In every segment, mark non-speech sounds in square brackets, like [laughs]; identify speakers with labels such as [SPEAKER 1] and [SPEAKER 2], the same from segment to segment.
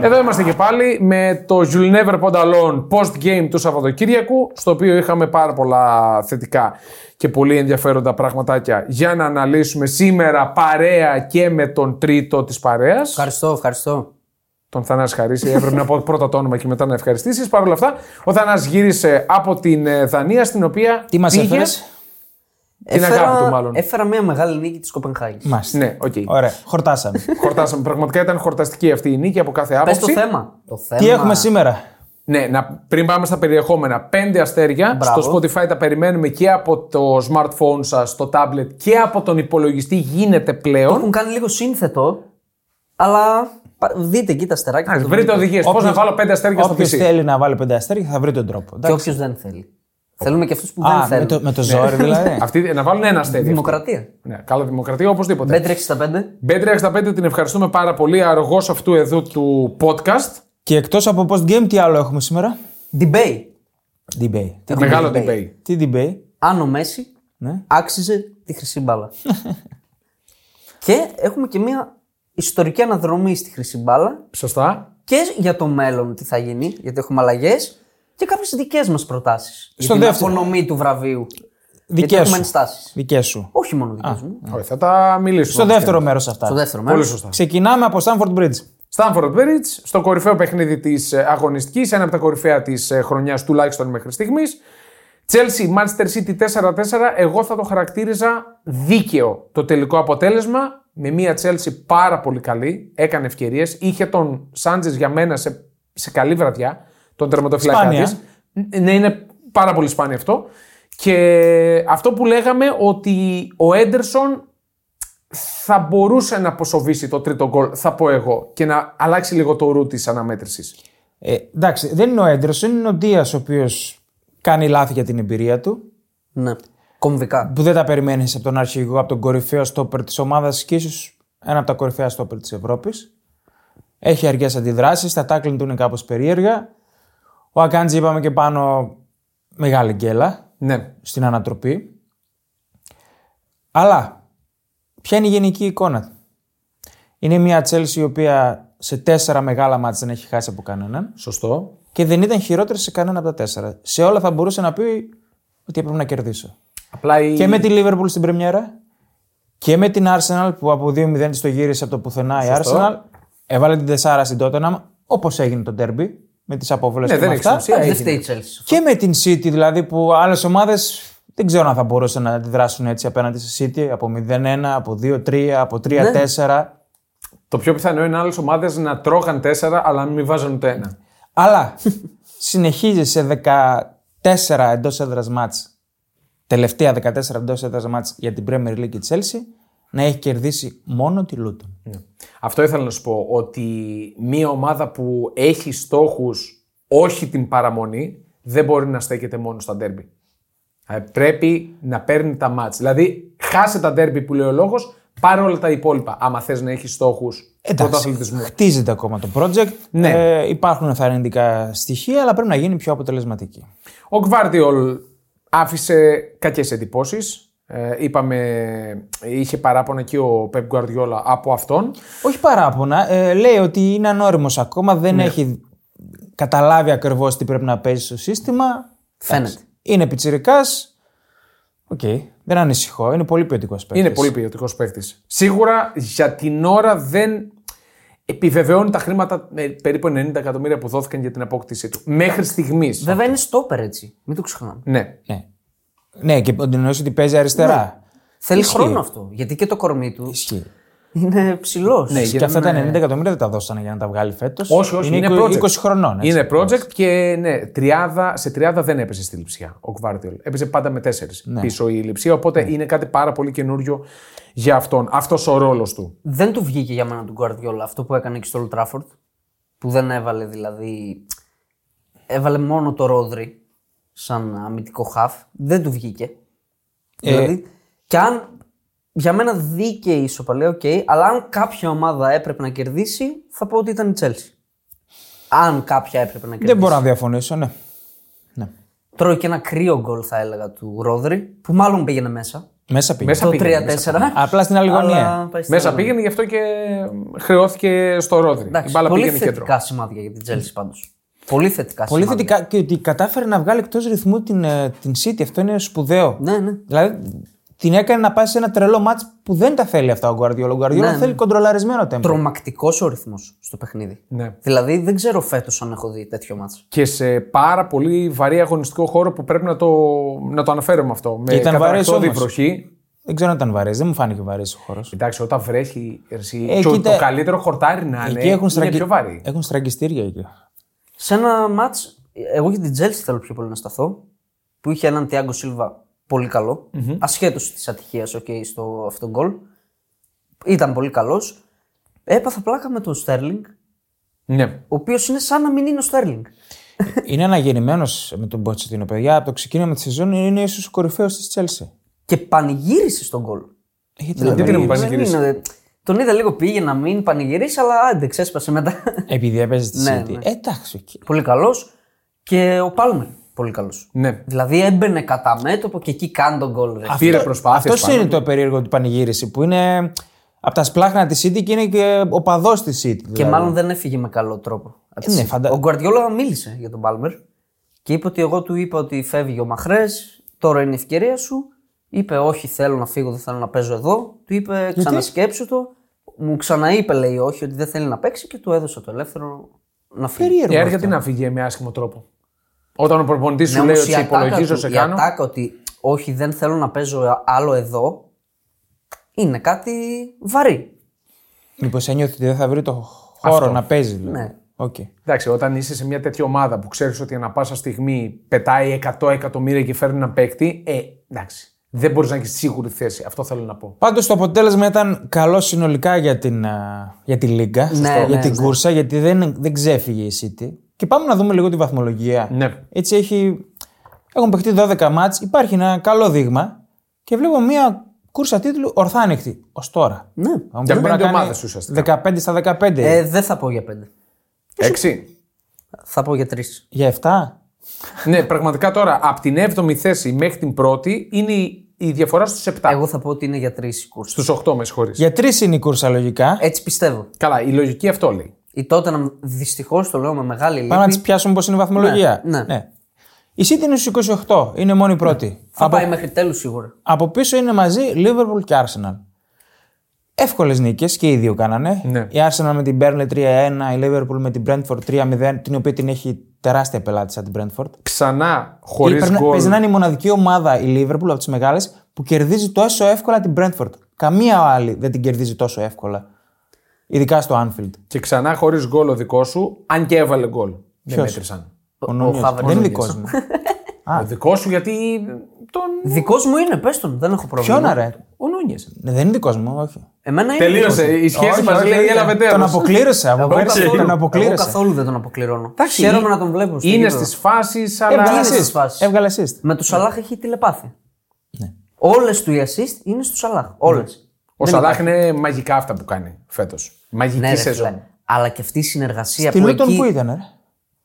[SPEAKER 1] Εδώ είμαστε και πάλι με το You'll Never Pond Alone post-game του Σαββατοκύριακου, στο οποίο είχαμε πάρα πολλά θετικά και πολύ ενδιαφέροντα πραγματάκια για να αναλύσουμε σήμερα παρέα και με τον τρίτο της παρέας.
[SPEAKER 2] Ευχαριστώ, ευχαριστώ.
[SPEAKER 1] τον Θανάση Χαρίση. Έπρεπε να πω πρώτα το όνομα και μετά να ευχαριστήσεις. Παρ' όλα αυτά, ο Θανάσης γύρισε από την ε, Δανία, στην οποία.
[SPEAKER 3] Τι μας
[SPEAKER 1] πήγε.
[SPEAKER 3] έφερες?
[SPEAKER 1] Την αγάπη του, μάλλον.
[SPEAKER 2] Έφερα μια μεγάλη νίκη της Κοπενχάγης.
[SPEAKER 3] Μάλιστα.
[SPEAKER 1] Ναι, οκ.
[SPEAKER 3] Ωραία,
[SPEAKER 2] [laughs]
[SPEAKER 3] χορτάσαμε.
[SPEAKER 1] Χορτάσαμε. Πραγματικά ήταν χορταστική αυτή η νίκη από κάθε
[SPEAKER 2] Πες
[SPEAKER 1] άποψη.
[SPEAKER 2] το θέμα. Το θέμα.
[SPEAKER 3] Τι έχουμε σήμερα.
[SPEAKER 1] Ναι, να, πριν πάμε στα περιεχόμενα, πέντε αστέρια
[SPEAKER 2] Μπράβο.
[SPEAKER 1] στο Spotify τα περιμένουμε και από το smartphone σας, το tablet και από τον υπολογιστή γίνεται
[SPEAKER 2] Το
[SPEAKER 1] πλέον.
[SPEAKER 2] έχουν κάνει λίγο σύνθετο, αλλά πα- δείτε εκεί τα αστεράκια.
[SPEAKER 1] Α,
[SPEAKER 2] θα το
[SPEAKER 1] Βρείτε
[SPEAKER 2] βρείτε.
[SPEAKER 1] οδηγίες. Πώς να βάλω πέντε αστέρια στο
[SPEAKER 3] Όποιος
[SPEAKER 1] PC.
[SPEAKER 3] θέλει να βάλει πέντε αστέρια θα βρει τον τρόπο.
[SPEAKER 2] Και
[SPEAKER 3] εντάξει.
[SPEAKER 2] όποιος δεν θέλει. Θέλουμε και αυτούς που δεν Ναι.
[SPEAKER 3] Α, με
[SPEAKER 2] θέλουν.
[SPEAKER 3] το, με το ζόρι δηλαδή.
[SPEAKER 2] [laughs]
[SPEAKER 1] Αυτοί να βάλουν ένα αστέρι.
[SPEAKER 2] Δημοκρατία.
[SPEAKER 1] Ναι, καλά δημοκρατία οπωσδήποτε.
[SPEAKER 2] Μπέτρε 65.
[SPEAKER 1] Μπέντρια65 την ευχαριστούμε πάρα πολύ, αργός αυτού εδώ του podcast.
[SPEAKER 3] και εκτός από post game, τι άλλο έχουμε σήμερα.
[SPEAKER 2] Debate.
[SPEAKER 3] Debate. Τι-
[SPEAKER 1] Μεγάλο
[SPEAKER 2] debate.
[SPEAKER 1] debate.
[SPEAKER 3] Τι debate.
[SPEAKER 2] Αν ο Μέση
[SPEAKER 3] Ναι.
[SPEAKER 2] άξιζε τη χρυσή
[SPEAKER 3] [laughs]
[SPEAKER 2] μπάλα. και έχουμε και μια ιστορική αναδρομή στη χρυσή μπάλα
[SPEAKER 1] Σωστά.
[SPEAKER 2] και για το μέλλον τι θα γίνει, γιατί έχουμε αλλαγές και κάποιες δικές μας προτάσεις.
[SPEAKER 3] Στο
[SPEAKER 2] για την
[SPEAKER 3] δεύτερο.
[SPEAKER 2] απονομή του βραβείου. γιατί
[SPEAKER 3] Δικές
[SPEAKER 2] έχουμε
[SPEAKER 3] σου.
[SPEAKER 2] ενστάσεις.
[SPEAKER 3] Δικές σου.
[SPEAKER 2] Όχι μόνο δικές μου.
[SPEAKER 1] Όχι, θα τα μιλήσουμε.
[SPEAKER 3] Στο δεύτερο μέρος αυτά.
[SPEAKER 2] Ναι. Στο δεύτερο μέρο.
[SPEAKER 1] Πολύ σωστά.
[SPEAKER 3] Ξεκινάμε από Stanford Bridge.
[SPEAKER 1] Στάνφορντ Μπέριτ, στο κορυφαίο παιχνίδι της αγωνιστικής, ένα από τα κορυφαία της χρονιάς τουλάχιστον μέχρι στιγμής. Chelsea, Manchester City 4-4. Εγώ θα το χαρακτήριζα δίκαιο το τελικό αποτέλεσμα. Με μια Chelsea πάρα πολύ καλή. Έκανε ευκαιρίες. Είχε τον Σάντζε για μένα σε, σε καλή βραδιά. Τον τερματοφυλακά
[SPEAKER 3] Σπάνια.
[SPEAKER 1] της. Ναι, είναι πάρα πολύ σπάνιο αυτό. Και αυτό που λέγαμε ότι ο Έντερσον θα μπορούσε να αποσοβήσει το τρίτο γκολ, θα πω εγώ, και να αλλάξει λίγο το ρου της αναμέτρησης.
[SPEAKER 3] Ε, εντάξει, δεν είναι ο Έντερσον, είναι ο Ντία ο οποίος κάνει λάθη για την εμπειρία του.
[SPEAKER 2] Ναι. Κομβικά.
[SPEAKER 3] Που δεν τα περιμένεις από τον αρχηγό, από τον κορυφαίο στόπερ της ομάδας και ίσως ένα από τα κορυφαία στόπερ της Ευρώπης. Έχει αργές αντιδράσεις, τα τάκλιν του είναι κάπως περίεργα. Ο Ακάντζη είπαμε και πάνω μεγάλη γκέλα
[SPEAKER 1] Ναι.
[SPEAKER 3] στην ανατροπή. Αλλά ποια είναι η γενική εικόνα. Είναι μια Τσέλση η οποία σε τέσσερα μεγάλα μάτς δεν έχει χάσει από κανέναν.
[SPEAKER 1] Σωστό.
[SPEAKER 3] και δεν ήταν χειρότερη σε κανένα από τα τέσσερα. Σε όλα θα μπορούσε να πει ότι έπρεπε να κερδίσω.
[SPEAKER 1] Απλά η...
[SPEAKER 3] Και με τη Liverpool στην Πρεμιέρα και με την Arsenal που από 2-0 της το γύρισε από το πουθενά η Arsenal. Έβαλε την τεσσάρα στην Tottenham όπως έγινε το derby με τις αποβολές
[SPEAKER 1] Ναι,
[SPEAKER 3] και
[SPEAKER 1] δεν
[SPEAKER 3] με
[SPEAKER 1] έχει
[SPEAKER 3] αυτά.
[SPEAKER 1] σημασία.
[SPEAKER 2] Δεν
[SPEAKER 1] έγινε.
[SPEAKER 2] φταίει η Chelsea.
[SPEAKER 3] Και με την City δηλαδή που άλλες ομάδες δεν ξέρω αν θα μπορούσαν να αντιδράσουν έτσι απέναντι στη City από 0-1, από 2-3, από 3-4.
[SPEAKER 1] Ναι. Το πιο πιθανό είναι άλλες ομάδες να τρώγαν τέσσερα, αλλά να μην βάζουν ούτε ένα.
[SPEAKER 3] Αλλά συνεχίζει σε 14 εντός έδρας μάτς, τελευταία 14 εντός έδρας μάτς για την Premier League και τη Chelsea, να έχει κερδίσει μόνο τη Λούτον.
[SPEAKER 1] Ναι. Αυτό ήθελα να σου πω, ότι μία ομάδα που έχει στόχους, όχι την παραμονή, δεν μπορεί να στέκεται μόνο στα ντέρμπι. Ε, Πρέπει να παίρνει τα μάτς. Δηλαδή, χάσε τα ντέρμπι που λέει ο λόγος, πάρε όλα τα υπόλοιπα. Άμα θες να έχεις στόχους πρωταθλητισμού.
[SPEAKER 3] χτίζεται ακόμα το project.
[SPEAKER 1] Ναι.
[SPEAKER 3] Ε, υπάρχουν ενθαρρυντικά στοιχεία, αλλά πρέπει να γίνει πιο αποτελεσματική.
[SPEAKER 1] Ο Γκβάρντιολ άφησε κακές εντυπώσεις. Ε, είπαμε, είχε παράπονα και ο Πεπ Γκουαρδιόλα από αυτόν.
[SPEAKER 3] Όχι παράπονα. Ε, λέει ότι είναι ανώριμος ακόμα,
[SPEAKER 1] Ναι.
[SPEAKER 3] δεν έχει καταλάβει ακριβώς τι πρέπει να παίζει στο σύστημα.
[SPEAKER 2] Φαίνεται.
[SPEAKER 3] Είναι πιτσιρικάς. Οκ. Δεν ανησυχώ. Είναι πολύ ποιοτικός παίκτης.
[SPEAKER 1] Είναι πολύ ποιοτικός παίκτης. Σίγουρα για την ώρα δεν επιβεβαιώνει τα χρήματα ε, περίπου 90 εκατομμύρια που δόθηκαν για την απόκτησή του. Μέχρι στιγμής.
[SPEAKER 2] Βέβαια είναι στόπερ έτσι. Μην το ξεχνάμε.
[SPEAKER 1] Ναι.
[SPEAKER 3] Ναι. Ναι, και την εννοείς ότι παίζει αριστερά.
[SPEAKER 2] Θέλει
[SPEAKER 3] Ισχύει.
[SPEAKER 2] χρόνο αυτό. Γιατί και το κορμί του
[SPEAKER 3] Ισχύει.
[SPEAKER 2] είναι ψηλός.
[SPEAKER 1] Ναι,
[SPEAKER 3] Και
[SPEAKER 1] γιατί
[SPEAKER 3] αυτά τα
[SPEAKER 1] είναι-
[SPEAKER 3] 90 εκατομμύρια δεν τα δώσανε για να τα βγάλει φέτος.
[SPEAKER 1] Όχι, όχι, είναι, project.
[SPEAKER 3] 20 χρονών. έτσι.
[SPEAKER 1] Είναι project και ναι, τριάδα, σε 30 δεν έπαιζε στη Λιψιά ο Κβάρτιολ. Έπαιζε πάντα με 4
[SPEAKER 3] Ναι.
[SPEAKER 1] πίσω η Λιψιά, οπότε είναι κάτι πάρα πολύ καινούριο για αυτόν. Αυτός ο ρόλος του.
[SPEAKER 2] Δεν του βγήκε για μένα του Guardiola αυτό που έκανε και στο Old Trafford. Που δεν έβαλε δηλαδή. Έβαλε μόνο το Ρόδρυ σαν αμυντικό χαφ. Δεν του βγήκε. Δηλαδή. Και αν. Για μένα δίκαιη η ισοπαλία, οκ. αλλά αν κάποια ομάδα έπρεπε να κερδίσει, θα πω ότι ήταν η Chelsea. Αν κάποια έπρεπε να κερδίσει.
[SPEAKER 3] Δεν μπορώ να διαφωνήσω, ναι.
[SPEAKER 2] Τρώει και ένα κρύο γκολ, θα έλεγα, του Ρόδρυ, που μάλλον πήγαινε μέσα.
[SPEAKER 3] Μέσα πήγε.
[SPEAKER 1] Μέσα
[SPEAKER 2] Το
[SPEAKER 1] πήγαινε, μέσα
[SPEAKER 2] 3-4.
[SPEAKER 3] Απλά στην άλλη γωνία.
[SPEAKER 2] αλλά πάει στην
[SPEAKER 1] Μέσα
[SPEAKER 2] άλλη.
[SPEAKER 1] πήγαινε, γι' αυτό και χρεώθηκε στο ρόδι.
[SPEAKER 2] Εντάξει,
[SPEAKER 1] η μπάλα
[SPEAKER 2] πολύ
[SPEAKER 1] πήγαινε κέντρο.
[SPEAKER 2] θετικά σημάδια για την Τζέλση πάντως. Πολύ θετικά
[SPEAKER 3] Πολύ
[SPEAKER 2] σημάδια.
[SPEAKER 3] θετικά και ότι κατάφερε να βγάλει εκτός ρυθμού την, ε, την City. Αυτό είναι σπουδαίο.
[SPEAKER 2] Ναι, ναι.
[SPEAKER 3] Δηλαδή την έκανε να πάει σε ένα τρελό μάτ που δεν τα θέλει αυτά ο Γκουαρδιόλα. Ο Γκουαρδιόλα
[SPEAKER 2] ναι.
[SPEAKER 3] θέλει κοντρολαρισμένο τέμπο.
[SPEAKER 2] Τρομακτικός ο ρυθμός στο παιχνίδι.
[SPEAKER 1] Ναι.
[SPEAKER 2] Δηλαδή δεν ξέρω φέτος αν έχω δει τέτοιο μάτσο.
[SPEAKER 1] Και σε πάρα πολύ βαρύ αγωνιστικό χώρο που πρέπει να το, να το αναφέρουμε αυτό. Με
[SPEAKER 3] Ήταν βαρύς
[SPEAKER 1] καταρακτώδη
[SPEAKER 3] όμως.
[SPEAKER 1] βροχή.
[SPEAKER 3] Δεν ξέρω αν ήταν βαρύ, δεν μου φάνηκε βαρύ ο χώρος.
[SPEAKER 1] Εντάξει, όταν βρέχει εσύ,
[SPEAKER 3] Ε,
[SPEAKER 1] το,
[SPEAKER 3] κοίτα,
[SPEAKER 1] το καλύτερο χορτάρι να είναι,
[SPEAKER 3] Εκεί έχουν,
[SPEAKER 1] είναι
[SPEAKER 3] στραγγι... Ε,
[SPEAKER 1] πιο βαρύ.
[SPEAKER 3] έχουν στραγγιστήρια εκεί.
[SPEAKER 2] Σε ένα μάτ, εγώ για την Τζέλση θέλω πιο πολύ να σταθώ. Που είχε έναν Τιάγκο Σίλβα πολύ καλό. Ασχέτως της ατυχίας, okay, στο αυτόν γκολ. Ήταν πολύ καλός. Έπαθα πλάκα με τον Στέρλινγκ,
[SPEAKER 1] Ναι.
[SPEAKER 2] ο οποίος είναι σαν να μην είναι ο Στέρλινγκ.
[SPEAKER 3] είναι αναγεννημένος με τον Ποτσετίνο, παιδιά. Από το ξεκίνημα της σεζόν είναι ίσως ο κορυφαίος της Τσέλση.
[SPEAKER 2] Και πανηγύρισε στον γκολ.
[SPEAKER 3] Γιατί να
[SPEAKER 2] Δηλαδή,
[SPEAKER 3] μην-
[SPEAKER 1] δεν μου
[SPEAKER 2] δεν
[SPEAKER 1] πανηγυρίσει.
[SPEAKER 2] είναι- Τον είδα λίγο πήγε να μην πανηγυρίσει, αλλά άντε, ξέσπασε μετά. [laughs]
[SPEAKER 3] Επειδή έπαιζε τη
[SPEAKER 2] Ναι,
[SPEAKER 3] City.
[SPEAKER 2] ναι.
[SPEAKER 3] Ε, Εντάξει, οκ.
[SPEAKER 2] πολύ καλός. Και ο Πάλμερ πολύ καλός.
[SPEAKER 1] ναι.
[SPEAKER 2] Δηλαδή έμπαινε κατά μέτωπο και εκεί κάνει τον γκολ. ρε.
[SPEAKER 1] Πήρε προσπάθειες
[SPEAKER 3] Αυτός
[SPEAKER 1] πάνω
[SPEAKER 3] είναι το περίεργο του πανηγύριση που είναι από τα σπλάχνα της City και είναι και ο παδός της City.
[SPEAKER 2] Και
[SPEAKER 3] δηλαδή.
[SPEAKER 2] μάλλον δεν έφυγε με καλό τρόπο. από τη
[SPEAKER 3] ναι,
[SPEAKER 2] City.
[SPEAKER 3] φαντα-
[SPEAKER 2] Ο Γκουαρδιόλα μίλησε για τον Πάλμερ και είπε ότι εγώ του είπα ότι φεύγει ο Μαχρές, τώρα είναι η ευκαιρία σου. Είπε Όχι, θέλω να φύγω, δεν θέλω να παίζω εδώ. Του είπε Ξανασκέψου το. Μου ξαναείπε, λέει, Όχι, ότι δεν θέλει να παίξει και του έδωσα το ελεύθερο να φύγει.
[SPEAKER 3] Περίεργο.
[SPEAKER 1] Και έρχεται να φύγει με άσχημο τρόπο. Όταν ο προπονητής σου
[SPEAKER 2] Ναι,
[SPEAKER 1] λέει
[SPEAKER 2] όμως
[SPEAKER 1] ότι
[SPEAKER 2] η
[SPEAKER 1] σε
[SPEAKER 2] ατάκα
[SPEAKER 1] υπολογίζω,
[SPEAKER 2] του-
[SPEAKER 1] σε
[SPEAKER 2] η
[SPEAKER 1] κάνω.
[SPEAKER 2] ατάκα ότι όχι δεν θέλω να παίζω άλλο εδώ είναι κάτι βαρύ.
[SPEAKER 3] Μήπως ένιωθε ότι δεν θα βρει το χώρο να παίζει. Δηλαδή.
[SPEAKER 2] Ναι.
[SPEAKER 3] Οκ.
[SPEAKER 1] Εντάξει, όταν είσαι σε μια τέτοια ομάδα που ξέρεις ότι ανά πάσα στιγμή πετάει 100 εκατομμύρια και φέρνει έναν παίκτη, ε, εντάξει. Δεν μπορείς να έχεις σίγουρη θέση. Αυτό θέλω να πω.
[SPEAKER 3] Πάντως το αποτέλεσμα ήταν καλό συνολικά για την, α, για τη Λίγκα,
[SPEAKER 2] Ναι,
[SPEAKER 3] για
[SPEAKER 2] ναι,
[SPEAKER 3] την
[SPEAKER 2] ναι.
[SPEAKER 3] κούρσα, γιατί δεν, δεν ξέφυγε η City. Και πάμε να δούμε λίγο τη βαθμολογία.
[SPEAKER 1] Ναι.
[SPEAKER 3] Έτσι έχει, έχουν παιχτεί 12 μάτς, υπάρχει ένα καλό δείγμα και βλέπω μια κούρσα τίτλου ορθάνεκτη ως τώρα.
[SPEAKER 2] Ναι.
[SPEAKER 3] Θα μου
[SPEAKER 1] Για
[SPEAKER 3] πει, μπορεί να
[SPEAKER 1] πέντε
[SPEAKER 3] κάνει
[SPEAKER 1] ομάδες ουσιαστικά.
[SPEAKER 3] 15 στα 15.
[SPEAKER 2] Ε, δεν θα πω για πέντε.
[SPEAKER 1] Έξι.
[SPEAKER 2] Θα πω για τρεις.
[SPEAKER 3] Για 7.
[SPEAKER 1] ναι, πραγματικά τώρα από την 7η θέση μέχρι την 1η είναι η, η διαφορά στους 7.
[SPEAKER 2] Εγώ θα πω ότι είναι για τρεις η κούρσα.
[SPEAKER 1] Στου 8, με συγχωρείς.
[SPEAKER 3] Για 3 είναι η κούρσα λογικά.
[SPEAKER 2] Έτσι πιστεύω.
[SPEAKER 1] Καλά, η λογική αυτό λέει.
[SPEAKER 2] Η τότε να δυστυχώς το λέω με μεγάλη λύπη.
[SPEAKER 3] Πάμε να τις πιάσουμε πώς είναι η βαθμολογία.
[SPEAKER 2] Ναι, ναι.
[SPEAKER 3] Η City είναι στους 28, είναι μόνη η πρώτη.
[SPEAKER 2] Θα
[SPEAKER 3] Από
[SPEAKER 2] πάει μέχρι τέλους σίγουρα.
[SPEAKER 3] Από πίσω είναι μαζί Liverpool και Arsenal. Εύκολες νίκες και οι δύο κάνανε.
[SPEAKER 1] Ναι.
[SPEAKER 3] Η Arsenal με την Burnley 3-1, η Liverpool με την Brentford 3-0, την οποία την έχει τεράστια πελάτη σαν την Brentford.
[SPEAKER 1] Ξανά χωρίς
[SPEAKER 3] Πρέπει να-
[SPEAKER 1] γκολ.
[SPEAKER 3] Παίζει να είναι η μοναδική ομάδα η Liverpool από τις μεγάλες που κερδίζει τόσο εύκολα την Brentford. Καμία άλλη δεν την κερδίζει τόσο εύκολα. Ειδικά στο Anfield.
[SPEAKER 1] Και ξανά χωρίς γκολ ο δικός σου, αν και έβαλε γκολ. Δεν
[SPEAKER 3] Ποιος?
[SPEAKER 1] μέτρησαν.
[SPEAKER 2] Ο,
[SPEAKER 3] Νούνιες.
[SPEAKER 2] Χάβερτς.
[SPEAKER 3] δεν είναι δικός μου.
[SPEAKER 1] Ο δικός σου γιατί τον.
[SPEAKER 2] Δικός μου είναι, πες τον, δεν έχω πρόβλημα.
[SPEAKER 3] Ποιον αρέ.
[SPEAKER 1] Ο Νούνιες.
[SPEAKER 3] Ναι, δεν είναι δικός μου, όχι.
[SPEAKER 2] Εμένα είναι. δικός
[SPEAKER 1] Τελείωσε.
[SPEAKER 2] μου.
[SPEAKER 1] Η σχέση
[SPEAKER 3] Όχι,
[SPEAKER 1] μας
[SPEAKER 3] όχι,
[SPEAKER 1] λέει
[SPEAKER 3] όχι.
[SPEAKER 1] έλα βετέρος».
[SPEAKER 3] Τον αποκλήρωσε. Από
[SPEAKER 2] Εγώ
[SPEAKER 3] πέρσι
[SPEAKER 2] καθόλου,
[SPEAKER 3] τον
[SPEAKER 2] εγώ
[SPEAKER 3] αποκλήρωσε.
[SPEAKER 2] καθόλου δεν τον αποκληρώνω.
[SPEAKER 1] Εντάξει,
[SPEAKER 2] Χαίρομαι
[SPEAKER 1] είναι-
[SPEAKER 2] να τον βλέπω. στο Ε,
[SPEAKER 1] Είναι
[SPEAKER 2] γήπεδο.
[SPEAKER 1] στις φάσεις,
[SPEAKER 3] Έβγαλε
[SPEAKER 1] αλλά.
[SPEAKER 2] Έβγαλες. στις
[SPEAKER 3] assist.
[SPEAKER 2] φάσεις.
[SPEAKER 3] Έβγαλε assist.
[SPEAKER 2] Με το Σαλάχ έχει τηλεπάθεια.
[SPEAKER 3] Ναι.
[SPEAKER 2] Όλες του οι assist είναι στο Σαλάχ. Όλες.
[SPEAKER 1] Ο Σαλάχ είναι μαγικά αυτά που κάνει φέτος. Μαγική
[SPEAKER 2] Ναι, ρε,
[SPEAKER 1] σεζόν.
[SPEAKER 2] φίλε. Αλλά και αυτή η συνεργασία
[SPEAKER 3] Τη
[SPEAKER 2] που
[SPEAKER 3] Λούτον
[SPEAKER 2] εκεί.
[SPEAKER 3] που ήταν, ρε.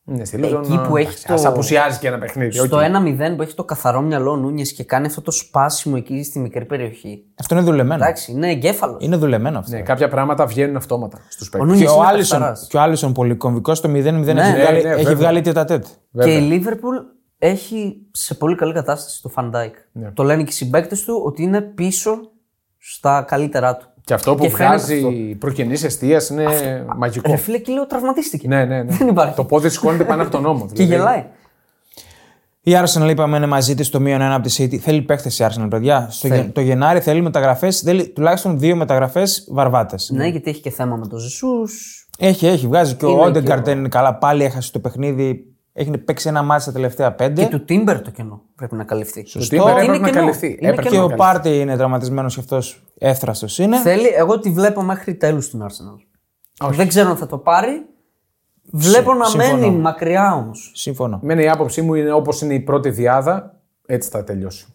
[SPEAKER 1] Ναι, στη Λούτον,
[SPEAKER 2] Εκεί που
[SPEAKER 1] α,
[SPEAKER 2] έχει
[SPEAKER 1] ας
[SPEAKER 2] το-
[SPEAKER 1] απουσιάζει και ένα παιχνίδι.
[SPEAKER 2] Στο
[SPEAKER 3] Ε,
[SPEAKER 1] οκ.
[SPEAKER 2] 1-0 που έχει το καθαρό μυαλό ο Νούνιες και κάνει αυτό το σπάσιμο εκεί στη μικρή περιοχή.
[SPEAKER 3] Αυτό είναι δουλεμένο.
[SPEAKER 2] Εντάξει, είναι εγκέφαλος.
[SPEAKER 3] Είναι δουλεμένο αυτό.
[SPEAKER 1] Ναι, κάποια πράγματα βγαίνουν αυτόματα στους
[SPEAKER 2] Ο
[SPEAKER 1] παίκτε.
[SPEAKER 2] Νούνιες
[SPEAKER 3] Και, ο
[SPEAKER 2] είναι
[SPEAKER 3] Άλισον,
[SPEAKER 2] καθαράς.
[SPEAKER 3] και ο Άλισον πολύ κομβικός στο 0-0
[SPEAKER 2] Ναι,
[SPEAKER 3] έχει βγάλει,
[SPEAKER 1] ναι,
[SPEAKER 3] έχει
[SPEAKER 1] βέβαια.
[SPEAKER 3] βγάλει τέτα τέτ.
[SPEAKER 2] Και η Λίβερπουλ έχει σε πολύ καλή κατάσταση το Φαντάικ.
[SPEAKER 3] Ναι.
[SPEAKER 2] Το λένε και οι συμπαίκτες του ότι είναι πίσω στα καλύτερά του.
[SPEAKER 1] Και αυτό που
[SPEAKER 2] Και φαίνεται
[SPEAKER 1] βγάζει προκινήσει αιστείας είναι μαγικό.
[SPEAKER 3] Ναι.
[SPEAKER 2] Ρε φίλε, και λέω τραυματίστηκε.
[SPEAKER 1] Ναι, ναι, ναι.
[SPEAKER 2] Δεν υπάρχει.
[SPEAKER 1] Το πόδι σηκώνεται πάνω από τον δηλαδή, νόμο.
[SPEAKER 2] Και
[SPEAKER 3] Δηλαδή-
[SPEAKER 2] γελάει.
[SPEAKER 3] Η Arsenal είπαμε είναι μαζί της στο μείον ένα από τη City. Θέλει παίχτες η Arsenal, παιδιά. Στο Γε, το Γενάρη θέλει μεταγραφές, τουλάχιστον δύο μεταγραφές βαρβάτες.
[SPEAKER 2] Ναι, γιατί έχει και θέμα με τον Ζησούς.
[SPEAKER 3] Έχει, έχει. Βγάζει και ο
[SPEAKER 2] Είναι
[SPEAKER 3] Όντεγκαρτ δεν είναι καλά. Πάλι έχασε το παιχνίδι. Έχει παίξει ένα μάτι στα τελευταία πέντε.
[SPEAKER 2] Και του Τίμπερ το κενό πρέπει να καλυφθεί.
[SPEAKER 1] Το Τίμπερ
[SPEAKER 2] Είναι
[SPEAKER 1] έπρεπε να
[SPEAKER 2] κενό.
[SPEAKER 1] καλυφθεί.
[SPEAKER 2] Είναι
[SPEAKER 1] Έπρεπε
[SPEAKER 3] Και
[SPEAKER 1] να
[SPEAKER 3] ο
[SPEAKER 1] καλυφθεί.
[SPEAKER 3] Πάρτι είναι τραυματισμένος και αυτός έφθραστο είναι.
[SPEAKER 2] Ε, Θέλει, εγώ τη βλέπω μέχρι τέλους στην Arsenal. Δεν ξέρω αν θα το πάρει. Βλέπω να
[SPEAKER 3] συμφωνώ.
[SPEAKER 2] μένει μακριά όμως.
[SPEAKER 3] Συμφωνώ.
[SPEAKER 1] Εμένα η άποψή μου είναι όπως είναι η πρώτη διάδα, έτσι θα τελειώσει.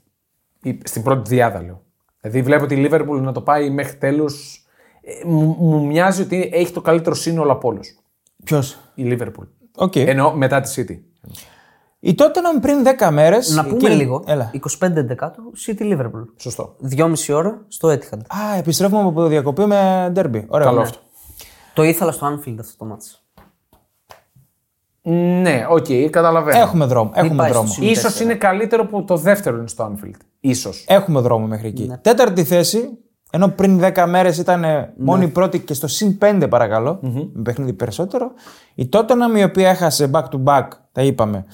[SPEAKER 1] Η- Στην πρώτη διάδα λέω. Δηλαδή βλέπω τη Λίβερπουλ να το πάει μέχρι τέλους. Μου, μου μοιάζει ότι έχει το καλύτερο σύνολο από όλους.
[SPEAKER 3] Ποιος.
[SPEAKER 1] Η Λίβερπουλ.
[SPEAKER 3] Οκ.
[SPEAKER 1] Εννοώ μετά τη City.
[SPEAKER 3] Η Tottenham πριν 10 μέρες.
[SPEAKER 2] Να πούμε λίγο.
[SPEAKER 3] Έλα.
[SPEAKER 2] 25 δεκάτου City Liverpool.
[SPEAKER 1] Σωστό.
[SPEAKER 2] Δυόμιση ώρα στο Etihad.
[SPEAKER 3] Α, επιστρέφουμε από διακοπή με ντέρμπι. Ωραίο.
[SPEAKER 1] Καλό
[SPEAKER 3] ναι.
[SPEAKER 1] αυτό.
[SPEAKER 2] Το ήθελα στο Anfield αυτό το μάτς.
[SPEAKER 1] Ναι, οκ, καταλαβαίνω.
[SPEAKER 3] Έχουμε δρόμο. Έχουμε
[SPEAKER 2] πάει
[SPEAKER 3] δρόμο.
[SPEAKER 2] στο
[SPEAKER 1] Ίσως είναι καλύτερο που το δεύτερο είναι στο Anfield. Ίσως.
[SPEAKER 3] Έχουμε δρόμο μέχρι εκεί. Τέταρτη θέση, ενώ πριν 10 μέρες ήταν ε, μόνο η πρώτη και στο συν 5 παρακαλω με παιχνίδι περισσότερο. Η Tottenham η οποία έχασε back to back, τα είπαμε,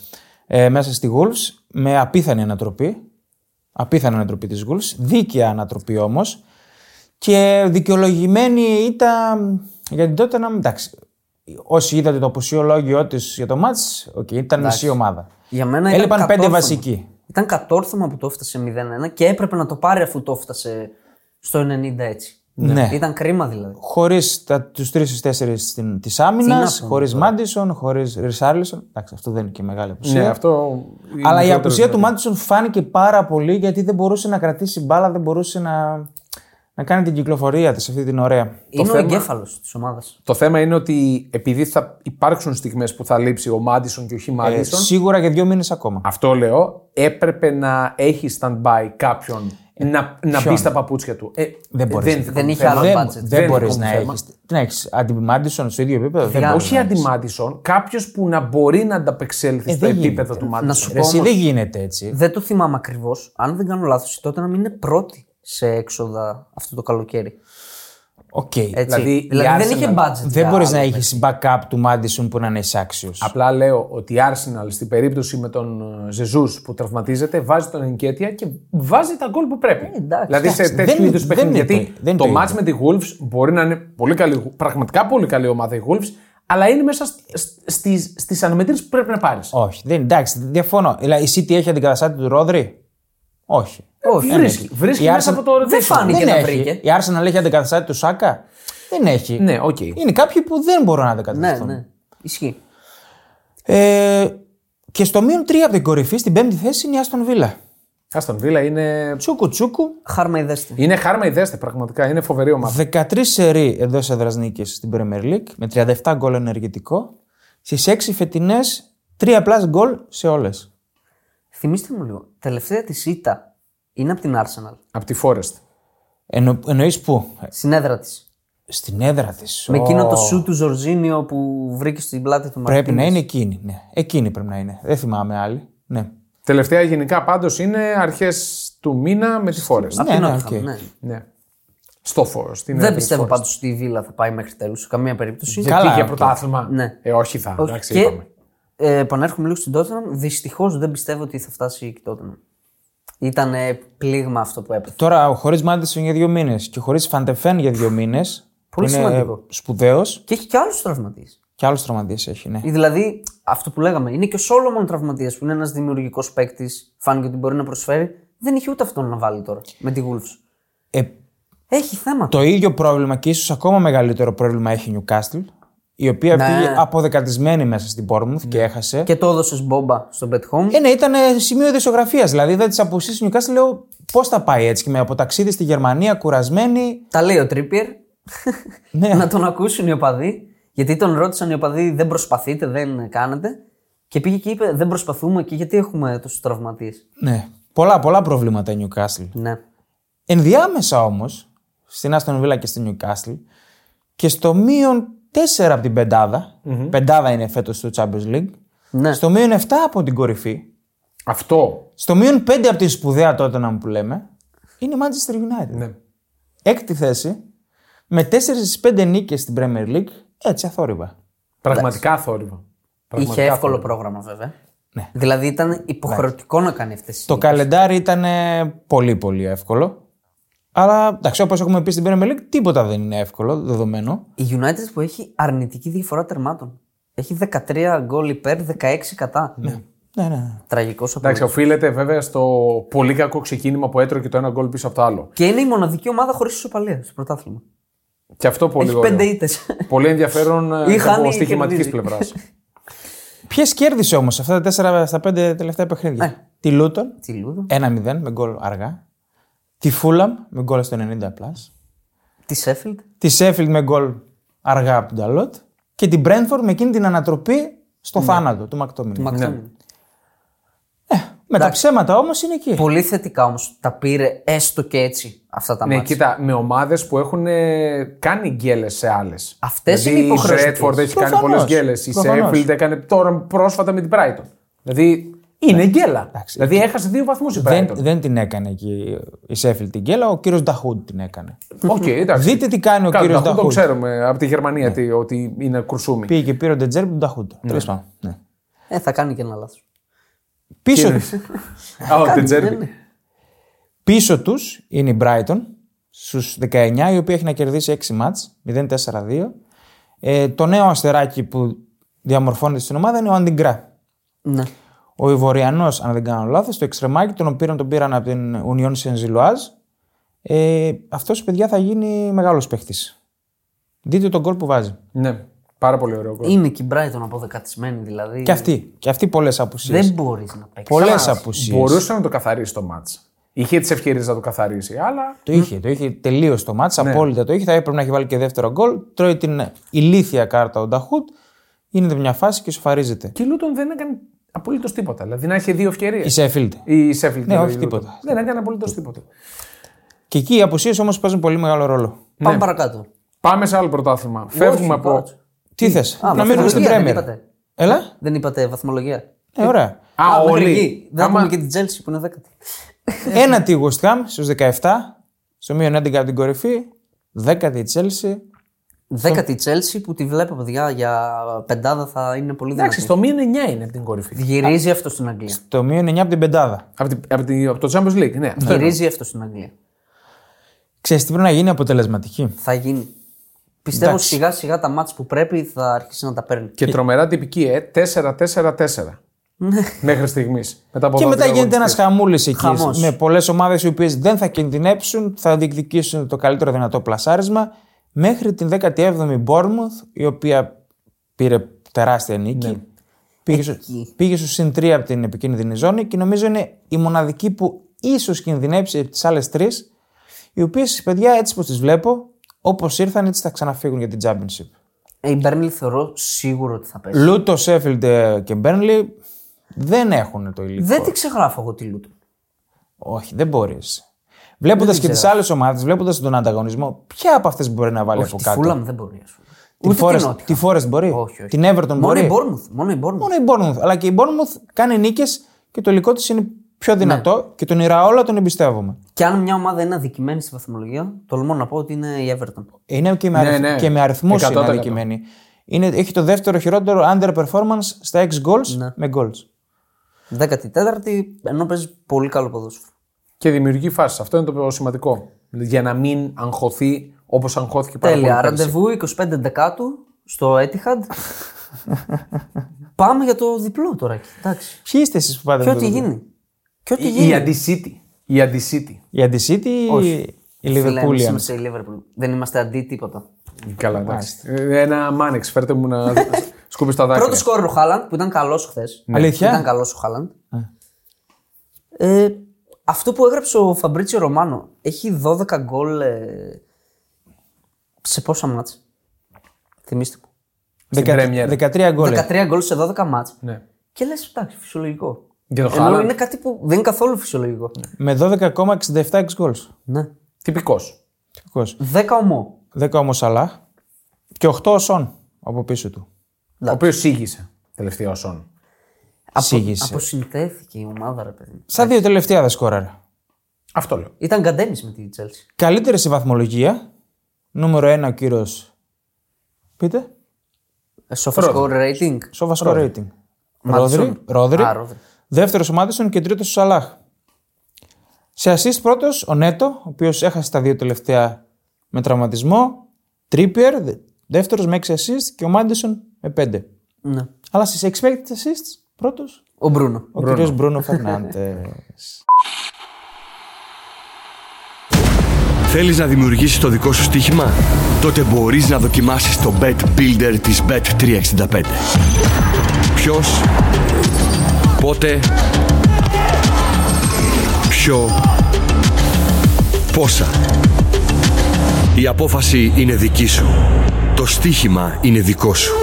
[SPEAKER 3] ε, μέσα στη Wolves με απίθανη ανατροπή. Απίθανη ανατροπή της Wolves, δίκαια ανατροπή όμως. Και δικαιολογημένη ήταν για την Tottenham, εντάξει, όσοι είδατε το αποσιολόγιο της για το μάτς, οκ, ήταν μισή ομάδα.
[SPEAKER 2] Για μένα Ναι, ήταν
[SPEAKER 3] Έλειπαν πέντε
[SPEAKER 2] κατόρθωμα.
[SPEAKER 3] βασικοί.
[SPEAKER 2] Ήταν κατόρθωμα που το έφτασε 0-1 και έπρεπε να το πάρει αφού το έφτασε στο 90 έτσι.
[SPEAKER 3] Ναι.
[SPEAKER 2] Ήταν κρίμα δηλαδή.
[SPEAKER 3] χωρίς τους τρεις ή τέσσερι της άμυνας,
[SPEAKER 2] άπονο
[SPEAKER 3] χωρί Μάντισον, χωρίς Ρισάρλισον. Εντάξει, αυτό δεν είναι και μεγάλη απουσία.
[SPEAKER 1] Ναι, αυτό. είναι
[SPEAKER 3] Αλλά η
[SPEAKER 1] μικρότερο
[SPEAKER 3] απουσία του Μάντισον φάνηκε πάρα πολύ γιατί δεν μπορούσε να κρατήσει μπάλα, δεν μπορούσε να, να κάνει την κυκλοφορία της αυτή την ωραία.
[SPEAKER 2] είναι
[SPEAKER 1] θέμα-
[SPEAKER 2] ο εγκέφαλος της ομάδας.
[SPEAKER 1] Το θέμα είναι ότι επειδή θα υπάρξουν στιγμές που θα λείψει ο Μάντισον και όχι
[SPEAKER 3] Ε,
[SPEAKER 1] Μάντισον,
[SPEAKER 3] σίγουρα για δύο μήνες ακόμα.
[SPEAKER 1] αυτό λέω, έπρεπε να έχει stand-by κάποιον να, να μπεις στα παπούτσια του. Ε,
[SPEAKER 3] Ε, δεν μπορείς.
[SPEAKER 1] είναι δικό
[SPEAKER 2] Δεν
[SPEAKER 1] μου
[SPEAKER 2] είχε
[SPEAKER 1] θέμα.
[SPEAKER 2] άλλο
[SPEAKER 3] δεν
[SPEAKER 2] budget.
[SPEAKER 3] δεν
[SPEAKER 1] είναι
[SPEAKER 3] μπορεί
[SPEAKER 1] δικό μου
[SPEAKER 3] να
[SPEAKER 1] θέμα.
[SPEAKER 3] έχεις. Τι να έχεις, αντι Μάντισον στο ίδιο επίπεδο. Δεν μπορείς
[SPEAKER 1] Όχι
[SPEAKER 3] να Ε,
[SPEAKER 1] αντι Μάντισον, κάποιος που να μπορεί να ανταπεξέλθει στο
[SPEAKER 3] δεν
[SPEAKER 1] επίπεδο του Μάντισον.
[SPEAKER 2] Να σου
[SPEAKER 3] έχεις.
[SPEAKER 2] πω
[SPEAKER 3] ναι, Ρε, Εσύ
[SPEAKER 2] όμως,
[SPEAKER 3] δεν γίνεται έτσι.
[SPEAKER 2] δεν το θυμάμαι ακριβώς. Αν δεν κάνω λάθος, τότε να μην είναι πρώτη σε έξοδα αυτό το καλοκαίρι.
[SPEAKER 3] Οκ.
[SPEAKER 2] Έτσι.
[SPEAKER 1] Δηλαδή,
[SPEAKER 2] Δηλαδή,
[SPEAKER 1] η
[SPEAKER 2] δεν
[SPEAKER 1] Arsenal-
[SPEAKER 2] είχε budget.
[SPEAKER 3] Δεν
[SPEAKER 2] για
[SPEAKER 3] μπορείς
[SPEAKER 2] άλλο.
[SPEAKER 3] να έχει backup του Μάντισον που να είναι άξιος.
[SPEAKER 1] Απλά λέω ότι η Arsenal στην περίπτωση με τον Ζεζού που τραυματίζεται βάζει τον Ενκέτια και βάζει τα γκολ που πρέπει.
[SPEAKER 2] εντάξει.
[SPEAKER 1] δηλαδή σε
[SPEAKER 3] Ε, Εντάξει,
[SPEAKER 1] τέτοιου
[SPEAKER 3] δεν-
[SPEAKER 1] είδους
[SPEAKER 3] δεν
[SPEAKER 1] παιχνίδι.
[SPEAKER 3] είναι το-
[SPEAKER 1] Γιατί
[SPEAKER 3] δεν είναι
[SPEAKER 1] το
[SPEAKER 3] το
[SPEAKER 1] match με τη Wolves μπορεί να είναι πολύ καλή, πραγματικά πολύ καλή ομάδα η Wolves, αλλά είναι μέσα στι αναμετρήσεις που πρέπει να πάρεις.
[SPEAKER 3] Όχι, δεν, εντάξει, διαφωνώ. Δηλαδή, η City έχει αντικαταστάτη του Ρόδρυ. Όχι.
[SPEAKER 2] Όχι.
[SPEAKER 3] Δεν
[SPEAKER 1] Βρίσκει,
[SPEAKER 3] έχει.
[SPEAKER 1] βρίσκει
[SPEAKER 3] Η
[SPEAKER 1] μέσα
[SPEAKER 3] Arsenal-
[SPEAKER 1] από το
[SPEAKER 2] Δεν
[SPEAKER 1] rotation.
[SPEAKER 2] φάνηκε
[SPEAKER 3] δεν
[SPEAKER 2] να
[SPEAKER 3] έχει.
[SPEAKER 2] βρήκε.
[SPEAKER 3] Η Arsenal έχει αντικαταστάτη του Σάκα. Δεν έχει.
[SPEAKER 1] Ναι, οκ.
[SPEAKER 3] Είναι κάποιοι που δεν μπορούν να
[SPEAKER 2] Ναι,
[SPEAKER 3] αντικατασταθούν.
[SPEAKER 2] ναι. Ισχύει.
[SPEAKER 3] Ε, και στο μείον 3 από την κορυφή, στην πέμπτη θέση είναι η Άστον Βίλα.
[SPEAKER 1] Άστον Βίλα είναι.
[SPEAKER 3] Τσούκου τσούκου.
[SPEAKER 2] Χάρμα ειδέστε.
[SPEAKER 1] Είναι χάρμα ιδέστε πραγματικά. Είναι φοβερή ομάδα.
[SPEAKER 3] 13 σερί εδώ έδρα νίκε στην Premier League με 37 γκολ ενεργητικό. Στις 6 φετινέ, 3 πλάσ γκολ σε όλες.
[SPEAKER 2] Θυμήστε μου λίγο. Τελευταία της ήττα είναι από την Arsenal.
[SPEAKER 1] Από τη Forest.
[SPEAKER 3] Εννο, Εννοείς πού, Ε,
[SPEAKER 2] Στην έδρα της.
[SPEAKER 3] στην έδρα της.
[SPEAKER 2] Με εκείνο το σου του Ζορζίνιο που βρήκε στην πλάτη του
[SPEAKER 3] Πρέπει
[SPEAKER 2] Μαρτίνες.
[SPEAKER 3] να είναι εκείνη. Ναι. Εκείνη πρέπει να είναι. Δεν θυμάμαι άλλη. Ναι.
[SPEAKER 1] Τελευταία γενικά πάντως είναι αρχές του μήνα με τη Forest.
[SPEAKER 2] Αυτή
[SPEAKER 3] Ναι,
[SPEAKER 2] είναι
[SPEAKER 3] ναι,
[SPEAKER 2] η ορθά,
[SPEAKER 3] οκ.
[SPEAKER 2] ναι.
[SPEAKER 1] Ναι. Στο Forest. Είναι
[SPEAKER 2] Δεν
[SPEAKER 1] έδρα
[SPEAKER 2] πιστεύω πάντως ότι η Βίλα θα πάει μέχρι τέλους σε καμία περίπτωση.
[SPEAKER 3] Καλά,
[SPEAKER 1] Πήγε
[SPEAKER 3] οκ.
[SPEAKER 1] πρωτάθλημα.
[SPEAKER 2] Ναι.
[SPEAKER 1] Ε, όχι θα.
[SPEAKER 2] Όχι,
[SPEAKER 1] Εντάξει,
[SPEAKER 2] και
[SPEAKER 1] είπαμε.
[SPEAKER 2] ε, επανέρχομαι λίγο στην Tottenham. Δυστυχώς δεν πιστεύω ότι θα φτάσει η Tottenham. Ήταν πλήγμα αυτό που έπαθε.
[SPEAKER 3] Τώρα, χωρίς Μάντισον για δύο μήνες και χωρίς Φαντεφέν για δύο μήνες.
[SPEAKER 2] Πολύ σημαντικό.
[SPEAKER 3] Σπουδαίος
[SPEAKER 2] Και έχει και άλλους τραυματίες.
[SPEAKER 3] και άλλους τραυματίες έχει. Ναι.
[SPEAKER 2] Δηλαδή, αυτό που λέγαμε, είναι και ο Σόλομον τραυματίας που είναι ένας δημιουργικός παίκτης, φάνηκε ότι μπορεί να προσφέρει. Δεν είχε ούτε αυτόν να βάλει τώρα με τη Wolves.
[SPEAKER 3] Ε,
[SPEAKER 2] Έχει θέμα.
[SPEAKER 3] το ίδιο πρόβλημα και ίσως ακόμα μεγαλύτερο πρόβλημα έχει η Νιουκάστιλ, η οποία
[SPEAKER 2] Ναι.
[SPEAKER 3] πήγε αποδεκατισμένη μέσα στην Πόρμουθ και έχασε.
[SPEAKER 2] Και το έδωσε μπόμπα στο Bet Home.
[SPEAKER 3] Ε, ναι, ήταν σημείο ειδησιογραφία. Δηλαδή, δεν της αποσύσει η Νιουκάστιλ, λέω πώς θα πάει έτσι. Και με αποταξίδι στη Γερμανία, κουρασμένη.
[SPEAKER 2] Τα λέει ο Τρίπιερ.
[SPEAKER 3] Ναι.
[SPEAKER 2] [laughs] να τον ακούσουν οι οπαδοί. Γιατί τον ρώτησαν οι οπαδοί, δεν προσπαθείτε, δεν κάνετε. Και πήγε και είπε, δεν προσπαθούμε και γιατί έχουμε τόσους τραυματίες.
[SPEAKER 3] Ναι. Πολλά, πολλά προβλήματα η Νιουκάστιλ.
[SPEAKER 2] Ναι.
[SPEAKER 3] Ενδιάμεσα όμως, στην Άστον Βίλα και στην Newcastle και στο μείον 4 από την πενταδα πεντάδα είναι φέτος του Champions League,
[SPEAKER 2] ναι.
[SPEAKER 3] στο μείον 7 από την κορυφή,
[SPEAKER 1] Αυτό.
[SPEAKER 3] στο μείον 5 από τη σπουδαία τότε να μου που λέμε, είναι η Manchester United.
[SPEAKER 1] Ναι.
[SPEAKER 3] Έκτη θέση, με 4 στι 5 νίκες στην Premier League, έτσι αθόρυβα.
[SPEAKER 1] Πραγματικά θόρυβο.
[SPEAKER 2] Είχε εύκολο πρόγραμμα βέβαια. Δηλαδή ήταν υποχρεωτικό να κάνει αυτές τις.
[SPEAKER 3] Το καλεντάρι ήταν ε, πολύ πολύ εύκολο. Αλλά εντάξει, όπως έχουμε πει στην Premier League, τίποτα δεν είναι εύκολο, δεδομένο.
[SPEAKER 2] Η United που έχει αρνητική διαφορά τερμάτων. Έχει 13 γκολ υπέρ, 16 κατά. Ναι.
[SPEAKER 3] Ναι, ναι, ναι.
[SPEAKER 2] Τραγικός
[SPEAKER 1] Εντάξει, οφείλεται βέβαια στο πολύ κακό ξεκίνημα που έτρωγε το ένα γκολ πίσω από το άλλο.
[SPEAKER 2] Και είναι η μοναδική ομάδα χωρίς ισοπαλία στο πρωτάθλημα.
[SPEAKER 1] Και αυτό πολύ
[SPEAKER 2] Έχει
[SPEAKER 1] ωραίο.
[SPEAKER 2] πέντε ήττες. [laughs]
[SPEAKER 1] Πολύ ενδιαφέρον
[SPEAKER 2] Ή
[SPEAKER 1] ε, από
[SPEAKER 2] χάνει ή
[SPEAKER 1] στοιχηματική
[SPEAKER 2] κερδίζει.
[SPEAKER 1] πλευράς.
[SPEAKER 2] [laughs]
[SPEAKER 3] Ποιες κέρδισε όμως αυτά τα 4 στα 5 τελευταία παιχνίδια. Τη Λούτον
[SPEAKER 2] Τι λούδο.
[SPEAKER 3] 1-0 με γκολ αργά. Τη Φούλαμ με γκολ στο 90 πλάσ.
[SPEAKER 2] Τη Σέφιλντ.
[SPEAKER 3] Τη Σέφιλντ με γκολ αργά από τον Ταλότ. Και την Brentford με εκείνη την ανατροπή στο θάνατο του Μακτόμιν. Με τα ψέματα όμως είναι εκεί.
[SPEAKER 2] Πολύ θετικά όμως τα πήρε έστω και έτσι αυτά τα
[SPEAKER 1] Ναι,
[SPEAKER 2] μάτια.
[SPEAKER 1] κοίτα, με ομάδες που έχουν ε, κάνει γκέλες σε άλλες.
[SPEAKER 2] Αυτές είναι οι
[SPEAKER 1] η
[SPEAKER 2] υποχρεωτικές.
[SPEAKER 1] Ρέτφορντ έχει κάνει
[SPEAKER 3] Προφανώς.
[SPEAKER 1] πολλέ γκέλες. Η
[SPEAKER 3] Προφανώς.
[SPEAKER 1] Σέφιλντ έκανε τώρα πρόσφατα με την Brighton. Δηλαδή είναι γκέλα.
[SPEAKER 3] Εντάξει.
[SPEAKER 1] Δηλαδή έχασε δύο βαθμούς η
[SPEAKER 3] Δεν,
[SPEAKER 1] Brighton.
[SPEAKER 3] δεν την έκανε εκεί η Σέφιλ την κέλα, ο κύριος Νταχούντ την έκανε.
[SPEAKER 1] Οκ, εντάξει.
[SPEAKER 3] Δείτε τι κάνει ο Ναι.
[SPEAKER 1] Κάτω,
[SPEAKER 3] κύριο
[SPEAKER 1] αυτό Το
[SPEAKER 3] Νταχούντ.
[SPEAKER 1] ξέρουμε από τη Γερμανία τι- ότι είναι κουρσούμι.
[SPEAKER 3] Πήγε και πήρε ο Ντετζέρ τον Νταχούντ. Τέλος πάντων, ναι.
[SPEAKER 2] Ε, θα κάνει και ένα λάθος.
[SPEAKER 3] Πίσω,
[SPEAKER 1] Α, ο Τετζέρμπι.
[SPEAKER 3] πίσω τους είναι η Brighton στους 19, η οποία έχει να κερδίσει 6 μάτς, 0-4-2. Ε, το νέο αστεράκι που διαμορφώνεται στην ομάδα είναι ο Αντιγκρά.
[SPEAKER 2] Ναι.
[SPEAKER 3] Ο Ιβοριανός, αν δεν κάνω λάθος, το εξτρεμάκι, τον πήραν, τον πήραν από την Union Saint-Gilloise. Ε, Αυτός, παιδιά, θα γίνει μεγάλος παίχτης. Δείτε τον κόλ που βάζει.
[SPEAKER 1] Ναι, πάρα πολύ ωραίο γκολ.
[SPEAKER 2] Είναι και η Brighton αποδεκατισμένη δηλαδή.
[SPEAKER 3] Και αυτή. Και αυτή πολλές απουσίες.
[SPEAKER 2] Δεν μπορείς να παίξεις.
[SPEAKER 3] Πολλές απουσίες.
[SPEAKER 1] Μπορούσε να το καθαρίσει το μάτς. Είχε τις ευκαιρίες να το καθαρίσει, αλλά.
[SPEAKER 3] Το είχε, το είχε τελείως το μάτς, απόλυτα το είχε. Θα έπρεπε να έχει βάλει και δεύτερο γκολ. Τρώει την ηλίθια κάρτα ο Νταχούτ. γίνεται μια φάση και σοφαρίζεται.
[SPEAKER 1] Και η Λούτον δεν έκανε απολύτως τίποτα. Δηλαδή να είχε δύο ευκαιρίες.
[SPEAKER 3] Η Σέφιλντ.
[SPEAKER 1] Η Σέφιλντ.
[SPEAKER 3] Ναι,
[SPEAKER 1] και η
[SPEAKER 3] όχι
[SPEAKER 1] Luton.
[SPEAKER 3] τίποτα.
[SPEAKER 1] Δεν έκανε απολύτως τίποτα.
[SPEAKER 3] Και εκεί οι απουσίες όμως παίζουν πολύ μεγάλο ρόλο.
[SPEAKER 2] Πάμε παρακάτω.
[SPEAKER 1] Πάμε σε άλλο πρωτάθλημα. Φεύγουμε από.
[SPEAKER 2] κάτσε.
[SPEAKER 3] Τι θες, να μείνουμε στην
[SPEAKER 2] βαθμολογία δεν
[SPEAKER 3] Πρέμερ.
[SPEAKER 2] είπατε.
[SPEAKER 3] Έλα,
[SPEAKER 2] Δεν είπατε βαθμολογία.
[SPEAKER 3] ε, ωραία.
[SPEAKER 1] Α,
[SPEAKER 2] μέχρι
[SPEAKER 1] όλοι.
[SPEAKER 2] εκεί. Δεν
[SPEAKER 1] Άμα-
[SPEAKER 2] έχουμε και την Τζέλση που είναι
[SPEAKER 3] [laughs]
[SPEAKER 2] δέκατη.
[SPEAKER 3] Ένα τη West Ham στου 17, στο μείον 11 από την κορυφή, 10 η Chelsea.
[SPEAKER 2] Δέκατη η Τζέλση που τη βλέπω, παιδιά, για πεντάδα θα είναι πολύ
[SPEAKER 1] Εντάξει,
[SPEAKER 2] δυνατή.
[SPEAKER 1] στο μείον 9 είναι από την κορυφή.
[SPEAKER 2] Γυρίζει αυτό στην Αγγλία.
[SPEAKER 3] Το μείον 9 από την πεντάδα.
[SPEAKER 1] Από, την, από, την, από το Champions League, ναι. αυτό είναι.
[SPEAKER 2] Γυρίζει αυτό στην Αγγλία.
[SPEAKER 3] Ξέρεις τι πρέπει να γίνει αποτελεσματική.
[SPEAKER 2] Θα γίνει. Πιστεύω
[SPEAKER 3] Εντάξει.
[SPEAKER 2] σιγά σιγά τα μάτς που πρέπει θα αρχίσει να τα παίρνει.
[SPEAKER 1] Και τρομερά τυπική, ε. 4-4-4. Μέχρι στιγμής. Μετά από
[SPEAKER 3] Και
[SPEAKER 1] εδώ
[SPEAKER 3] μετά
[SPEAKER 1] την
[SPEAKER 3] γίνεται ένας
[SPEAKER 1] αγωνιστή.
[SPEAKER 3] χαμούλης εκεί.
[SPEAKER 2] Χαμός.
[SPEAKER 3] Με πολλές ομάδες οι οποίες δεν θα κινδυνεύσουν, θα διεκδικήσουν το καλύτερο δυνατό πλασάρισμα. Μέχρι την 17η Bournemouth, η οποία πήρε τεράστια νίκη. Ναι. Πήγε, στο,
[SPEAKER 2] Εκεί.
[SPEAKER 3] πήγε στο συν 3 από την επικίνδυνη ζώνη και νομίζω είναι η μοναδική που ίσως κινδυνεύσει από τις άλλες τρεις, οι οποίες, παιδιά, έτσι που τις βλέπω, όπως ήρθαν, έτσι θα ξαναφύγουν για την Championship.
[SPEAKER 2] Ε, Η Μπέρνλι θεωρώ σίγουρο ότι θα πέσει.
[SPEAKER 3] Λούτο, Σέφιλντ ε, και Μπέρνλι δεν έχουν το υλικό.
[SPEAKER 2] Δεν τη ξεγράφω εγώ τη Λούτο.
[SPEAKER 3] Όχι, δεν μπορείς. Βλέποντας και τις άλλες ομάδες, βλέποντας τον ανταγωνισμό, ποια από αυτές μπορεί να βάλει από
[SPEAKER 2] Τη
[SPEAKER 3] κάτω.
[SPEAKER 2] Φούλαμ δεν μπορεί, ας πούμε.
[SPEAKER 3] Τη
[SPEAKER 2] Ούτε
[SPEAKER 3] Forest-
[SPEAKER 2] την Νότια.
[SPEAKER 3] τη Forest μπορεί.
[SPEAKER 2] Όχι, όχι.
[SPEAKER 3] Ε, Την Everton
[SPEAKER 2] Μόνο
[SPEAKER 3] μπορεί.
[SPEAKER 2] η Bournemouth. Μόνο η Bournemouth.
[SPEAKER 3] Μόνο η Bournemouth. Αλλά και η Bournemouth κάνει νίκες και το υλικό της είναι
[SPEAKER 2] Ναι.
[SPEAKER 3] πιο δυνατό και τον Ираόλα τον εμπιστεύομαι.
[SPEAKER 2] Και αν μια ομάδα είναι αδικημένη στη βαθμολογία, τολμώ να πω ότι είναι η Everton.
[SPEAKER 3] Είναι και με,
[SPEAKER 1] Ναι,
[SPEAKER 3] αριθ...
[SPEAKER 1] ναι.
[SPEAKER 3] και με αριθμούς είναι
[SPEAKER 1] 100%.
[SPEAKER 3] αδικημένη. Είναι... Έχει το δεύτερο χειρότερο underperformance στα 6 goals
[SPEAKER 2] Ναι.
[SPEAKER 3] με goals.
[SPEAKER 2] 14η, ενώ παίζει πολύ καλό ποδόσφαιρο.
[SPEAKER 1] Και δημιουργεί φάσεις. Αυτό είναι το σημαντικό. Για να μην αγχωθεί όπως αγχώθηκε πάρα πολύ.
[SPEAKER 2] Τέλεια.
[SPEAKER 1] πέρυσι.
[SPEAKER 2] Ραντεβού 25 Δεκάτου στο Etihad.
[SPEAKER 3] [laughs]
[SPEAKER 2] Πάμε για το διπλό τώρα. εκεί, Εντάξει.
[SPEAKER 3] Ποιοι είστε εσείς που πάτε
[SPEAKER 2] Και
[SPEAKER 3] με το
[SPEAKER 2] ό,τι
[SPEAKER 3] Liverpool?
[SPEAKER 2] γίνει. Και ό,τι
[SPEAKER 1] Η, η
[SPEAKER 2] γίνει.
[SPEAKER 1] αντισίτη. Η αντισίτη.
[SPEAKER 3] Η Αντισίτη ή η
[SPEAKER 2] Φίλε, εμείς
[SPEAKER 3] Λιβερπούλια.
[SPEAKER 2] είμαστε η Liverpool. Δεν είμαστε αντί τίποτα.
[SPEAKER 1] Καλά, εντάξει. Ε, Ένα μάνεξ, φέρτε μου να σκούπεις τα δάκρυα.
[SPEAKER 2] Πρώτος σκόρ ο Χάλαντ που ήταν καλός χθες.
[SPEAKER 3] Αλήθεια?
[SPEAKER 2] Ήταν καλός ο Χάλαντ. Ε, αυτό που έγραψε ο Φαμπρίτσιο Ρωμάνο έχει 12 γκολ ε, σε πόσα μάτς. Θυμήστε μου.
[SPEAKER 1] Στην Πρέμιερ.
[SPEAKER 3] 13 γκολ.
[SPEAKER 2] 13 γκολ σε 12 μάτς.
[SPEAKER 1] Ναι.
[SPEAKER 2] Και λες εντάξει, φυσιολογικό.
[SPEAKER 1] Για το
[SPEAKER 2] Ενώ
[SPEAKER 1] Ε, Χάλαντ.
[SPEAKER 2] είναι κάτι που δεν είναι καθόλου φυσιολογικό.
[SPEAKER 3] Με 12,67 ex goals.
[SPEAKER 2] Ναι.
[SPEAKER 1] Τυπικός.
[SPEAKER 3] Τυπικός.
[SPEAKER 2] 10 ομό.
[SPEAKER 3] 10 όμω Σαλάχ και 8 ο Σον από πίσω του.
[SPEAKER 1] Ο οποίος σήγησε τελευταία ο Σον.
[SPEAKER 3] Σήγησε.
[SPEAKER 2] Αποσυνθέθηκε η ομάδα, ρε παιδί.
[SPEAKER 3] Σαν δύο τελευταία δεν σκόραρε.
[SPEAKER 1] Αυτό λέω.
[SPEAKER 2] Ήταν καντένι με τη Chelsea.
[SPEAKER 3] Καλύτερη στη βαθμολογία. Νούμερο 1 ο κύριος. Πείτε.
[SPEAKER 2] Σοφό score rating.
[SPEAKER 3] Σόβα σκορ rating.
[SPEAKER 2] Μάντισον.
[SPEAKER 3] Ρόδρυ. Ρόδρυ.
[SPEAKER 2] Α, Ρόδρυ.
[SPEAKER 3] Δεύτερος ο Μάντισον και τρίτος ο Σαλάχ. Σε assist πρώτος ο Νέτο, ο οποίος έχασε τα δύο τελευταία με τραυματισμό. Τρίπιερ, δεύτερος με 6 assist και ο Μάντισον με 5.
[SPEAKER 2] Ναι.
[SPEAKER 3] Αλλά στις expected assists πρώτος
[SPEAKER 2] Ο Μπρούνο.
[SPEAKER 3] ο κύριος
[SPEAKER 2] [laughs]
[SPEAKER 3] Μπρούνο Φερνάντες.
[SPEAKER 4] Θέλεις να δημιουργήσεις το δικό σου στοίχημα? Τότε μπορείς να δοκιμάσεις το Bet Builder της Bet365. Ποιος, πότε, ποιο, πόσα. Η απόφαση είναι δική σου. Το στοίχημα είναι δικό σου.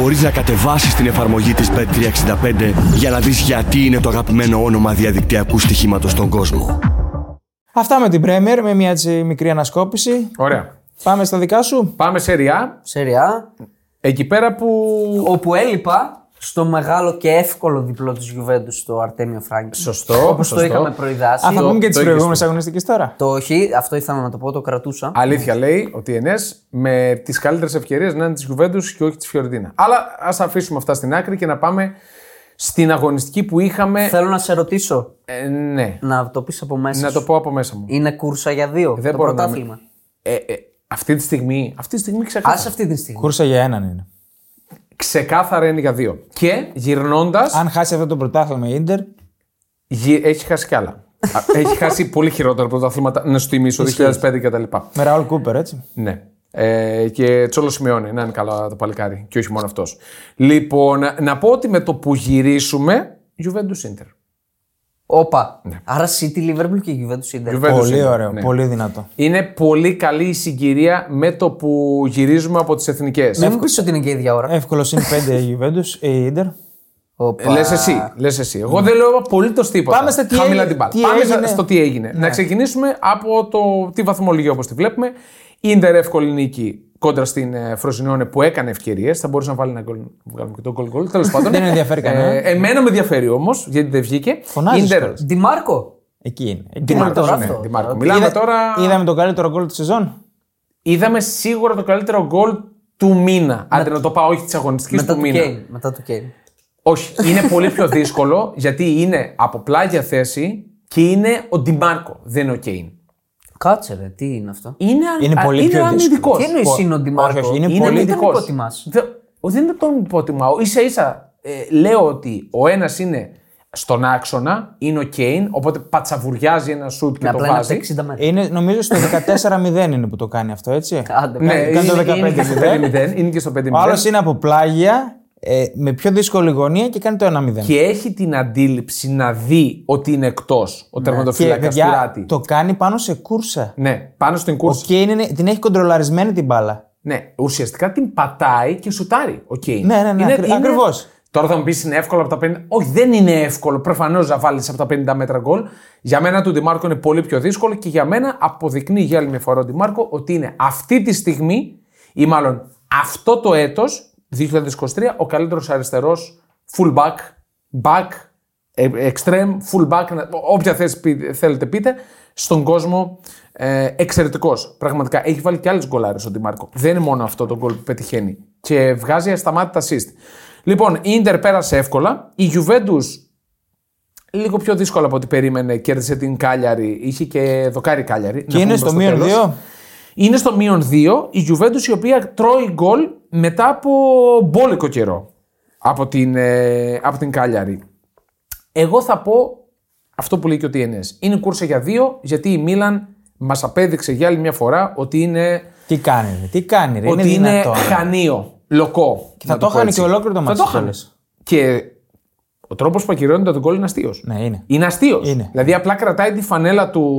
[SPEAKER 4] μπορείς να κατεβάσεις την εφαρμογή της Bet365 για να δεις γιατί είναι το αγαπημένο όνομα διαδικτυακού στοιχήματος στον κόσμο.
[SPEAKER 3] Αυτά με την Πρέμερ, με μια έτσι μικρή ανασκόπηση.
[SPEAKER 1] Ωραία.
[SPEAKER 3] Πάμε στα δικά σου.
[SPEAKER 1] Πάμε σε ριά.
[SPEAKER 2] Σεριά.
[SPEAKER 1] Εκεί πέρα που.
[SPEAKER 2] Όπου έλειπα στο μεγάλο και εύκολο διπλό της Γιουβέντους στο Αρτέμιο Φράγκη.
[SPEAKER 1] Σωστό,
[SPEAKER 2] Όπως το
[SPEAKER 1] σωστό.
[SPEAKER 2] είχαμε προειδάσει.
[SPEAKER 3] Α, θα
[SPEAKER 1] το
[SPEAKER 3] πούμε και τι
[SPEAKER 1] έχεις
[SPEAKER 3] προηγούμενε
[SPEAKER 1] πει.
[SPEAKER 3] αγωνιστικές τώρα.
[SPEAKER 2] Το όχι, αυτό ήθελα να το πω, το κρατούσα.
[SPEAKER 1] Αλήθεια λέει ότι η TNS με τις καλύτερες ευκαιρίες να είναι της Γιουβέντους και όχι της Φιωρεντίνα. Αλλά ας αφήσουμε αυτά στην άκρη και να πάμε στην αγωνιστική που είχαμε.
[SPEAKER 2] Θέλω να σε ρωτήσω,
[SPEAKER 1] Ε, ναι.
[SPEAKER 2] να το πεις από μέσα.
[SPEAKER 1] ε. Να το
[SPEAKER 2] σου.
[SPEAKER 1] πω από μέσα μου.
[SPEAKER 2] Είναι κούρσα για δύο.
[SPEAKER 1] Δεν
[SPEAKER 2] το
[SPEAKER 1] μπορώ να
[SPEAKER 2] πρωτάθλημα.
[SPEAKER 1] Ε, ε, αυτή τη στιγμή, αυτή τη στιγμή
[SPEAKER 2] Α
[SPEAKER 1] ξεκάθαρα,
[SPEAKER 2] αυτή τη στιγμή.
[SPEAKER 3] Κούρσα για έναν είναι.
[SPEAKER 1] ξεκάθαρα είναι για δύο. Και γυρνώντας.
[SPEAKER 3] Αν χάσει αυτό το πρωτάθλημα η ντερ,
[SPEAKER 1] Γε- Έχει χάσει κι άλλα. Α, Έχει χάσει πολύ χειρότερα πρωταθλήματα, να σου τιμήσω, 2005 κτλ.
[SPEAKER 3] με Ραούλ Κούπερ, έτσι.
[SPEAKER 1] Ναι. Ε, και Τσόλο σημειώνει να είναι καλά το παλικάρι και όχι μόνο αυτός. Λοιπόν, να, να πω ότι με το που γυρίσουμε, Juventus Inter.
[SPEAKER 2] Όπα. Άρα City, Liverpool και Juventus Inter.
[SPEAKER 1] Ναι. Juventus
[SPEAKER 3] Πολύ
[SPEAKER 1] Inter,
[SPEAKER 3] ωραίο,
[SPEAKER 1] ναι.
[SPEAKER 3] πολύ δυνατό.
[SPEAKER 1] Είναι πολύ καλή η συγκυρία με το που γυρίζουμε από τις
[SPEAKER 3] Ναι,
[SPEAKER 1] εθνικές.
[SPEAKER 2] Μην μου πεις ότι είναι και η ίδια
[SPEAKER 1] Ε,
[SPEAKER 2] ώρα.
[SPEAKER 3] Εύκολο είναι 5 η Juventus, η Ιντερ.
[SPEAKER 2] Όπα.
[SPEAKER 1] Λες εσύ, Ε, λες εσύ. Εγώ δεν λέω απολύτως τίποτα.
[SPEAKER 3] Πάμε στα τι
[SPEAKER 1] Χαμηλά
[SPEAKER 3] έγι-
[SPEAKER 1] την μπάλα.
[SPEAKER 3] τι
[SPEAKER 1] Πάμε
[SPEAKER 3] έγινε. Ναι.
[SPEAKER 1] στο τι έγινε. Να ξεκινήσουμε από το, τη βαθμολογία όπως τη βλέπουμε. Ιντερ εύκολη νίκη κόντρα στην ε, Φροζινόνε που έκανε ευκαιρίες. Θα μπορούσε να βάλει ένα γκολ. να Βγάλουμε και τον γκολ γκολ.
[SPEAKER 3] [laughs]
[SPEAKER 1] Τέλος πάντων.
[SPEAKER 3] Δεν ενδιαφέρει κανένα.
[SPEAKER 1] Ε, εμένα με ενδιαφέρει όμως, γιατί δεν βγήκε.
[SPEAKER 3] Φωνάζεις
[SPEAKER 1] Ίντερ-
[SPEAKER 3] κιόλας.
[SPEAKER 2] Ντι Μάρκο.
[SPEAKER 3] Εκεί είναι. Εκεί
[SPEAKER 1] Τι
[SPEAKER 3] είναι.
[SPEAKER 1] Μάρκο,
[SPEAKER 2] τώρα
[SPEAKER 1] ναι,
[SPEAKER 2] αυτό.
[SPEAKER 1] τι Μάρκο.
[SPEAKER 2] Είδα-
[SPEAKER 1] Μιλάμε
[SPEAKER 3] Είδα-
[SPEAKER 1] τώρα.
[SPEAKER 3] Είδαμε το καλύτερο γκολ της σεζόν.
[SPEAKER 1] Είδαμε σίγουρα το καλύτερο γκολ του μήνα. Αντί να το πάω, όχι της αγωνιστικής
[SPEAKER 2] Μετά
[SPEAKER 1] του
[SPEAKER 2] του
[SPEAKER 1] μήνα.
[SPEAKER 2] Kane. Μετά του Kane.
[SPEAKER 1] Όχι, είναι πολύ πιο δύσκολο γιατί είναι από πλάγια θέση και είναι ο Ντιμάρκο, δεν είναι ο Κέιν.
[SPEAKER 2] Κάτσε ρε, τι είναι αυτό.
[SPEAKER 1] Είναι,
[SPEAKER 3] Είναι
[SPEAKER 1] α-
[SPEAKER 3] πολύ
[SPEAKER 1] είναι
[SPEAKER 3] πιο δύσκολο.
[SPEAKER 1] αμυντικός.
[SPEAKER 2] Τι εννοείς είναι ο Ντι Μάρκο.
[SPEAKER 3] όχι, όχι, είναι
[SPEAKER 1] Είναι
[SPEAKER 3] πολύ
[SPEAKER 2] μην τον
[SPEAKER 1] αμυντικός.
[SPEAKER 2] υποτιμάς.
[SPEAKER 1] Δε- Δεν είναι τον υποτιμάω. σα ίσα ε, λέω ότι ο ένας είναι στον άξονα, είναι ο Κέιν, οπότε πατσαβουριάζει ένα σουτ και
[SPEAKER 2] Με
[SPEAKER 1] το
[SPEAKER 2] Ναι, απλά είναι από τα
[SPEAKER 1] βάζει.
[SPEAKER 2] 60 μέτρα.
[SPEAKER 3] Είναι, νομίζω στο 14-0 είναι που το κάνει αυτό, έτσι.
[SPEAKER 2] Άντε,
[SPEAKER 1] Ναι,
[SPEAKER 2] πάλι.
[SPEAKER 1] είναι,
[SPEAKER 3] Ήταν το
[SPEAKER 1] είναι και στο 5-0. Είναι και στο 5-0.
[SPEAKER 3] Ο άλλος είναι από πλάγια, ε, με πιο δύσκολη γωνία και κάνει το 1-0.
[SPEAKER 1] Και έχει την αντίληψη να δει ότι είναι εκτός ο τερματοφύλακα του Ράτη.
[SPEAKER 3] Ναι, το κάνει πάνω σε κούρσα.
[SPEAKER 1] Ναι, πάνω στην
[SPEAKER 3] Ο
[SPEAKER 1] κούρση.
[SPEAKER 3] Κέιν είναι- την έχει κοντρολαρισμένη την μπάλα.
[SPEAKER 1] Ναι, ουσιαστικά την πατάει και σουτάρει. Οκ.
[SPEAKER 3] Ναι, ναι, ναι, ακρι- ακριβώς.
[SPEAKER 1] Τώρα θα μου πεις είναι εύκολο από τα 50. Όχι, δεν είναι εύκολο. Προφανώς να βάλεις από τα 50 μέτρα γκολ. Για μένα του Ντιμάρκο είναι πολύ πιο δύσκολο και για μένα αποδεικνύει για άλλη μια φορά ο Ντιμάρκο ότι είναι αυτή τη στιγμή ή μάλλον αυτό το έτος, 2023, ο καλύτερος αριστερός fullback, back, ε, extreme, fullback, να- όποια θέση πει- θέλετε πείτε, στον κόσμο ε, εξαιρετικός. Πραγματικά έχει βάλει και άλλες γκολάρες ο Ντιμάρκο. Δεν είναι μόνο αυτό το γκολ που πετυχαίνει. Και βγάζει ασταμάτητα assist. Λοιπόν, η Ιντερ πέρασε εύκολα. Η Juventus λίγο πιο δύσκολα από ό,τι περίμενε. Κέρδισε την Κάλιαρη. Είχε και δοκάρι Κάλιαρη.
[SPEAKER 3] Και είναι στο μείον 2.
[SPEAKER 1] Είναι στο μείον 2 η Juventus η οποία τρώει γκολ μετά από μπόλικο καιρό από την, ε, από την Κάλιαρη. Εγώ θα πω αυτό που λέει και ο TNS. Είναι κούρσα για δύο γιατί η Μίλαν μας απέδειξε για άλλη μια φορά ότι είναι,
[SPEAKER 3] Τι κάνει, ρε, τι κάνει, ρε, είναι
[SPEAKER 1] ότι είναι
[SPEAKER 3] δυνατό.
[SPEAKER 1] χανίο, λοκό.
[SPEAKER 3] θα
[SPEAKER 1] να
[SPEAKER 3] το
[SPEAKER 1] πω
[SPEAKER 3] χάνει
[SPEAKER 1] έτσι.
[SPEAKER 3] και ολόκληρο το
[SPEAKER 1] Θα
[SPEAKER 3] μάτς,
[SPEAKER 1] το
[SPEAKER 3] το
[SPEAKER 1] χάνει.
[SPEAKER 3] λες.
[SPEAKER 1] Και ο τρόπος που ακυρώνεται τον γκολ είναι αστείος.
[SPEAKER 3] Ναι, είναι.
[SPEAKER 1] Είναι αστείος.
[SPEAKER 3] Είναι.
[SPEAKER 1] Δηλαδή, απλά κρατάει τη φανέλα του,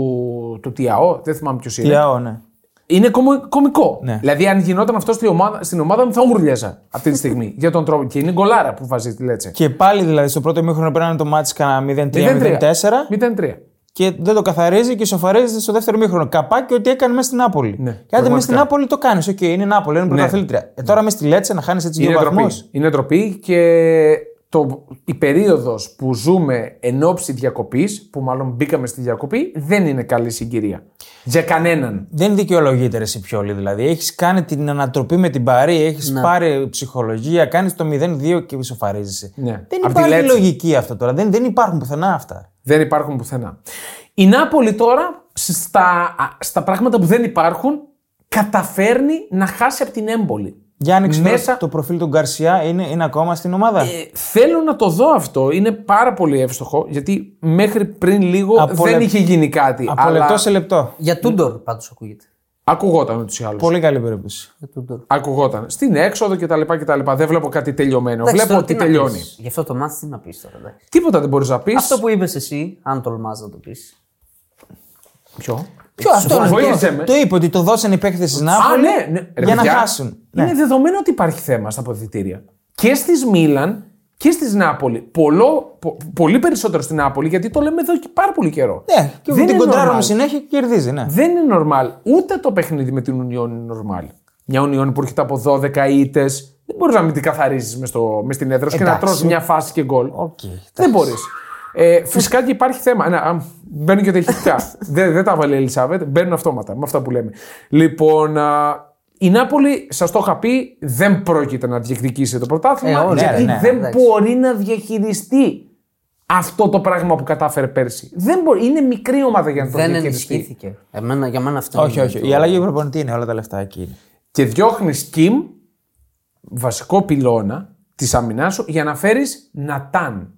[SPEAKER 1] του Τιαό. Δεν θυμάμαι ποιος είναι.
[SPEAKER 3] Τιάο, ναι.
[SPEAKER 1] Είναι κομι- κωμικό.
[SPEAKER 3] Ναι.
[SPEAKER 1] Δηλαδή, αν γινόταν αυτό στην ομάδα, στην ομάδα μου, θα ούρλιαζα αυτή τη στιγμή [laughs] για τον τρόπο. Και είναι γκολάρα που βάζει τη λέτσε.
[SPEAKER 3] Και πάλι δηλαδή στο πρώτο μήχρονο πέρανε το μάτς κανένα 0-3-0-4.
[SPEAKER 1] 0-3.
[SPEAKER 3] και δεν το καθαρίζει και σοφαρίζεται στο δεύτερο μήχρονο. Καπάκι ότι έκανε μέσα στην Νάπολη.
[SPEAKER 1] Ναι,
[SPEAKER 3] και άντε μέσα
[SPEAKER 1] πραγματικά. Ναι.
[SPEAKER 3] στην Νάπολη το κάνεις. Οκ, είναι Νάπολη, είναι πρωταθλήτρια. Ε, τώρα μέσα στη Λέτσε να χάνεις έτσι
[SPEAKER 1] Είναι
[SPEAKER 3] δύο βαθμού.
[SPEAKER 1] ντροπή. Είναι ντροπή και το, η περίοδος που ζούμε εν ώψη διακοπής, που μάλλον μπήκαμε στη διακοπή, δεν είναι καλή συγκυρία. Για κανέναν.
[SPEAKER 3] Δεν δικαιολογείται ρε Σιπιόλη δηλαδή. Έχεις κάνει την ανατροπή με την Παρή, έχεις πάρει ψυχολογία, κάνεις το 0-2 και ισοφαρίζεσαι.
[SPEAKER 1] Ναι.
[SPEAKER 3] Δεν
[SPEAKER 1] Απ' τη
[SPEAKER 3] υπάρχει
[SPEAKER 1] Λέτσε.
[SPEAKER 3] λογική αυτό τώρα. Δεν, δεν υπάρχουν πουθενά αυτά.
[SPEAKER 1] Δεν υπάρχουν πουθενά. Η Νάπολη τώρα στα, στα πράγματα που δεν υπάρχουν καταφέρνει να χάσει από την έμπολη.
[SPEAKER 3] Για άνοιξε
[SPEAKER 1] Μέσα-
[SPEAKER 3] τώρα το προφίλ του Γκαρσιά είναι, είναι ακόμα στην ομάδα.
[SPEAKER 1] Ε, θέλω να το δω αυτό. Είναι πάρα πολύ εύστοχο γιατί μέχρι πριν λίγο
[SPEAKER 3] Από
[SPEAKER 1] δεν
[SPEAKER 3] λεπ-
[SPEAKER 1] είχε γίνει κάτι.
[SPEAKER 3] Από
[SPEAKER 1] αλλά
[SPEAKER 3] λεπτό σε λεπτό.
[SPEAKER 2] Για Τούντορ πάντως ακούγεται.
[SPEAKER 1] Ακουγόταν ούτως ή άλλως.
[SPEAKER 3] Πολύ καλή περίπτωση.
[SPEAKER 2] Για Τούντορ.
[SPEAKER 1] Ακουγόταν. Στην έξοδο κτλ. κτλ. Δεν βλέπω κάτι τελειωμένο.
[SPEAKER 2] Εντάξει,
[SPEAKER 1] βλέπω
[SPEAKER 2] τώρα
[SPEAKER 1] ότι
[SPEAKER 2] τι να
[SPEAKER 1] τελειώνει.
[SPEAKER 2] πεις. Γι' αυτό το μάτι τι να πεις τώρα. εντάξει.
[SPEAKER 1] Τίποτα δεν μπορείς να πεις.
[SPEAKER 2] Αυτό που είπες εσύ, αν τολμάς να το πεις.
[SPEAKER 1] Ποιο.
[SPEAKER 3] Ποιο αυτό
[SPEAKER 1] Βοήθησε
[SPEAKER 3] αυτό-
[SPEAKER 1] με.
[SPEAKER 3] Το είπε ότι το δώσαν οι παίχτες τη Νάπολη
[SPEAKER 1] Α, ναι, ναι. Ρε
[SPEAKER 3] για να
[SPEAKER 1] παιδιά,
[SPEAKER 3] χάσουν.
[SPEAKER 1] Είναι δεδομένο ότι υπάρχει θέμα στα ποδητήρια. και στη Μίλαν και στη Νάπολη. Πολλό, πο- πολύ περισσότερο στην Νάπολη, γιατί το λέμε εδώ και πάρα πολύ καιρό.
[SPEAKER 3] Ναι, και
[SPEAKER 1] Δεν
[SPEAKER 3] την
[SPEAKER 1] είναι
[SPEAKER 3] κοντράρουμε
[SPEAKER 1] normal.
[SPEAKER 3] συνέχεια και κερδίζει, ναι.
[SPEAKER 1] Δεν είναι normal. Ούτε το παιχνίδι με την Ουνιόν είναι normal. Μια Ουνιόν που έρχεται από 12 ήττες, δεν μπορείς να μην την καθαρίζεις μες, στην έδρα σου και να
[SPEAKER 3] Εντάξει.
[SPEAKER 1] τρως μια φάση και γκολ.
[SPEAKER 3] Οκ,
[SPEAKER 1] δεν μπορείς. Ε, φυσικά και υπάρχει θέμα. Να, α, μπαίνουν και τα ηχητικά. δεν, δεν τα βάλει η Ελισάβετ, μπαίνουν αυτόματα με αυτά που λέμε. Λοιπόν, α, η Νάπολη, σας το είχα πει, δεν πρόκειται να διεκδικήσει το πρωτάθλημα.
[SPEAKER 2] Ε, όχι,
[SPEAKER 1] γιατί
[SPEAKER 3] ναι, ναι,
[SPEAKER 1] δεν
[SPEAKER 2] εντάξει.
[SPEAKER 1] μπορεί να διαχειριστεί αυτό το πράγμα που κατάφερε πέρσι. Δεν μπορεί, είναι μικρή ομάδα για να το
[SPEAKER 2] Δεν
[SPEAKER 1] διαχειριστεί.
[SPEAKER 2] ενισχύθηκε. Εμένα, για μένα αυτό
[SPEAKER 3] Όχι,
[SPEAKER 2] είναι
[SPEAKER 3] όχι.
[SPEAKER 2] το-
[SPEAKER 3] Η αλλαγή προπονητή είναι όλα τα λεφτά εκεί. είναι.
[SPEAKER 1] και διώχνεις Κιμ, βασικό πυλώνα της αμυνάς σου, για να φέρεις Νατάν.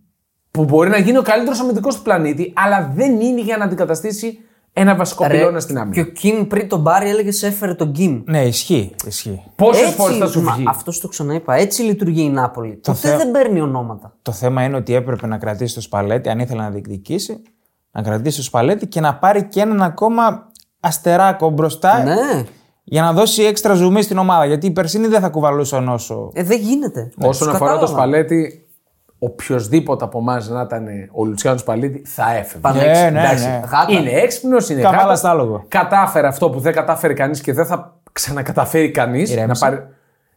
[SPEAKER 1] Που μπορεί να γίνει ο καλύτερος αμυντικός του πλανήτη, αλλά δεν είναι για να αντικαταστήσει ένα βασικό
[SPEAKER 2] Ρε,
[SPEAKER 1] πυλώνα στην
[SPEAKER 2] Και
[SPEAKER 1] άμυνα.
[SPEAKER 2] ο Κιμ πριν τον πάρει έλεγε σε έφερε τον Κιμ.
[SPEAKER 3] Ναι, ισχύει. ισχύει.
[SPEAKER 1] Πόσες φορές θα σου βγει.
[SPEAKER 2] Αυτό το ξαναείπα. Έτσι λειτουργεί η Νάπολη. Ποτέ
[SPEAKER 3] Θεό.
[SPEAKER 2] δεν παίρνει ονόματα.
[SPEAKER 3] Το θέμα είναι ότι έπρεπε να κρατήσει το Σπαλέτη, αν ήθελε να διεκδικήσει, να κρατήσει το Σπαλέτη και να πάρει και έναν ακόμα αστεράκο μπροστά
[SPEAKER 2] Ναι.
[SPEAKER 3] για να δώσει έξτρα ζουμί στην ομάδα. Γιατί οι Περσίνοι δεν θα κουβαλούσαν όσο.
[SPEAKER 2] Ε, δεν γίνεται.
[SPEAKER 1] Όσον
[SPEAKER 2] Τους
[SPEAKER 1] αφορά το
[SPEAKER 2] κατάλαβα.
[SPEAKER 1] Σπαλέτη, οποιοδήποτε από εμάς να ήταν ο Λουτσιάνος Σπαλέτη θα έφευγε.
[SPEAKER 2] Πανέξυπνο.
[SPEAKER 3] Ναι, ναι,
[SPEAKER 2] Εντάξει,
[SPEAKER 3] ναι.
[SPEAKER 2] γάτα.
[SPEAKER 1] Είναι έξυπνος, είναι
[SPEAKER 3] Καβάλα
[SPEAKER 1] γάτας.
[SPEAKER 3] στα άλογο.
[SPEAKER 1] Κατάφερε αυτό που δεν κατάφερε κανείς και δεν θα ξανακαταφέρει κανείς. Να
[SPEAKER 3] Ηρέμησε.
[SPEAKER 1] πάρει...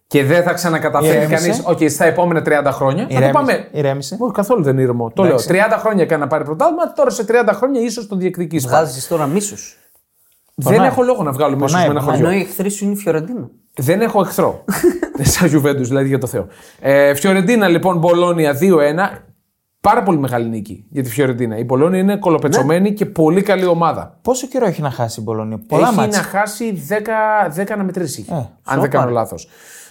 [SPEAKER 1] Και δεν θα ξανακαταφέρει
[SPEAKER 3] Ηρέμησε.
[SPEAKER 1] κανεί. Όχι, στα επόμενα 30 χρόνια. Θα το
[SPEAKER 3] Ηρέμησε.
[SPEAKER 1] πάμε.
[SPEAKER 3] Ηρέμησε.
[SPEAKER 1] Όχι, καθόλου δεν ήρεμο. Το λέω.
[SPEAKER 3] Εντάξει.
[SPEAKER 1] 30 χρόνια έκανε να πάρει πρωτάθλημα, τώρα σε 30 χρόνια ίσως το διεκδικήσει.
[SPEAKER 2] Βγάζεις τώρα μίσου.
[SPEAKER 1] Δεν
[SPEAKER 3] Πονάει.
[SPEAKER 1] έχω λόγο να βγάλω μέσα με
[SPEAKER 3] Πονάει,
[SPEAKER 1] ένα
[SPEAKER 3] πονάει.
[SPEAKER 1] χωριό.
[SPEAKER 2] Ενώ η εχθρή σου είναι η Φιωρεντίνα.
[SPEAKER 1] Δεν έχω
[SPEAKER 3] [laughs]
[SPEAKER 1] εχθρό. Σαν Γιουβέντους, δηλαδή για το Θεό. Ε, Φιωρεντίνα λοιπόν, Μπολόνια 2-1. Πάρα πολύ μεγάλη νίκη για τη Φιωρεντίνα. Η Μπολόνια είναι κολοπετσωμένη και πολύ καλή ομάδα.
[SPEAKER 3] Πόσο καιρό έχει να χάσει η Μπολόνια, Ναι. Πολλά
[SPEAKER 1] έχει
[SPEAKER 3] μάτια.
[SPEAKER 1] να χάσει 10, 10 αναμετρήσει.
[SPEAKER 3] Ε,
[SPEAKER 1] αν δεν κάνω λάθο.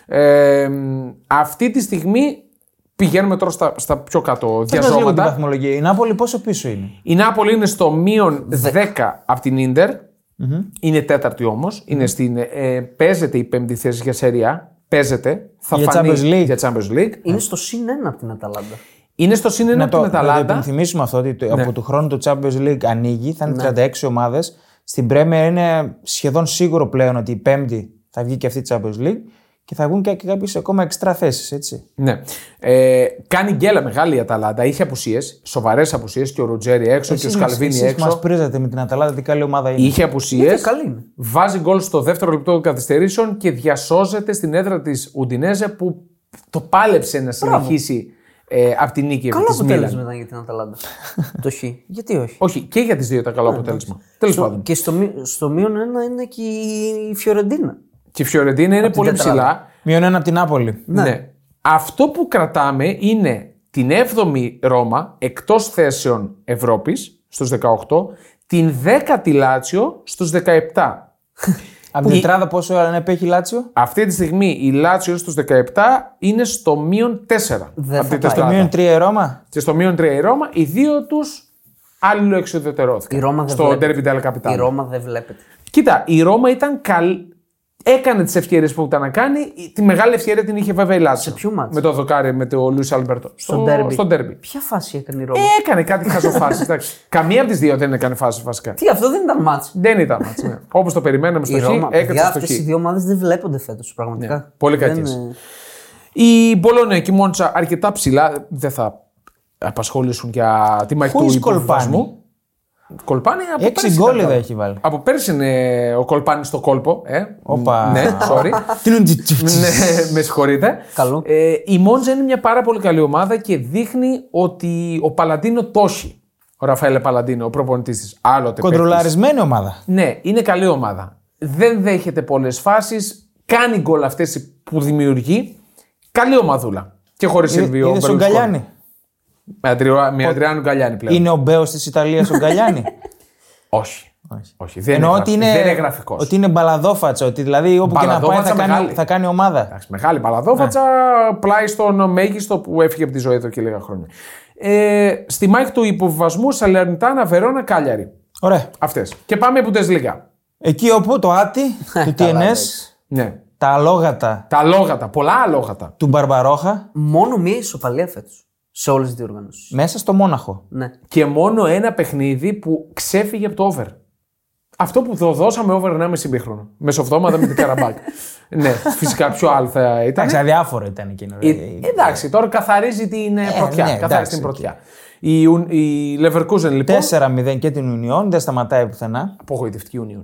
[SPEAKER 1] Ε, μ, αυτή τη στιγμή πηγαίνουμε τώρα στα, στα πιο κάτω
[SPEAKER 3] Πες μας λίγο την
[SPEAKER 1] διαζώματα.
[SPEAKER 3] βαθμολογία. Η Νάπολη πόσο πίσω είναι.
[SPEAKER 1] Η Νάπολη είναι στο μείον 10 από την Ιντερ. Είναι τέταρτη όμως. στην, ε, παίζεται η πέμπτη θέση για σεριά. Παίζεται. Θα
[SPEAKER 3] Για
[SPEAKER 1] φανεί
[SPEAKER 3] Champions League.
[SPEAKER 1] για Champions League.
[SPEAKER 2] Είναι στο συν ένα από την Αταλάντα.
[SPEAKER 1] Είναι Ναι. στο σύν 1
[SPEAKER 3] Να
[SPEAKER 1] από
[SPEAKER 3] το,
[SPEAKER 1] την
[SPEAKER 3] να το
[SPEAKER 1] Αταλάντα.
[SPEAKER 3] υπενθυμίσουμε αυτό ότι το- από του χρόνου το Champions League ανοίγει, θα
[SPEAKER 1] Ναι.
[SPEAKER 3] είναι 36 ομάδες. Στην Premier είναι σχεδόν σίγουρο πλέον ότι η Πέμπτη θα βγει και αυτή η Champions League και θα βγουν και κάποιες ακόμα εξτρά θέσεις, έτσι.
[SPEAKER 1] Ναι. Ε, κάνει γκέλα μεγάλη η Αταλάντα. Είχε απουσίες, σοβαρές απουσίες και ο Ροτζέρι έξω και ο Σκαλβίνη έξω.
[SPEAKER 3] Μας πρίζατε με την Αταλάντα τι καλή ομάδα είναι.
[SPEAKER 1] Είχε απουσίες.
[SPEAKER 2] Ε, καλή είναι.
[SPEAKER 1] Βάζει γκολ στο δεύτερο λεπτό των καθυστερήσεων και διασώζεται στην έδρα της Ουντινέζε που το πάλεψε να συνεχίσει ε, από την νίκη
[SPEAKER 2] Καλό
[SPEAKER 1] της
[SPEAKER 2] αποτέλεσμα
[SPEAKER 1] Μίλαν.
[SPEAKER 2] ήταν για την Αταλάντα. το χ. Γιατί
[SPEAKER 1] [laughs]
[SPEAKER 2] όχι.
[SPEAKER 1] Όχι, και για τις δύο ήταν
[SPEAKER 2] Ε,
[SPEAKER 1] καλό αποτέλεσμα. Τέλο πάντων.
[SPEAKER 2] Και στο, μει- στο μείον ένα είναι και η Φιωρεντίνα.
[SPEAKER 1] Και η Φιωρεντίνα είναι πολύ
[SPEAKER 2] τετράδα.
[SPEAKER 1] ψηλά.
[SPEAKER 3] Μείον ένα από την Νάπολη.
[SPEAKER 1] Ναι. Αυτό που κρατάμε είναι την 7η Ρώμα εκτός θέσεων Ευρώπης στους 18, την 10η Λάτσιο στους 17.
[SPEAKER 3] Από την Τετράδα πόσο ανεπέχει η Λάτσιο.
[SPEAKER 1] Αυτή τη στιγμή η Λάτσιο στους 17 είναι στο μείον 4.
[SPEAKER 2] Δεν
[SPEAKER 1] από
[SPEAKER 2] θα
[SPEAKER 1] την
[SPEAKER 2] πάει.
[SPEAKER 3] Το
[SPEAKER 1] τετράδα.
[SPEAKER 3] μείον 3 η Ρώμα.
[SPEAKER 1] Και στο μείον 3 η Ρώμα, οι δύο τους άλλο εξουδετερώθηκαν.
[SPEAKER 2] Η Ρώμα δεν
[SPEAKER 1] στο
[SPEAKER 2] βλέπετε.
[SPEAKER 1] Derby del Capitano.
[SPEAKER 2] Η Ρώμα δεν βλέπετε.
[SPEAKER 1] Κοίτα, η Ρώμα ήταν καλ... έκανε τις ευκαιρίες που ήταν να κάνει. Τη μεγάλη ευκαιρία την είχε βέβαια η Λάτσιο.
[SPEAKER 2] ποιο μάτς?
[SPEAKER 1] Με το δοκάρι με τον Λουί Αλμπερτό.
[SPEAKER 2] Στο ντέρμπι.
[SPEAKER 1] στο ντέρμπι. Ε,
[SPEAKER 2] Ποια φάση έκανε η Ρώμα.
[SPEAKER 1] Έκανε κάτι
[SPEAKER 2] [laughs]
[SPEAKER 1] χαζοφάσει. εντάξει. Καμία από τις δύο δεν έκανε φάση βασικά.
[SPEAKER 2] Τι, αυτό δεν ήταν μάτς.
[SPEAKER 1] δεν ήταν μάτς,
[SPEAKER 2] [laughs]
[SPEAKER 1] ναι. Όπως το περιμέναμε στο
[SPEAKER 2] Η
[SPEAKER 1] χ,
[SPEAKER 2] Ρώμα.
[SPEAKER 1] έκατσε
[SPEAKER 2] Παιδιά,
[SPEAKER 1] στο χ. Ναι,
[SPEAKER 2] αυτές οι δύο ομάδες δεν βλέπονται φέτος πραγματικά.
[SPEAKER 1] πολύ
[SPEAKER 2] Δεν,
[SPEAKER 1] κακές.
[SPEAKER 2] ε,
[SPEAKER 1] Η Μπολόνια και η Μόντσα αρκετά ψηλά. Δεν θα απασχόλησουν για τη μάχη
[SPEAKER 3] Who
[SPEAKER 1] του
[SPEAKER 3] is
[SPEAKER 1] υποβιβασμού. Κολπάνη από
[SPEAKER 3] Έξι
[SPEAKER 1] πέρσι
[SPEAKER 3] γκολ
[SPEAKER 1] ήταν
[SPEAKER 3] είδα
[SPEAKER 1] καλά.
[SPEAKER 3] έχει βάλει.
[SPEAKER 1] Από πέρσι είναι ο Κολπάνης στο κόλπο. Ε.
[SPEAKER 3] Όπα.
[SPEAKER 1] Ναι, sorry.
[SPEAKER 2] [laughs]
[SPEAKER 3] Τι είναι τσι- τσι-
[SPEAKER 1] [laughs]
[SPEAKER 3] τσι- [laughs]
[SPEAKER 1] ναι, με συγχωρείτε.
[SPEAKER 2] Καλό.
[SPEAKER 1] Ε, η Μόντζα είναι μια πάρα πολύ καλή ομάδα και δείχνει ότι ο Παλαντίνο το έχει. Ο Ραφαέλε Παλαντίνο, ο προπονητής της. Άλλοτε. παίκτης.
[SPEAKER 3] Κοντρολαρισμένη ομάδα.
[SPEAKER 1] Ναι, είναι καλή ομάδα. Δεν δέχεται πολλές φάσεις. Κάνει γκολ αυτές που δημιουργεί. Καλή ομαδούλα. Και χωρίς
[SPEAKER 3] Ε,
[SPEAKER 1] Σιλβίο.
[SPEAKER 3] Είδες τον
[SPEAKER 1] Μπερλουσκόνη. Ναι.
[SPEAKER 3] Γκαλιάνη.
[SPEAKER 1] Με, Αντριου... με Αντριάνου Γκαλιάνη πλέον.
[SPEAKER 3] Είναι ο Μπέος της Ιταλίας ο Γκαλιάνη.
[SPEAKER 1] Όχι. [laughs] Όχι. Δεν,
[SPEAKER 3] Εννοώ
[SPEAKER 1] είναι
[SPEAKER 3] ότι
[SPEAKER 1] γραφ-
[SPEAKER 3] είναι,
[SPEAKER 1] δεν είναι γραφικός.
[SPEAKER 3] ότι είναι μπαλαδόφατσα. Ότι δηλαδή όπου και να πάει
[SPEAKER 1] Μπαλαδόφατσα
[SPEAKER 3] θα κάνει,
[SPEAKER 1] μεγάλη.
[SPEAKER 3] θα κάνει ομάδα.
[SPEAKER 1] Εντάξει, μεγάλη παλαδόφατσα,
[SPEAKER 3] Ναι.
[SPEAKER 1] πλάι στον μέγιστο που έφυγε από τη ζωή εδώ και λίγα χρόνια. Ε, στη μάχη του υποβιβασμού Σαλερνιτάνα, Βερόνα, Κάλιαρη.
[SPEAKER 3] Ωραία.
[SPEAKER 1] Αυτές. Και πάμε Bundesliga.
[SPEAKER 3] Εκεί όπου το άτι
[SPEAKER 1] [laughs]
[SPEAKER 3] του TNS,
[SPEAKER 1] Ναι.
[SPEAKER 3] τα αλόγατα
[SPEAKER 1] Τα αλόγατα, πολλά αλόγατα.
[SPEAKER 3] του Μπαρμπαρόχα
[SPEAKER 2] Μόνο μία ισοπαλία φέτος. Σε όλες τις διοργανώσεις.
[SPEAKER 3] μέσα στο Μόναχο.
[SPEAKER 2] Ναι.
[SPEAKER 1] Και μόνο ένα παιχνίδι που ξέφυγε από το over. Αυτό που το δώσαμε over 1,5 σύμπιχρονο. Μεσοβδόμαδα
[SPEAKER 3] [laughs]
[SPEAKER 1] με την Καραμπάκ. ναι, φυσικά πιο άλλο θα ήταν.
[SPEAKER 3] Εντάξει, αδιάφορο ήταν εκείνο. ρε.
[SPEAKER 1] Ε, εντάξει, τώρα καθαρίζει την ε, πρωτιά.
[SPEAKER 3] ναι,
[SPEAKER 1] καθαρίζει
[SPEAKER 3] εντάξει,
[SPEAKER 1] την
[SPEAKER 3] οκ.
[SPEAKER 1] πρωτιά. Η, Ιουν- η Leverkusen λοιπόν.
[SPEAKER 3] 4-0 και την Union, δεν σταματάει πουθενά.
[SPEAKER 1] Απογοητευτική Union.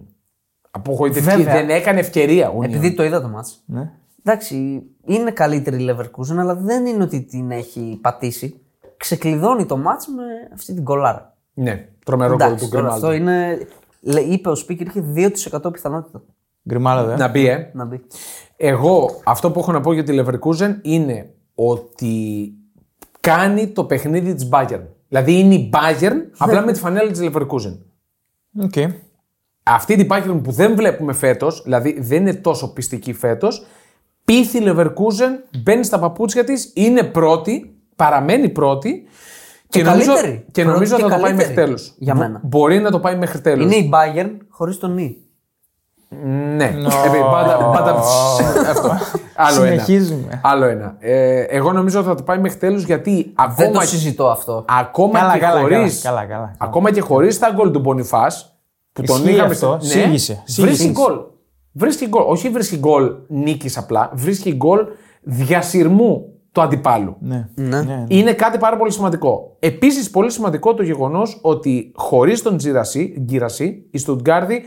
[SPEAKER 1] Απογοητευτική.
[SPEAKER 2] Βέβαια.
[SPEAKER 1] Δεν έκανε ευκαιρία Union.
[SPEAKER 2] Επειδή το είδα το μάτς.
[SPEAKER 3] Ναι.
[SPEAKER 2] Εντάξει, είναι καλύτερη η Leverkusen, αλλά δεν είναι ότι την έχει πατήσει. Ξεκλειδώνει το μάτς με αυτή την κολάρα.
[SPEAKER 1] Ναι, τρομερό γκολ του
[SPEAKER 2] Εντάξει, τώρα
[SPEAKER 1] Γκριμάλντο.
[SPEAKER 2] αυτό είναι. Λε- Είπε ο Σπίκερ είχε 2% πιθανότητα
[SPEAKER 3] Γκριμάλα δε.
[SPEAKER 1] Να μπει, ε.
[SPEAKER 2] να μπει.
[SPEAKER 1] Εγώ αυτό που έχω να πω για τη Leverkusen είναι ότι κάνει το παιχνίδι της Bayern. Δηλαδή είναι η Bayern
[SPEAKER 2] Ναι.
[SPEAKER 1] απλά με τη φανέλα της Leverkusen. Ναι.
[SPEAKER 3] Οκ.
[SPEAKER 1] Αυτή την Bayern που δεν βλέπουμε φέτος, δηλαδή δεν είναι τόσο πιστική φέτος, πείθει η Leverkusen, μπαίνει στα παπούτσια της, είναι πρώτη, παραμένει πρώτη και, νομίζω,
[SPEAKER 2] καλύτερη.
[SPEAKER 1] και
[SPEAKER 2] Πρώτη
[SPEAKER 1] νομίζω
[SPEAKER 2] και
[SPEAKER 1] θα το πάει
[SPEAKER 2] καλύτερη.
[SPEAKER 1] μέχρι τέλους.
[SPEAKER 2] Για
[SPEAKER 1] Μπο-
[SPEAKER 2] μένα.
[SPEAKER 1] Μπορεί να το πάει μέχρι τέλους.
[SPEAKER 2] Είναι η Bayern χωρίς τον νι.
[SPEAKER 1] Ναι. Επειδή πάντα- πάντα- Αυτό. Άλλο ένα.
[SPEAKER 3] Συνεχίζουμε.
[SPEAKER 1] Άλλο ένα. Ε, εγώ νομίζω ότι θα το πάει μέχρι τέλους γιατί
[SPEAKER 2] Δεν το
[SPEAKER 1] ακόμα,
[SPEAKER 2] συζητώ αυτό.
[SPEAKER 1] ακόμα
[SPEAKER 3] Καλά,
[SPEAKER 1] και
[SPEAKER 3] καλά,
[SPEAKER 1] χωρίς
[SPEAKER 3] καλά, καλά, καλά.
[SPEAKER 1] Ακόμα και χωρίς τα γκολ του Μπονιφάς που τον
[SPEAKER 3] Ισχύει
[SPEAKER 1] είχαμε
[SPEAKER 3] αυτό.
[SPEAKER 1] στο-
[SPEAKER 3] Σήγησε, σήγησε.
[SPEAKER 1] Βρίσκει γκολ. Βρίσκει γκολ. Όχι βρίσκει γκολ νίκης απλά. Βρίσκει γκολ διασυρμού του αντιπάλου.
[SPEAKER 3] Ναι.
[SPEAKER 2] Ναι.
[SPEAKER 3] Ναι.
[SPEAKER 1] Είναι κάτι πάρα πολύ σημαντικό. Επίσης, πολύ σημαντικό το γεγονός ότι χωρίς τον Τζίρασι, Γκύρασι, η Στουτγκάρδη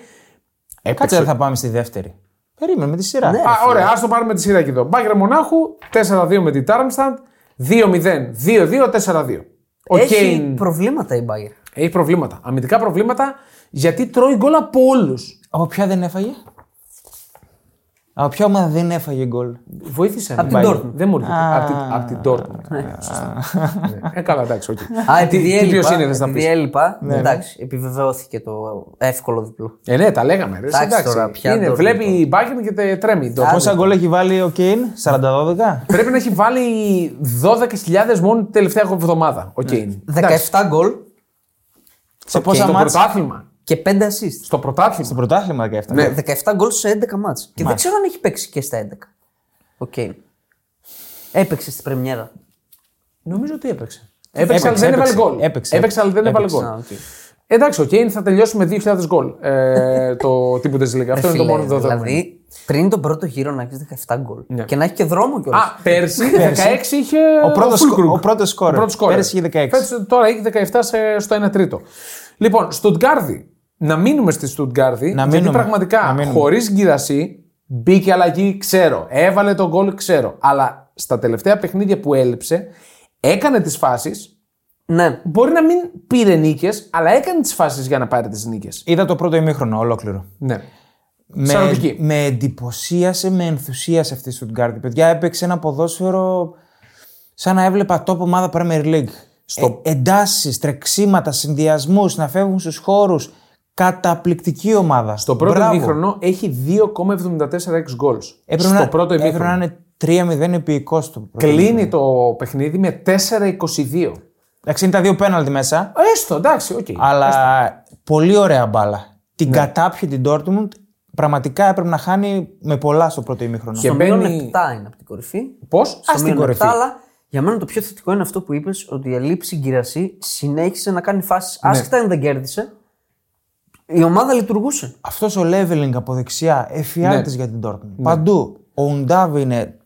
[SPEAKER 3] Κάτσε δεν θα πάμε στη δεύτερη. Περίμενε με τη σειρά.
[SPEAKER 2] Ναι.
[SPEAKER 1] Α, ωραία, ας το πάρουμε τη σειρά και εδώ. Μπάγκερ Μονάχου, 4-2 με την Τάρμσταντ, 2-0, 2-2, 4-2. Ο
[SPEAKER 2] Έχει
[SPEAKER 1] Kane
[SPEAKER 2] προβλήματα η Bayern.
[SPEAKER 1] έχει προβλήματα. Αμυντικά προβλήματα γιατί τρώει γκολ από όλους.
[SPEAKER 3] Από ποια δεν έφαγε. Από ποια ομάδα δεν έφαγε γκολ.
[SPEAKER 1] Βοήθησε.
[SPEAKER 2] Απ' την Dortmund.
[SPEAKER 1] Δεν μου έρχεται. Απ' την- Απ' την Dortmund. Ναι. Ε, καλά, εντάξει, οκ.
[SPEAKER 2] Α,
[SPEAKER 1] Τι-
[SPEAKER 2] επειδή
[SPEAKER 1] Τι ποιο
[SPEAKER 2] έλειπα.
[SPEAKER 1] είναι, θες να
[SPEAKER 2] επειδή
[SPEAKER 1] πει.
[SPEAKER 2] έλειπα,
[SPEAKER 1] Ναι.
[SPEAKER 2] εντάξει, επιβεβαιώθηκε το εύκολο διπλό.
[SPEAKER 1] Ε, ναι, τα λέγαμε. ρε,
[SPEAKER 2] Εντάξει,
[SPEAKER 1] εντάξει.
[SPEAKER 2] τώρα, ποια
[SPEAKER 1] Είναι,
[SPEAKER 2] Dortmund
[SPEAKER 1] βλέπει η Μπάγκερ και τε- τρέμει. η Dortmund.
[SPEAKER 3] Πόσα γκολ έχει βάλει ο Κέιν, 40-12.
[SPEAKER 1] Πρέπει να έχει βάλει 12.000 μόνο την τελευταία εβδομάδα. Ο
[SPEAKER 2] Ναι.
[SPEAKER 1] Kane. Εντάξει,
[SPEAKER 2] 17 γκολ
[SPEAKER 3] σε
[SPEAKER 1] Στο
[SPEAKER 3] πόσα μάτς.
[SPEAKER 1] πρωτάθλημα.
[SPEAKER 2] και 5 assist.
[SPEAKER 1] Στο πρωτάθλημα.
[SPEAKER 3] Στο πρωτάθλημα 17.
[SPEAKER 1] Ναι.
[SPEAKER 2] 17 γκολ σε 11 μάτς. Και δεν ξέρω αν έχει παίξει και στα 11. Οκ. Έπαιξε στην Πρεμιέρα.
[SPEAKER 1] Νομίζω ότι έπαιξε. Έπαιξε, αλλά
[SPEAKER 3] Έπαιξε,
[SPEAKER 1] δεν έβαλε
[SPEAKER 3] έπαιξε.
[SPEAKER 1] γκολ.
[SPEAKER 3] Έπαιξε,
[SPEAKER 1] αλλά δεν έβαλε γκολ.
[SPEAKER 2] Α, οκ.
[SPEAKER 1] Εντάξει, ο Κέιν θα τελειώσει με 2.000 γκολ
[SPEAKER 2] [laughs]
[SPEAKER 1] ε, το τύπο τη Λίγκα. Αυτό είναι το
[SPEAKER 2] Ε, Φίλε,
[SPEAKER 1] μόνο δεδομένο.
[SPEAKER 2] Δηλαδή, πριν τον πρώτο γύρο να έχεις 17 γκολ.
[SPEAKER 1] Ναι.
[SPEAKER 2] Και να έχει και δρόμο κιόλας.
[SPEAKER 1] Α, πέρσι 16 είχε.
[SPEAKER 3] Ο πρώτος
[SPEAKER 1] Fulkrug.
[SPEAKER 3] σκο- ο πρώτος σκόρερ.
[SPEAKER 1] Ο πρώτος σκόρερ.
[SPEAKER 3] Πέρσι είχε 16.
[SPEAKER 1] Φέτος, τώρα έχει 17 σε- στο 1 τρίτο. Λοιπόν, Στουτγκάρδη. Να μείνουμε στη Στουτγκάρδη.
[SPEAKER 3] Να
[SPEAKER 1] γιατί
[SPEAKER 3] μείνουμε. Να
[SPEAKER 1] πραγματικά
[SPEAKER 3] μείνουμε.
[SPEAKER 1] χωρίς γκυρασί μπήκε αλλαγή, ξέρω. Έβαλε τον γκολ, ξέρω. Αλλά στα τελευταία παιχνίδια που έλειψε, έκανε τις φάσεις.
[SPEAKER 2] Ναι.
[SPEAKER 1] Μπορεί να μην πήρε νίκες, αλλά έκανε τις φάσεις για να πάρει τις νίκες.
[SPEAKER 3] Είδα το πρώτο ημίχρονο ολόκληρο.
[SPEAKER 1] Ναι.
[SPEAKER 3] Με,
[SPEAKER 1] Σαρωτική.
[SPEAKER 3] με εντυπωσίασε, με ενθουσίασε αυτή η Στουτγκάρδη. Παιδιά, έπαιξε ένα ποδόσφαιρο σαν να έβλεπα top ομάδα Premier League.
[SPEAKER 1] Στο-
[SPEAKER 3] Ε, εντάσεις, τρεξίματα, συνδυασμούς, να φεύγουν στους χώρους. Καταπληκτική ομάδα.
[SPEAKER 1] Στο πρώτο
[SPEAKER 3] Μπράβο.
[SPEAKER 1] ημίχρονο έχει 2,74 x goals.
[SPEAKER 3] Έπρεπε
[SPEAKER 1] στο
[SPEAKER 3] να,
[SPEAKER 1] πρώτο
[SPEAKER 3] έπρεπε
[SPEAKER 1] ημίχρονο.
[SPEAKER 3] να είναι 3-0 επίοικο στο πρώτο.
[SPEAKER 1] Κλείνει το παιχνίδι με 4-22.
[SPEAKER 3] Εντάξει, είναι τα δύο πέναλτι μέσα.
[SPEAKER 1] Έστω, εντάξει, οκ.
[SPEAKER 3] Αλλά πολύ ωραία μπάλα. Την
[SPEAKER 1] Ναι.
[SPEAKER 3] κατάπιε την Dortmund. Πραγματικά έπρεπε να χάνει με πολλά στο πρώτο ημίχρονο.
[SPEAKER 1] Και
[SPEAKER 2] Το μείον 7
[SPEAKER 1] μπαίνει.
[SPEAKER 2] είναι από την κορυφή.
[SPEAKER 1] Πώς,
[SPEAKER 2] Στο
[SPEAKER 1] στην
[SPEAKER 2] μείον
[SPEAKER 1] κορυφή.
[SPEAKER 2] 7, αλλά για μένα το πιο θετικό είναι αυτό που είπες ότι η ελήψη γκυρασί συνέχισε να κάνει φάσεις.
[SPEAKER 1] Ναι.
[SPEAKER 2] Άσχετα αν δεν κέρδισε, η ομάδα λειτουργούσε.
[SPEAKER 3] Αυτός ο leveling από δεξιά εφιάλτης
[SPEAKER 1] Ναι.
[SPEAKER 3] για την Dortmund. Παντού. Ο Ουντάβη είναι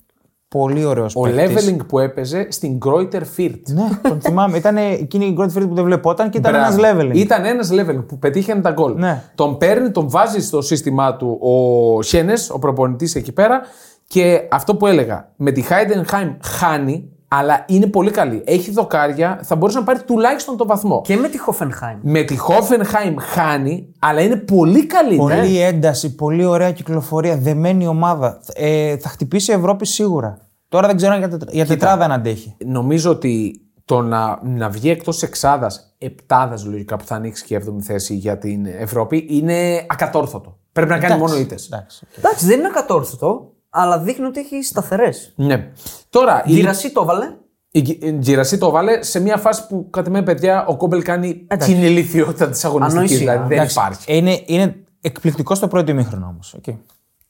[SPEAKER 3] πολύ ωραίος
[SPEAKER 1] Ο
[SPEAKER 3] παίκτης.
[SPEAKER 1] leveling που έπαιζε στην Κρόιτερ Φίρτ.
[SPEAKER 3] Ναι, τον θυμάμαι.
[SPEAKER 1] [laughs]
[SPEAKER 3] ήταν εκείνη η Great Field που δεν βλεπόταν και ήταν ένας leveling.
[SPEAKER 1] Ήταν ένας leveling που πετύχαινε τα γκολ.
[SPEAKER 3] Ναι.
[SPEAKER 1] Τον παίρνει, τον βάζει στο σύστημά του ο Χένες, ο προπονητής εκεί πέρα. Και αυτό που έλεγα, με τη Heidenheim χάνει, αλλά είναι πολύ καλή. Έχει δοκάρια, θα μπορούσε να πάρεις τουλάχιστον τον βαθμό.
[SPEAKER 2] Και με τη Χόφενχάιμ.
[SPEAKER 1] Με τη Hoffenheim χάνει, αλλά είναι πολύ καλή. ναι.
[SPEAKER 3] Πολύ ένταση, πολύ ωραία κυκλοφορία, δεμένη ομάδα. Ε, θα χτυπήσει η Ευρώπη σίγουρα. Τώρα δεν ξέρω αν για, τετρα- για τετράδα να αντέχει.
[SPEAKER 1] Νομίζω ότι το να, να βγει εκτός εξάδας, επτάδας λογικά που θα ανοίξει και η 7η θέση για την Ευρώπη, είναι ακατόρθωτο. Πρέπει να κάνει μόνο ήττες.
[SPEAKER 3] Εντάξει.
[SPEAKER 2] Εντάξει, δεν είναι ακατόρθωτο, αλλά δείχνει ότι έχει σταθερές.
[SPEAKER 1] Ναι. Τώρα, η-
[SPEAKER 2] Γκυρασί το βάλε.
[SPEAKER 1] η, η, Γκυρασί το βάλε σε μια φάση που κατά με παιδιά ο Κόμπελ κάνει
[SPEAKER 2] Εντάξει.
[SPEAKER 1] την ηλικιότητα της αγωνιστικής.
[SPEAKER 2] Ανοησία.
[SPEAKER 1] Δηλαδή δεν
[SPEAKER 3] Εντάξει.
[SPEAKER 1] υπάρχει.
[SPEAKER 3] Είναι, είναι εκπληκτικό στο πρώτο ημίχρονο όμως. Okay.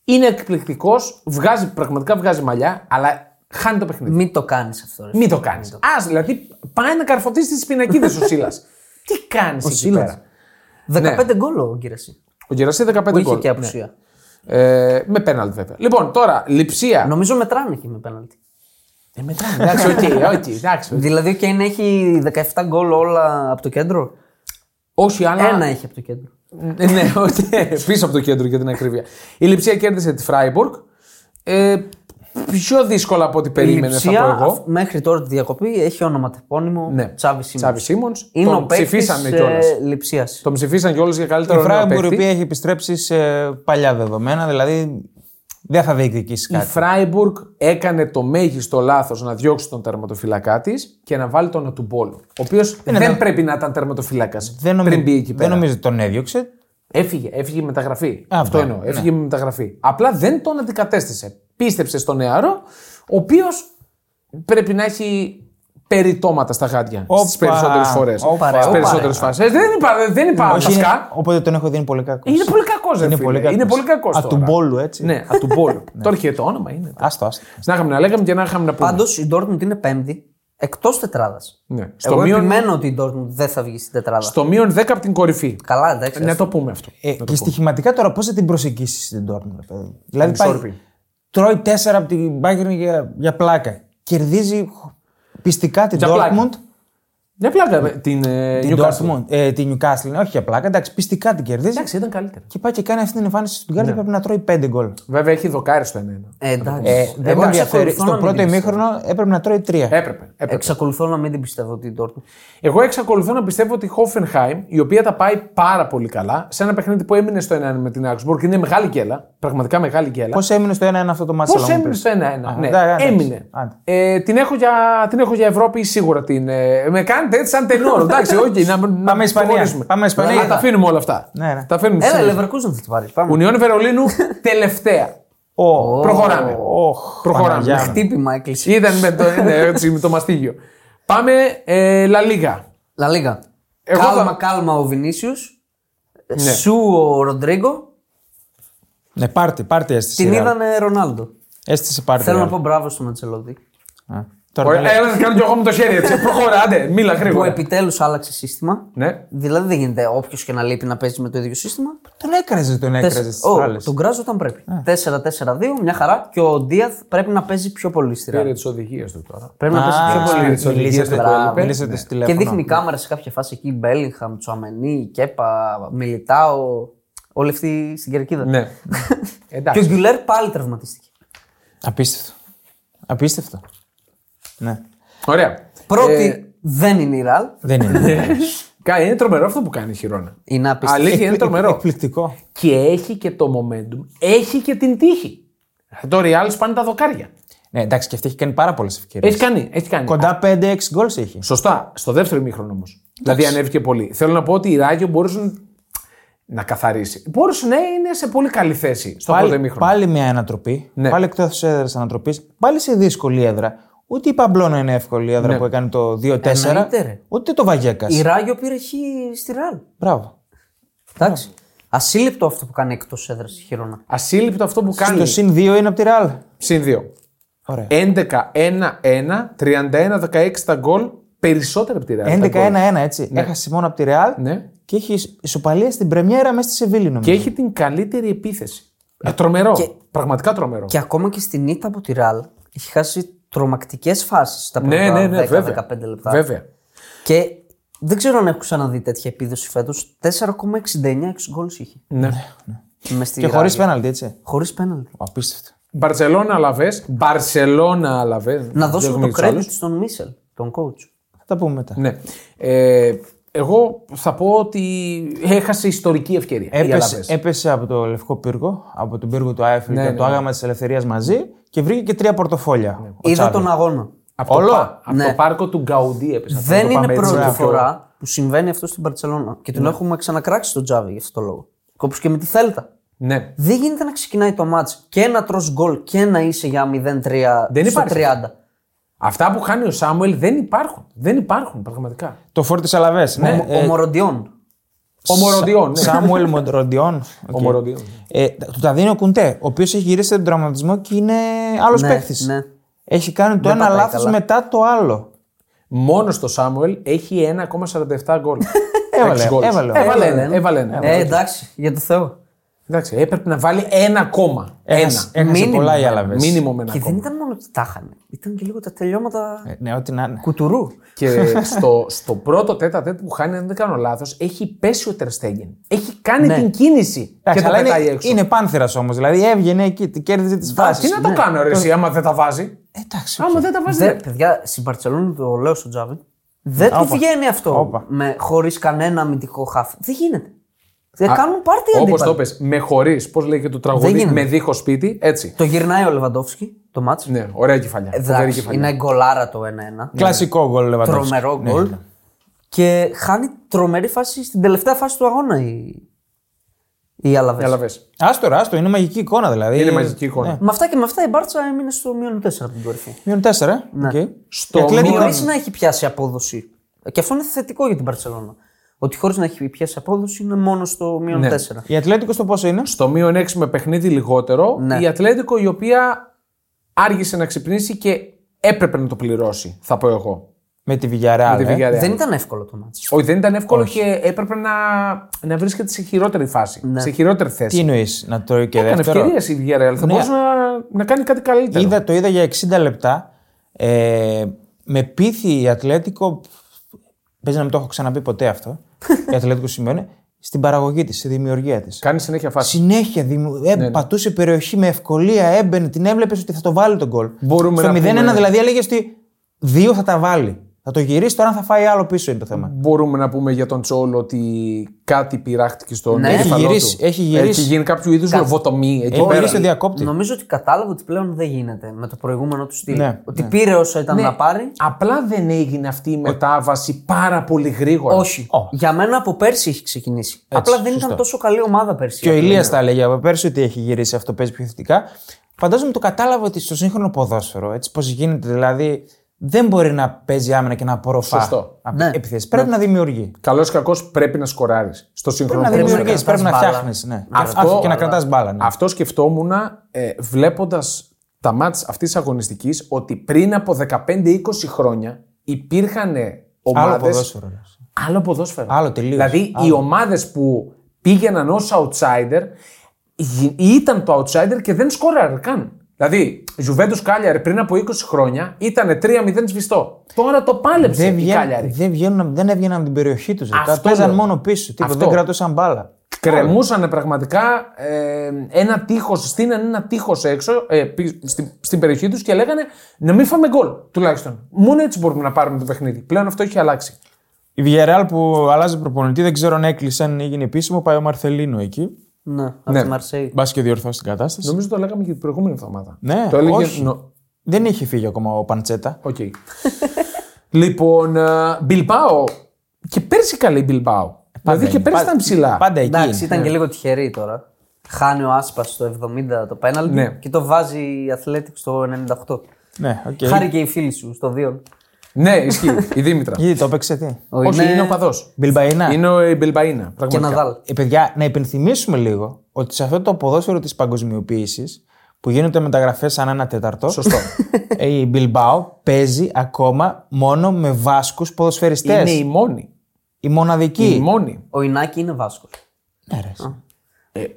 [SPEAKER 1] Είναι εκπληκτικό, βγάζει, πραγματικά βγάζει μαλλιά, αλλά χάνει το παιχνίδι.
[SPEAKER 2] Μην το κάνεις αυτό. Ρε.
[SPEAKER 1] Μην το κάνεις. Ας, δηλαδή πάει να καρφωτεί τις πινακίδες ο Σίλας. Τι κάνεις εκεί
[SPEAKER 2] Σίλας.
[SPEAKER 1] πέρα.
[SPEAKER 2] 15 γκολ ο Γκυρασί.
[SPEAKER 1] Ο Κερασί 15
[SPEAKER 2] Που είχε
[SPEAKER 1] γκολ. ναι.
[SPEAKER 2] και απουσία.
[SPEAKER 1] Ε, με πέναλτ βέβαια. Λοιπόν, τώρα, λειψία.
[SPEAKER 2] Νομίζω μετράνε εκεί με πέναλτι.
[SPEAKER 1] Ε, μετράμε. Εντάξει, οκ, οκ, εντάξει.
[SPEAKER 2] Δηλαδή, ο Κέιν έχει 17 γκολ όλα από το κέντρο.
[SPEAKER 1] Όχι, αλλά.
[SPEAKER 2] Ένα έχει από το κέντρο.
[SPEAKER 1] Ε, ναι, όχι, πίσω από το κέντρο για την ακρίβεια. Η Λιψία κέρδισε τη Φράιμπουργκ. Ε, πιο δύσκολα από ό,τι περίμενες,
[SPEAKER 2] Η
[SPEAKER 1] θα πω
[SPEAKER 2] Λειψία,
[SPEAKER 1] εγώ.
[SPEAKER 2] αφ- μέχρι τώρα τη διακοπή έχει όνομα τεπώνυμο
[SPEAKER 1] Ναι.
[SPEAKER 2] Τσάβη Σίμον.
[SPEAKER 1] Τσάβη Σίμονς.
[SPEAKER 2] Είναι
[SPEAKER 1] Τον
[SPEAKER 2] ο παίκτης
[SPEAKER 1] ψηφίσανε κιόλας.
[SPEAKER 2] ε, Λειψίας.
[SPEAKER 1] Τον ψηφίσαν κιόλας για
[SPEAKER 3] Η
[SPEAKER 1] καλύτερο νέο
[SPEAKER 3] Φράιμπουργκ η
[SPEAKER 1] παίκτη.
[SPEAKER 3] οποία έχει επιστρέψει σε παλιά δεδομένα, δηλαδή δεν θα διεκδικήσει
[SPEAKER 1] Η
[SPEAKER 3] κάτι.
[SPEAKER 1] Φράιμπουργκ έκανε το μέγιστο λάθος να διώξει τον τερματοφυλακά της και να βάλει τον Ατουμπόλ. Ο οποίος δεν
[SPEAKER 3] δεν-
[SPEAKER 1] πρέπει να ήταν τερματοφυλάκας
[SPEAKER 3] Δεν, νομι-
[SPEAKER 1] πριν μπει εκεί πέρα.
[SPEAKER 3] δεν νομίζω ότι τον έδιωξε.
[SPEAKER 1] Έφυγε, έφυγε με μεταγραφή.
[SPEAKER 3] Α, ναι,
[SPEAKER 1] Αυτό
[SPEAKER 3] βέβαια,
[SPEAKER 1] εννοώ. Έφυγε με μεταγραφή. Απλά δεν τον αντικατέστησε. Πίστεψε στον νεαρό, ο οποίος πρέπει να έχει περιτώματα στα γάτια στι
[SPEAKER 3] Όπα.
[SPEAKER 1] περισσότερες φορές.
[SPEAKER 3] Όπα,
[SPEAKER 1] Στι
[SPEAKER 3] ρε,
[SPEAKER 1] περισσότερε
[SPEAKER 3] όπα, ρε.
[SPEAKER 1] φάσεις. Ε, Δεν υπάρχει δεν είπα
[SPEAKER 3] Όχι, είναι-
[SPEAKER 1] βασικά.
[SPEAKER 3] Οπότε τον έχω δίνει πολύ κακός.
[SPEAKER 1] Είναι πολύ κακός, δεν Είναι πολύ κακό.
[SPEAKER 3] Α του μπόλου, έτσι.
[SPEAKER 1] Ναι, ατουμπόλου. Τώρα και το όνομα είναι.
[SPEAKER 3] Άστο, άστο.
[SPEAKER 1] Να είχαμε να λέγαμε και να είχαμε να πούμε.
[SPEAKER 2] Πάντως η Dortmund είναι πέμπτη εκτός τετράδας.
[SPEAKER 1] Ναι. Στο
[SPEAKER 2] Εγώ
[SPEAKER 1] μείον-
[SPEAKER 2] επιμένω ότι η Dortmund δεν θα βγει στην τετράδα.
[SPEAKER 1] Στο Ναι. μείον 10 από την κορυφή.
[SPEAKER 2] Καλά, εντάξει.
[SPEAKER 1] Να
[SPEAKER 2] ας-
[SPEAKER 1] το πούμε αυτό.
[SPEAKER 3] Ε, και στοιχηματικά τώρα πώς θα την προσεγγίσεις την Dortmund, ρε παιδί. Δηλαδή πάει,
[SPEAKER 1] Ανισόρροπη.
[SPEAKER 3] τρώει τέσσερα από την Bayern για, για πλάκα. Κερδίζει πιστικά την
[SPEAKER 1] Για πλάκα.
[SPEAKER 3] Dortmund.
[SPEAKER 1] Μια πλάκα. με Την ε,
[SPEAKER 3] Την
[SPEAKER 1] Newcastle.
[SPEAKER 3] Dortmund, ε, την Newcastle, ναι, όχι για πλάκα, εντάξει, πιστικά την κερδίζει.
[SPEAKER 1] Εντάξει, Ναι. ήταν καλύτερα.
[SPEAKER 3] Και πάει και κάνει αυτή την εμφάνιση στην Κάρτα πρέπει να τρώει πέντε γκολ.
[SPEAKER 1] Βέβαια έχει δοκάρι στο 1-1.
[SPEAKER 2] Ε, εντάξει.
[SPEAKER 3] Ε, δεν με ενδιαφέρει.
[SPEAKER 2] εξακολουθώ να
[SPEAKER 3] Στο
[SPEAKER 2] μην
[SPEAKER 3] πρώτο
[SPEAKER 2] την πιστεύω.
[SPEAKER 3] ημίχρονο έπρεπε να τρώει τρία.
[SPEAKER 1] Έπρεπε. έπρεπε.
[SPEAKER 2] Εξακολουθώ να μην την πιστεύω ότι η Dortmund.
[SPEAKER 1] Εγώ εξακολουθώ να πιστεύω ότι η Hoffenheim, η οποία τα πάει πάρα πολύ καλά, σε ένα παιχνίδι που έμεινε στο 1-1 με την Augsburg, είναι μεγάλη γκέλα. Πραγματικά μεγάλη γκέλα.
[SPEAKER 3] Πώς έμεινε στο 1-1 αυτό το μάτι,
[SPEAKER 1] Πώς έμεινε στο 1-1. ναι,
[SPEAKER 3] εντάξει, εντάξει.
[SPEAKER 1] έμεινε.
[SPEAKER 3] Άντε.
[SPEAKER 1] Ε, την, έχω για, την έχω για Ευρώπη σίγουρα. Την, ε, με κάνετε έτσι σαν τενόρο.
[SPEAKER 3] [laughs]
[SPEAKER 1] Εντάξει, όχι, να, να
[SPEAKER 3] Πάμε Ισπανία.
[SPEAKER 1] προχωρήσουμε.
[SPEAKER 3] Πάμε Ισπανία.
[SPEAKER 1] Αλλά τα αφήνουμε όλα αυτά.
[SPEAKER 3] Ναι, ναι.
[SPEAKER 1] Τα αφήνουμε
[SPEAKER 2] Έλα,
[SPEAKER 1] Έλα,
[SPEAKER 2] Leverkusen θα την πάρεις. Πάμε.
[SPEAKER 1] Ουνιόν Βερολίνου [laughs] τελευταία. Προχωράμε.
[SPEAKER 3] Οχ,
[SPEAKER 1] Προχωράμε.
[SPEAKER 3] Παναγιά μου.
[SPEAKER 2] Χτύπημα έκλεισε.
[SPEAKER 1] Ήταν με το, ναι, έτσι, με το μαστίγιο. Πάμε ε, La Liga.
[SPEAKER 2] Λα Λίγα.
[SPEAKER 1] Εγώ
[SPEAKER 2] Κάλμα,
[SPEAKER 1] θα- Ναι.
[SPEAKER 2] κάλμα ο Βινίσιους. Σου ο Ροντρίγκο.
[SPEAKER 3] Ναι, πάρτι, πάρτι αίσθηση.
[SPEAKER 2] Την
[SPEAKER 3] ρε.
[SPEAKER 2] είδανε Ρονάλντο.
[SPEAKER 3] Αίσθηση πάρτι.
[SPEAKER 2] Θέλω
[SPEAKER 3] ρε.
[SPEAKER 2] να πω μπράβο στο Ματσελότη.
[SPEAKER 3] Α, Τώρα
[SPEAKER 1] Ωραία,
[SPEAKER 3] τα λέω.
[SPEAKER 1] Ε, Έλα, να κάνω κι εγώ με το χέρι έτσι. Προχώρα, άντε, μίλα
[SPEAKER 2] Που
[SPEAKER 1] γρήγορα.
[SPEAKER 2] επιτέλους άλλαξε σύστημα.
[SPEAKER 1] Ναι.
[SPEAKER 2] Δηλαδή δεν γίνεται όποιος και να λείπει να παίζει με το ίδιο σύστημα.
[SPEAKER 3] Τον έκραζες, τον έκραζε.
[SPEAKER 2] Τέσσερα- Ω, τον κράζω όταν πρέπει.
[SPEAKER 1] Ναι.
[SPEAKER 2] 4-4-2, μια χαρά. Και ο Ντίαθ πρέπει να παίζει πιο πολύ στη ρεάλ.
[SPEAKER 1] Πήρε ναι, τις οδηγίες του τώρα.
[SPEAKER 2] Πρέπει να παίζει πιο πολύ.
[SPEAKER 1] τις οδηγίες
[SPEAKER 3] Μιλήσατε
[SPEAKER 1] του
[SPEAKER 3] μπράβο,
[SPEAKER 1] έλειπε.
[SPEAKER 3] μιλήσατε
[SPEAKER 1] Ναι.
[SPEAKER 3] στο τηλέφωνο.
[SPEAKER 2] Και δείχνει η κάμερα σε κάποια φάση εκεί. Μπέλιγχαμ, Τσουαμενί, Κέπα, Μιλιτάο. Όλοι αυτοί στην κερκίδα. [laughs]
[SPEAKER 1] Ναι.
[SPEAKER 2] Και ο
[SPEAKER 1] Εντάξει.
[SPEAKER 2] Γκουλέρ πάλι τραυματίστηκε.
[SPEAKER 3] Απίστευτο. Απίστευτο. Ναι.
[SPEAKER 1] Ωραία.
[SPEAKER 2] Πρώτη
[SPEAKER 1] Ε,
[SPEAKER 2] δεν είναι η ρεάλ.
[SPEAKER 3] Δεν είναι.
[SPEAKER 1] κα- είναι τρομερό αυτό που κάνει η Χιρόνα.
[SPEAKER 2] Είναι απίστευτο.
[SPEAKER 1] Αλήθεια, είναι τρομερό.
[SPEAKER 3] Εκπληκτικό.
[SPEAKER 1] Και έχει και το momentum. Έχει και την τύχη. Ε, Το Real σπάνε τα δοκάρια.
[SPEAKER 3] Ναι, εντάξει, και αυτή έχει κάνει πάρα πολλές ευκαιρίες.
[SPEAKER 1] Έχει κάνει. Έχει κάνει.
[SPEAKER 3] Κοντά 5-6 γκολ έχει.
[SPEAKER 1] Σωστά. Στο δεύτερο ημίχρονο όμως. Δηλαδή ανέβηκε πολύ. Θέλω να πω ότι η Ράγιο μπορούσε να καθαρίσει. Μπορούσε να είναι σε πολύ καλή θέση στο πρώτο
[SPEAKER 3] Πάλι,
[SPEAKER 1] ημίχρονο.
[SPEAKER 3] πάλι μια ανατροπή.
[SPEAKER 1] Ναι.
[SPEAKER 3] Πάλι εκτός έδρας ανατροπής. Πάλι σε δύσκολη έδρα. Ούτε η Παμπλώνα είναι εύκολη έδρα που έκανε το 2-4.
[SPEAKER 2] Εννοείται, ρε.
[SPEAKER 3] Ούτε το Βαγέκα.
[SPEAKER 2] Η Ράγιο πήρε χ στη ρεάλ.
[SPEAKER 3] Μπράβο.
[SPEAKER 2] Εντάξει. Ασύλληπτο αυτό που κάνει εκτός έδρας η Χιρόνα.
[SPEAKER 1] Ασύλληπτο αυτό που κάνει. Ε,
[SPEAKER 3] Το συν 2 είναι από τη Ραλ.
[SPEAKER 1] Συν 2.
[SPEAKER 3] Ωραία.
[SPEAKER 1] 11-1-1, 31-16 τα γκολ, περισσότερα από τη Real. 11-1.
[SPEAKER 3] 11-1-1 έτσι. Έχασε μόνο από τη Ρεάλ
[SPEAKER 1] Ναι.
[SPEAKER 3] και έχει ισοπαλία στην Πρεμιέρα μέσα στη Σεβίλη νομίζω.
[SPEAKER 1] Και έχει την καλύτερη επίθεση. Ε, τρομερό. Πραγματικά τρομερό.
[SPEAKER 2] Και ακόμα και στην ήττα από τη ρεάλ έχει χάσει τρομακτικές φάσεις τα
[SPEAKER 1] Ναι,
[SPEAKER 2] πρώτα
[SPEAKER 1] ναι, ναι,
[SPEAKER 2] 10-15
[SPEAKER 1] βέβαια.
[SPEAKER 2] λεπτά.
[SPEAKER 1] Βέβαια.
[SPEAKER 2] Και δεν ξέρω αν έχω ξαναδεί τέτοια επίδοση φέτος. 4,69 γκολ είχε.
[SPEAKER 1] Ναι.
[SPEAKER 2] Μες στη
[SPEAKER 3] Και χωρίς πέναλτι έτσι.
[SPEAKER 2] Χωρίς πέναλτι.
[SPEAKER 3] Απίστευτο.
[SPEAKER 1] Μπαρσελόνα Αλαβέ. Μπαρσελόνα Αλαβέ.
[SPEAKER 2] Να δώσουμε το credit στον Μίσελ, τον coach.
[SPEAKER 3] Θα τα πούμε μετά.
[SPEAKER 1] Ναι. Ε, εγώ θα πω ότι έχασε ιστορική ευκαιρία. η
[SPEAKER 3] Έπεσε, Ε,
[SPEAKER 1] Αλαβές.
[SPEAKER 3] έπεσε από το λευκό πύργο, από τον πύργο του Άιφελ και το άγαμα της ελευθερίας μαζί και βρήκε και τρία πορτοφόλια. Ο
[SPEAKER 2] Είδα
[SPEAKER 3] Τσάβη.
[SPEAKER 2] τον αγώνα.
[SPEAKER 1] Από, το,
[SPEAKER 3] όλο.
[SPEAKER 1] πα- από
[SPEAKER 2] Ναι.
[SPEAKER 1] το πάρκο του Γκαουντί έπεσε. αυτό, να
[SPEAKER 2] Δεν
[SPEAKER 1] το Ναι.
[SPEAKER 2] είναι
[SPEAKER 1] πάμε έτσι,
[SPEAKER 2] πρώτη
[SPEAKER 1] πιο-
[SPEAKER 2] φορά που συμβαίνει αυτό στην Παρσελόνα. Και την έχουμε ξανακράξει στον Τζάβι για αυτό το λόγο. Όπω και με τη Θέλτα.
[SPEAKER 1] Ναι.
[SPEAKER 2] Δεν γίνεται να ξεκινάει το μάτς και να τρως γκολ και να είσαι για 0-3
[SPEAKER 1] Δεν
[SPEAKER 2] στο
[SPEAKER 1] υπάρχει
[SPEAKER 2] 30.
[SPEAKER 1] Αυτά που χάνει ο Σάμουελ δεν υπάρχουν. Δεν υπάρχουν πραγματικά.
[SPEAKER 3] Το φόρτι Αλαβές. Ναι.
[SPEAKER 2] Ο,
[SPEAKER 1] Ε,
[SPEAKER 2] ο Μοροντιόν.
[SPEAKER 1] Ο Μοροντιόν. Ναι. [laughs]
[SPEAKER 3] Σάμουελ Μοντροντιόν.
[SPEAKER 1] Ο Μοροντιόν.
[SPEAKER 3] Ε, του τα δίνει ο Κουντέ, ο οποίος έχει γυρίσει τον τραυματισμό και είναι άλλος
[SPEAKER 2] Ναι,
[SPEAKER 3] παίχτη.
[SPEAKER 2] ναι.
[SPEAKER 3] Έχει κάνει το ένα
[SPEAKER 2] πατάει
[SPEAKER 3] λάθος
[SPEAKER 2] καλά.
[SPEAKER 3] μετά το άλλο.
[SPEAKER 2] [laughs]
[SPEAKER 1] Μόνος στο Σάμουελ έχει 1,47 γκολ.
[SPEAKER 3] Έβαλε,
[SPEAKER 1] Έξι goals.
[SPEAKER 3] έβαλε.
[SPEAKER 1] Έβαλε
[SPEAKER 2] Έβαλε,
[SPEAKER 1] Ε, ένα,
[SPEAKER 2] ναι.
[SPEAKER 1] έβαλε ένα.
[SPEAKER 2] Ε, εντάξει, για το Θεό.
[SPEAKER 1] Εντάξει, έπρεπε να βάλει ένα ακόμα.
[SPEAKER 3] Έχασε,
[SPEAKER 1] ένα.
[SPEAKER 3] έχασε
[SPEAKER 2] Μήνυμα.
[SPEAKER 3] πολλά οι Αλαβέ.
[SPEAKER 1] Μήνυμο με ένα
[SPEAKER 2] Και δεν
[SPEAKER 1] ακόμα.
[SPEAKER 2] ήταν μόνο ότι τα χάνε. Ήταν και λίγο τα τελειώματα
[SPEAKER 3] Ναι, ό,τι να είναι.
[SPEAKER 2] κουτουρού. [laughs]
[SPEAKER 1] Και στο, στο πρώτο τέτα τέτα που χάνει, αν δεν κάνω λάθος, έχει πέσει ο Τερστέγγεν. Έχει κάνει
[SPEAKER 2] Ναι.
[SPEAKER 1] την κίνηση.
[SPEAKER 3] Εντάξει,
[SPEAKER 1] και τα
[SPEAKER 3] αλλά
[SPEAKER 1] πετάει
[SPEAKER 3] είναι,
[SPEAKER 1] έξω.
[SPEAKER 3] είναι πάνθυρας όμως. Δηλαδή έβγαινε εκεί, τι- κέρδιζε τις
[SPEAKER 1] Α,
[SPEAKER 3] φάσεις.
[SPEAKER 1] τι να ναι. το κάνω, ρε, εσύ, άμα δεν τα βάζει.
[SPEAKER 3] Εντάξει.
[SPEAKER 1] Άμα δεν τα βάζει.
[SPEAKER 2] Δε,
[SPEAKER 1] δεν-
[SPEAKER 2] παιδιά, στην Παρσελόνη το λέω στον Τζάβιν. Δεν του
[SPEAKER 3] Όπα.
[SPEAKER 2] βγαίνει αυτό
[SPEAKER 3] Όπα.
[SPEAKER 2] με, χωρίς κανένα αμυντικό χάφ. Δεν γίνεται. Δεν
[SPEAKER 1] Α,
[SPEAKER 2] κάνουν πάρτι
[SPEAKER 1] Όπως το
[SPEAKER 2] αντίπαλοι.
[SPEAKER 1] πες, με χωρίς, πώς λέει και το
[SPEAKER 2] Δεν
[SPEAKER 1] τραγούδι,
[SPEAKER 2] γίνεται.
[SPEAKER 1] με δίχως σπίτι, έτσι.
[SPEAKER 2] Το γυρνάει ο Λεβαντόφσκι το μάτς. Ε,
[SPEAKER 1] Ναι, ωραία κεφαλιά. Φοβερή
[SPEAKER 2] Εντάξει,
[SPEAKER 1] κεφαλιά.
[SPEAKER 2] είναι γκολάρα το 1-1.
[SPEAKER 3] Κλασικό γκολ Λεβαντόφσκι.
[SPEAKER 2] Τρομερό
[SPEAKER 3] Ναι.
[SPEAKER 2] γκολ. Και χάνει τρομερή φάση στην τελευταία φάση του αγώνα η, η Αλαβές.
[SPEAKER 1] Αλλά βες.
[SPEAKER 3] Άστο, ρε, άστο, είναι μαγική εικόνα δηλαδή.
[SPEAKER 2] Ε,
[SPEAKER 1] Είναι μαζική εικόνα.
[SPEAKER 2] Με αυτά και με αυτά η Μπάρτσα έμεινε στο μείον 4 από την κορυφή.
[SPEAKER 3] Ναι, Μείον 4. Okay.
[SPEAKER 2] Ε,
[SPEAKER 1] Στο
[SPEAKER 3] Ατλέτικο-
[SPEAKER 1] μείον-
[SPEAKER 2] Χωρίς να έχει πιάσει απόδοση. Και αυτό είναι θετικό για την Παρσελόνα. Ότι χωρίς να έχει πιάσει απόδοση είναι μόνο στο μείον 4.
[SPEAKER 3] Η Ατλέτικο το πόσο είναι.
[SPEAKER 1] Στο μείον 6 με παιχνίδι λιγότερο,
[SPEAKER 2] Ναι.
[SPEAKER 1] η Ατλέτικο η οποία άργησε να ξυπνήσει και έπρεπε να το πληρώσει, θα πω εγώ.
[SPEAKER 3] Με τη ε. Βηγιαρά.
[SPEAKER 1] τη Villarreal.
[SPEAKER 2] ναι. Δεν ήταν εύκολο το μάτσο.
[SPEAKER 1] Όχι, δεν ήταν εύκολο και έπρεπε να, να βρίσκεται σε χειρότερη φάση.
[SPEAKER 2] Ναι.
[SPEAKER 1] Σε χειρότερη θέση.
[SPEAKER 3] Τι εννοείς να τρώει και
[SPEAKER 1] Έκανε
[SPEAKER 3] δεύτερο.
[SPEAKER 1] ευκαιρίες η Villarreal. Θα
[SPEAKER 3] Ναι.
[SPEAKER 1] μπορούσε να, να κάνει κάτι καλύτερο.
[SPEAKER 3] Είδα, το είδα για 60 λεπτά. Ε, με πείθη η Ατλέτικο. Παίζει να μην το έχω ξαναπεί ποτέ
[SPEAKER 1] [laughs]
[SPEAKER 3] αυτό. η Ατλέτικος σημαίνει. Στην παραγωγή της, στη δημιουργία της.
[SPEAKER 1] Κάνει συνέχεια φάση.
[SPEAKER 3] Συνέχεια δημιου...
[SPEAKER 1] Ναι,
[SPEAKER 3] ε, πατούσε περιοχή με ευκολία, έμπαινε, την έβλεπες ότι θα το βάλει τον κολ.
[SPEAKER 1] Μπορούμε
[SPEAKER 3] Στο
[SPEAKER 1] να
[SPEAKER 3] 0-1
[SPEAKER 1] πούμε- ναι.
[SPEAKER 3] δηλαδή έλεγε ότι δύο θα τα βάλει. Θα το γυρίσει τώρα, αν θα φάει άλλο πίσω είναι το θέμα.
[SPEAKER 1] Μπορούμε να πούμε για τον Τσόλο ότι κάτι πειράχτηκε στον
[SPEAKER 2] Ναι. Έχει
[SPEAKER 1] εγκέφαλό
[SPEAKER 3] γυρίσει,
[SPEAKER 1] του. Ε,
[SPEAKER 3] έχει γυρίσει.
[SPEAKER 1] Έχει γίνει κάποιο είδους λοβοτομή εκεί
[SPEAKER 3] Έχει
[SPEAKER 1] πέρα.
[SPEAKER 3] γυρίσει το διακόπτης.
[SPEAKER 2] Νομίζω ότι κατάλαβε ότι πλέον δεν γίνεται με το προηγούμενο του στυλ.
[SPEAKER 3] Ναι,
[SPEAKER 2] ότι πήρε όσα ήταν να πάρει.
[SPEAKER 1] Απλά δεν έγινε αυτή η μετάβαση πάρα πολύ γρήγορα.
[SPEAKER 2] Όχι.
[SPEAKER 3] Ω.
[SPEAKER 2] Για μένα από πέρσι έχει ξεκινήσει. Απλά δεν ήταν τόσο καλή ομάδα πέρσι.
[SPEAKER 3] Και ο Ηλία τα έλεγε από πέρσι ότι έχει γυρίσει αυτό, παίζει πιο θετικά. Φαντάζομαι το κατάλαβα ότι στο σύγχρονο ποδόσφαιρο, έτσι πώς γίνεται, δηλαδή δεν μπορεί να παίζει άμυνα και να απορροφά
[SPEAKER 1] Σωστό.
[SPEAKER 3] απ-
[SPEAKER 2] Ναι.
[SPEAKER 3] επιθέσεις. Πρέπει να δημιουργεί.
[SPEAKER 1] Καλός ή κακός πρέπει να σκοράρεις στο σύγχρονο
[SPEAKER 3] Πρέπει να
[SPEAKER 1] ποδόσφαιρο.
[SPEAKER 3] δημιουργεί, πρέπει να
[SPEAKER 2] μπάλα.
[SPEAKER 3] φτιάχνεις. Ναι.
[SPEAKER 2] Να
[SPEAKER 3] Αυτό-
[SPEAKER 1] κρατάς
[SPEAKER 3] και να κρατάς μπάλα. ναι.
[SPEAKER 1] Αυτό σκεφτόμουν ε, βλέποντας τα μάτς αυτής της αγωνιστικής ότι πριν από 15-20 χρόνια υπήρχαν ομάδε.
[SPEAKER 3] Άλλο ποδόσφαιρο. ρε.
[SPEAKER 1] Άλλο ποδόσφαιρο.
[SPEAKER 3] Άλλο, τελείως.
[SPEAKER 1] Δηλαδή οι ομάδες που πήγαιναν ως outsider γι- ήταν το outsider και δεν σκόραραν καν. Δηλαδή, Juventus Κάλιαρ πριν από 20 χρόνια ήταν 3-0 σβηστό. Τώρα το πάλεψε
[SPEAKER 3] Δεν,
[SPEAKER 1] η
[SPEAKER 3] βγαίνουν,
[SPEAKER 1] Κάλιαρη.
[SPEAKER 3] δεν, βγαίνουν, δεν έβγαιναν από την περιοχή τους.
[SPEAKER 1] Αυτό
[SPEAKER 3] Παίζαν
[SPEAKER 1] λέω.
[SPEAKER 3] μόνο πίσω. Τίποτα,
[SPEAKER 1] Αυτό.
[SPEAKER 3] δεν κρατούσαν μπάλα.
[SPEAKER 1] Κρεμούσαν πραγματικά ε, ένα τείχος, στείναν ένα τείχος έξω ε, πι- στην, στην περιοχή τους και λέγανε να μην φάμε γκολ τουλάχιστον. Μόνο έτσι μπορούμε να πάρουμε το παιχνίδι. Πλέον αυτό έχει αλλάξει.
[SPEAKER 3] Η Villarreal που αλλάζει προπονητή, δεν ξέρω αν έκλεισε, αν έγινε επίσημο, πάει ο Μαρθελίνο εκεί.
[SPEAKER 2] Ναι, από
[SPEAKER 1] Ναι.
[SPEAKER 2] τη Μαρσέη.
[SPEAKER 3] Μπας και διορθώσεις την κατάσταση.
[SPEAKER 1] Νομίζω το λέγαμε και την προηγούμενη εβδομάδα.
[SPEAKER 3] Ναι,
[SPEAKER 1] το έλεγε.
[SPEAKER 3] όχι.
[SPEAKER 1] νο-
[SPEAKER 3] Δεν είχε φύγει ακόμα ο Παντσέτα.
[SPEAKER 1] Οκ. [laughs] λοιπόν, ε, Μπιλμπάο. Και πέρσι καλή η Μπιλμπάο. Δηλαδή και
[SPEAKER 3] Ε, είναι.
[SPEAKER 1] πέρσι
[SPEAKER 3] Πα-
[SPEAKER 1] ήταν ψηλά.
[SPEAKER 3] Πάντα εκεί.
[SPEAKER 2] Εντάξει,
[SPEAKER 3] είναι.
[SPEAKER 2] ήταν και λίγο τυχερή τώρα. Χάνει ο Άσπας στο 70 το πέναλτι
[SPEAKER 1] Ναι.
[SPEAKER 2] και το βάζει η Αθλέτικ στο 98.
[SPEAKER 3] Ναι, οκ.
[SPEAKER 2] Χάρη και οι φίλοι σου στο 2.
[SPEAKER 1] Ναι, ισχύει. Η Δήμητρα.
[SPEAKER 3] [laughs] Γιατί το έπαιξε τι.
[SPEAKER 1] Όχι, είναι ο παδός.
[SPEAKER 3] Μπιλμπαϊνά.
[SPEAKER 1] Είναι ο- η Μπιλμπαίνα.
[SPEAKER 2] Και
[SPEAKER 1] Πραγματικά.
[SPEAKER 2] Ναδάλ.
[SPEAKER 3] Ε, παιδιά, να υπενθυμίσουμε λίγο ότι σε αυτό το ποδόσφαιρο της παγκοσμιοποίησης που γίνονται μεταγραφές σαν ένα τέταρτο.
[SPEAKER 1] Σωστό.
[SPEAKER 3] ε, [laughs] Η Μπιλμπάο παίζει ακόμα μόνο με Βάσκους ποδοσφαιριστές.
[SPEAKER 1] είναι η μόνη.
[SPEAKER 3] Η μοναδική.
[SPEAKER 1] Η μόνη.
[SPEAKER 2] Ο Ινάκη είναι Βάσκος.
[SPEAKER 3] Ναι, ρε.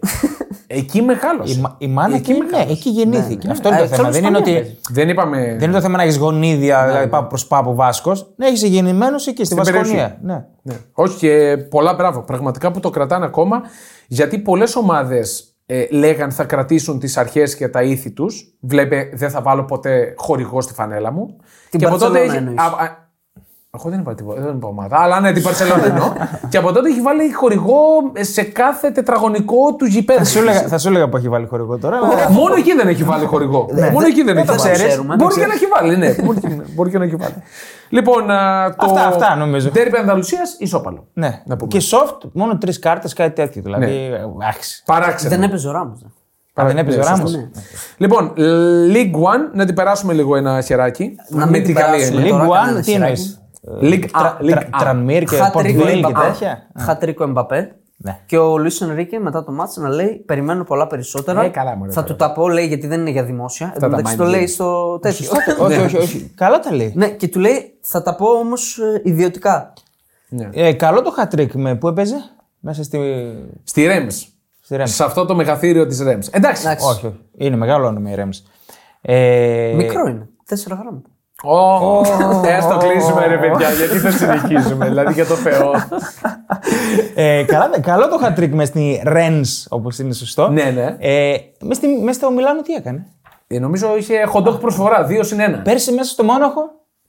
[SPEAKER 1] Εκεί μεγάλωσε.
[SPEAKER 3] Η, μα- η μάνα εκεί, ναι, εκεί γεννήθηκε. Αυτό
[SPEAKER 2] Ε,
[SPEAKER 3] είναι το θέμα.
[SPEAKER 2] τέλος
[SPEAKER 3] Δεν είναι,
[SPEAKER 2] πάντων,
[SPEAKER 3] ότι,
[SPEAKER 2] παίζει.
[SPEAKER 1] Δεν είπαμε.
[SPEAKER 3] δεν είναι το θέμα να έχεις
[SPEAKER 1] Ναι,
[SPEAKER 3] γονίδια δηλαδή, πά- προς πάπου Ναι, Βάσκο. Να έχει γεννημένο εκεί, στη Βασκονία.
[SPEAKER 1] περιοχή.
[SPEAKER 3] Ναι.
[SPEAKER 1] Ναι. Όχι και πολλά μπράβο. Πραγματικά που το κρατάνε ακόμα. Γιατί πολλές ομάδες ε, λέγαν θα κρατήσουν τις αρχές και τα ήθη τους. Βλέπε, δεν θα βάλω ποτέ χορηγό στη φανέλα μου.
[SPEAKER 2] Την
[SPEAKER 1] και από τότε
[SPEAKER 2] Barcelona
[SPEAKER 1] έχει.
[SPEAKER 2] εννοείς.
[SPEAKER 1] α- α- εγώ δεν είπα, τίποτα, δεν είπα ομάδα, αλλά ναι, την Παρσελόνα εννοώ. και από τότε έχει βάλει χορηγό σε κάθε τετραγωνικό του γηπέδου.
[SPEAKER 3] Θα σου έλεγα- Θα σου έλεγα που έχει βάλει χορηγό
[SPEAKER 1] [laughs]
[SPEAKER 3] τώρα. αλλά-
[SPEAKER 1] Μόνο εκεί δεν έχει βάλει χορηγό. Μόνο εκεί δεν έχει
[SPEAKER 2] το
[SPEAKER 1] βάλει.
[SPEAKER 2] ξέρεις.
[SPEAKER 1] Μπορεί και να έχει βάλει, ναι. Μπορεί και- Μπορεί και να έχει βάλει. Λοιπόν, α, το.
[SPEAKER 3] Αυτά- αυτά νομίζω.
[SPEAKER 1] Ντέρμπι Ανταλουσία, ισόπαλο.
[SPEAKER 3] Ναι.
[SPEAKER 1] Να πούμε.
[SPEAKER 3] Και soft, μόνο τρεις κάρτες, κάτι τέτοιο. Δηλαδή. ε, άξι.
[SPEAKER 1] Παράξενο.
[SPEAKER 2] Δεν έπαιζε ο ε. Ράμο.
[SPEAKER 3] Α, δεν έπαιζε ο
[SPEAKER 1] Ναι,
[SPEAKER 3] Ράμος.
[SPEAKER 1] σωστό. Λοιπόν, League One, να την περάσουμε λίγο ένα χεράκι.
[SPEAKER 2] Να μην την περάσουμε.
[SPEAKER 1] έννοια.
[SPEAKER 2] Ε, Τώρα
[SPEAKER 3] League
[SPEAKER 2] έκανε
[SPEAKER 3] One,
[SPEAKER 2] ένα
[SPEAKER 3] τι εννοεί.
[SPEAKER 1] League A, League A.
[SPEAKER 3] Τρανμίρ και
[SPEAKER 2] Χατρίκο
[SPEAKER 3] Πορτβίλ και
[SPEAKER 2] Εμπαπέ.
[SPEAKER 3] τέτοια.
[SPEAKER 2] Χατρίκο Εμπαπέ.
[SPEAKER 3] Ναι.
[SPEAKER 2] Και ο Λουίς Ενρίκε μετά το μάτς να λέει: Περιμένω πολλά περισσότερα.
[SPEAKER 1] Ε, καλά, μωρέ,
[SPEAKER 2] θα
[SPEAKER 1] τώρα.
[SPEAKER 2] του τα πω, λέει, γιατί δεν είναι για δημόσια. Εν τω
[SPEAKER 1] τα
[SPEAKER 2] μεταξύ το
[SPEAKER 1] μάγια.
[SPEAKER 2] λέει στο τέτοιο.
[SPEAKER 1] Ναι.
[SPEAKER 3] Όχι, όχι, όχι. Καλά τα λέει.
[SPEAKER 2] Ναι, και του λέει: Θα τα πω όμως ε, ιδιωτικά.
[SPEAKER 3] Ε, καλό το χατρίκ με που έπαιζε μέσα στη.
[SPEAKER 1] Στη Ρέμ.
[SPEAKER 3] στη Rams.
[SPEAKER 1] Σε αυτό το μεγαθύριο της Ρέμ. Εντάξει.
[SPEAKER 2] Εντάξει.
[SPEAKER 3] Όχι, όχι. Είναι μεγάλο όνομα η Rams. Ε,
[SPEAKER 2] Μικρό είναι. Τέσσερα γράμματα.
[SPEAKER 1] Ω, Ε, Ας το κλείσουμε, ρε παιδιά, γιατί θα συνεχίζουμε. Δηλαδή για το Θεό.
[SPEAKER 3] Ε, καλά, καλό το χατρίκ μες στη Rens, όπως είναι σωστό.
[SPEAKER 1] Ναι, ναι.
[SPEAKER 3] Ε, μες, στη, μες στο Μιλάνο τι έκανε.
[SPEAKER 1] Ε, Νομίζω είχε χοντόκ προσφορά, 2 συν 1.
[SPEAKER 3] Πέρσι μέσα στο Μόναχο,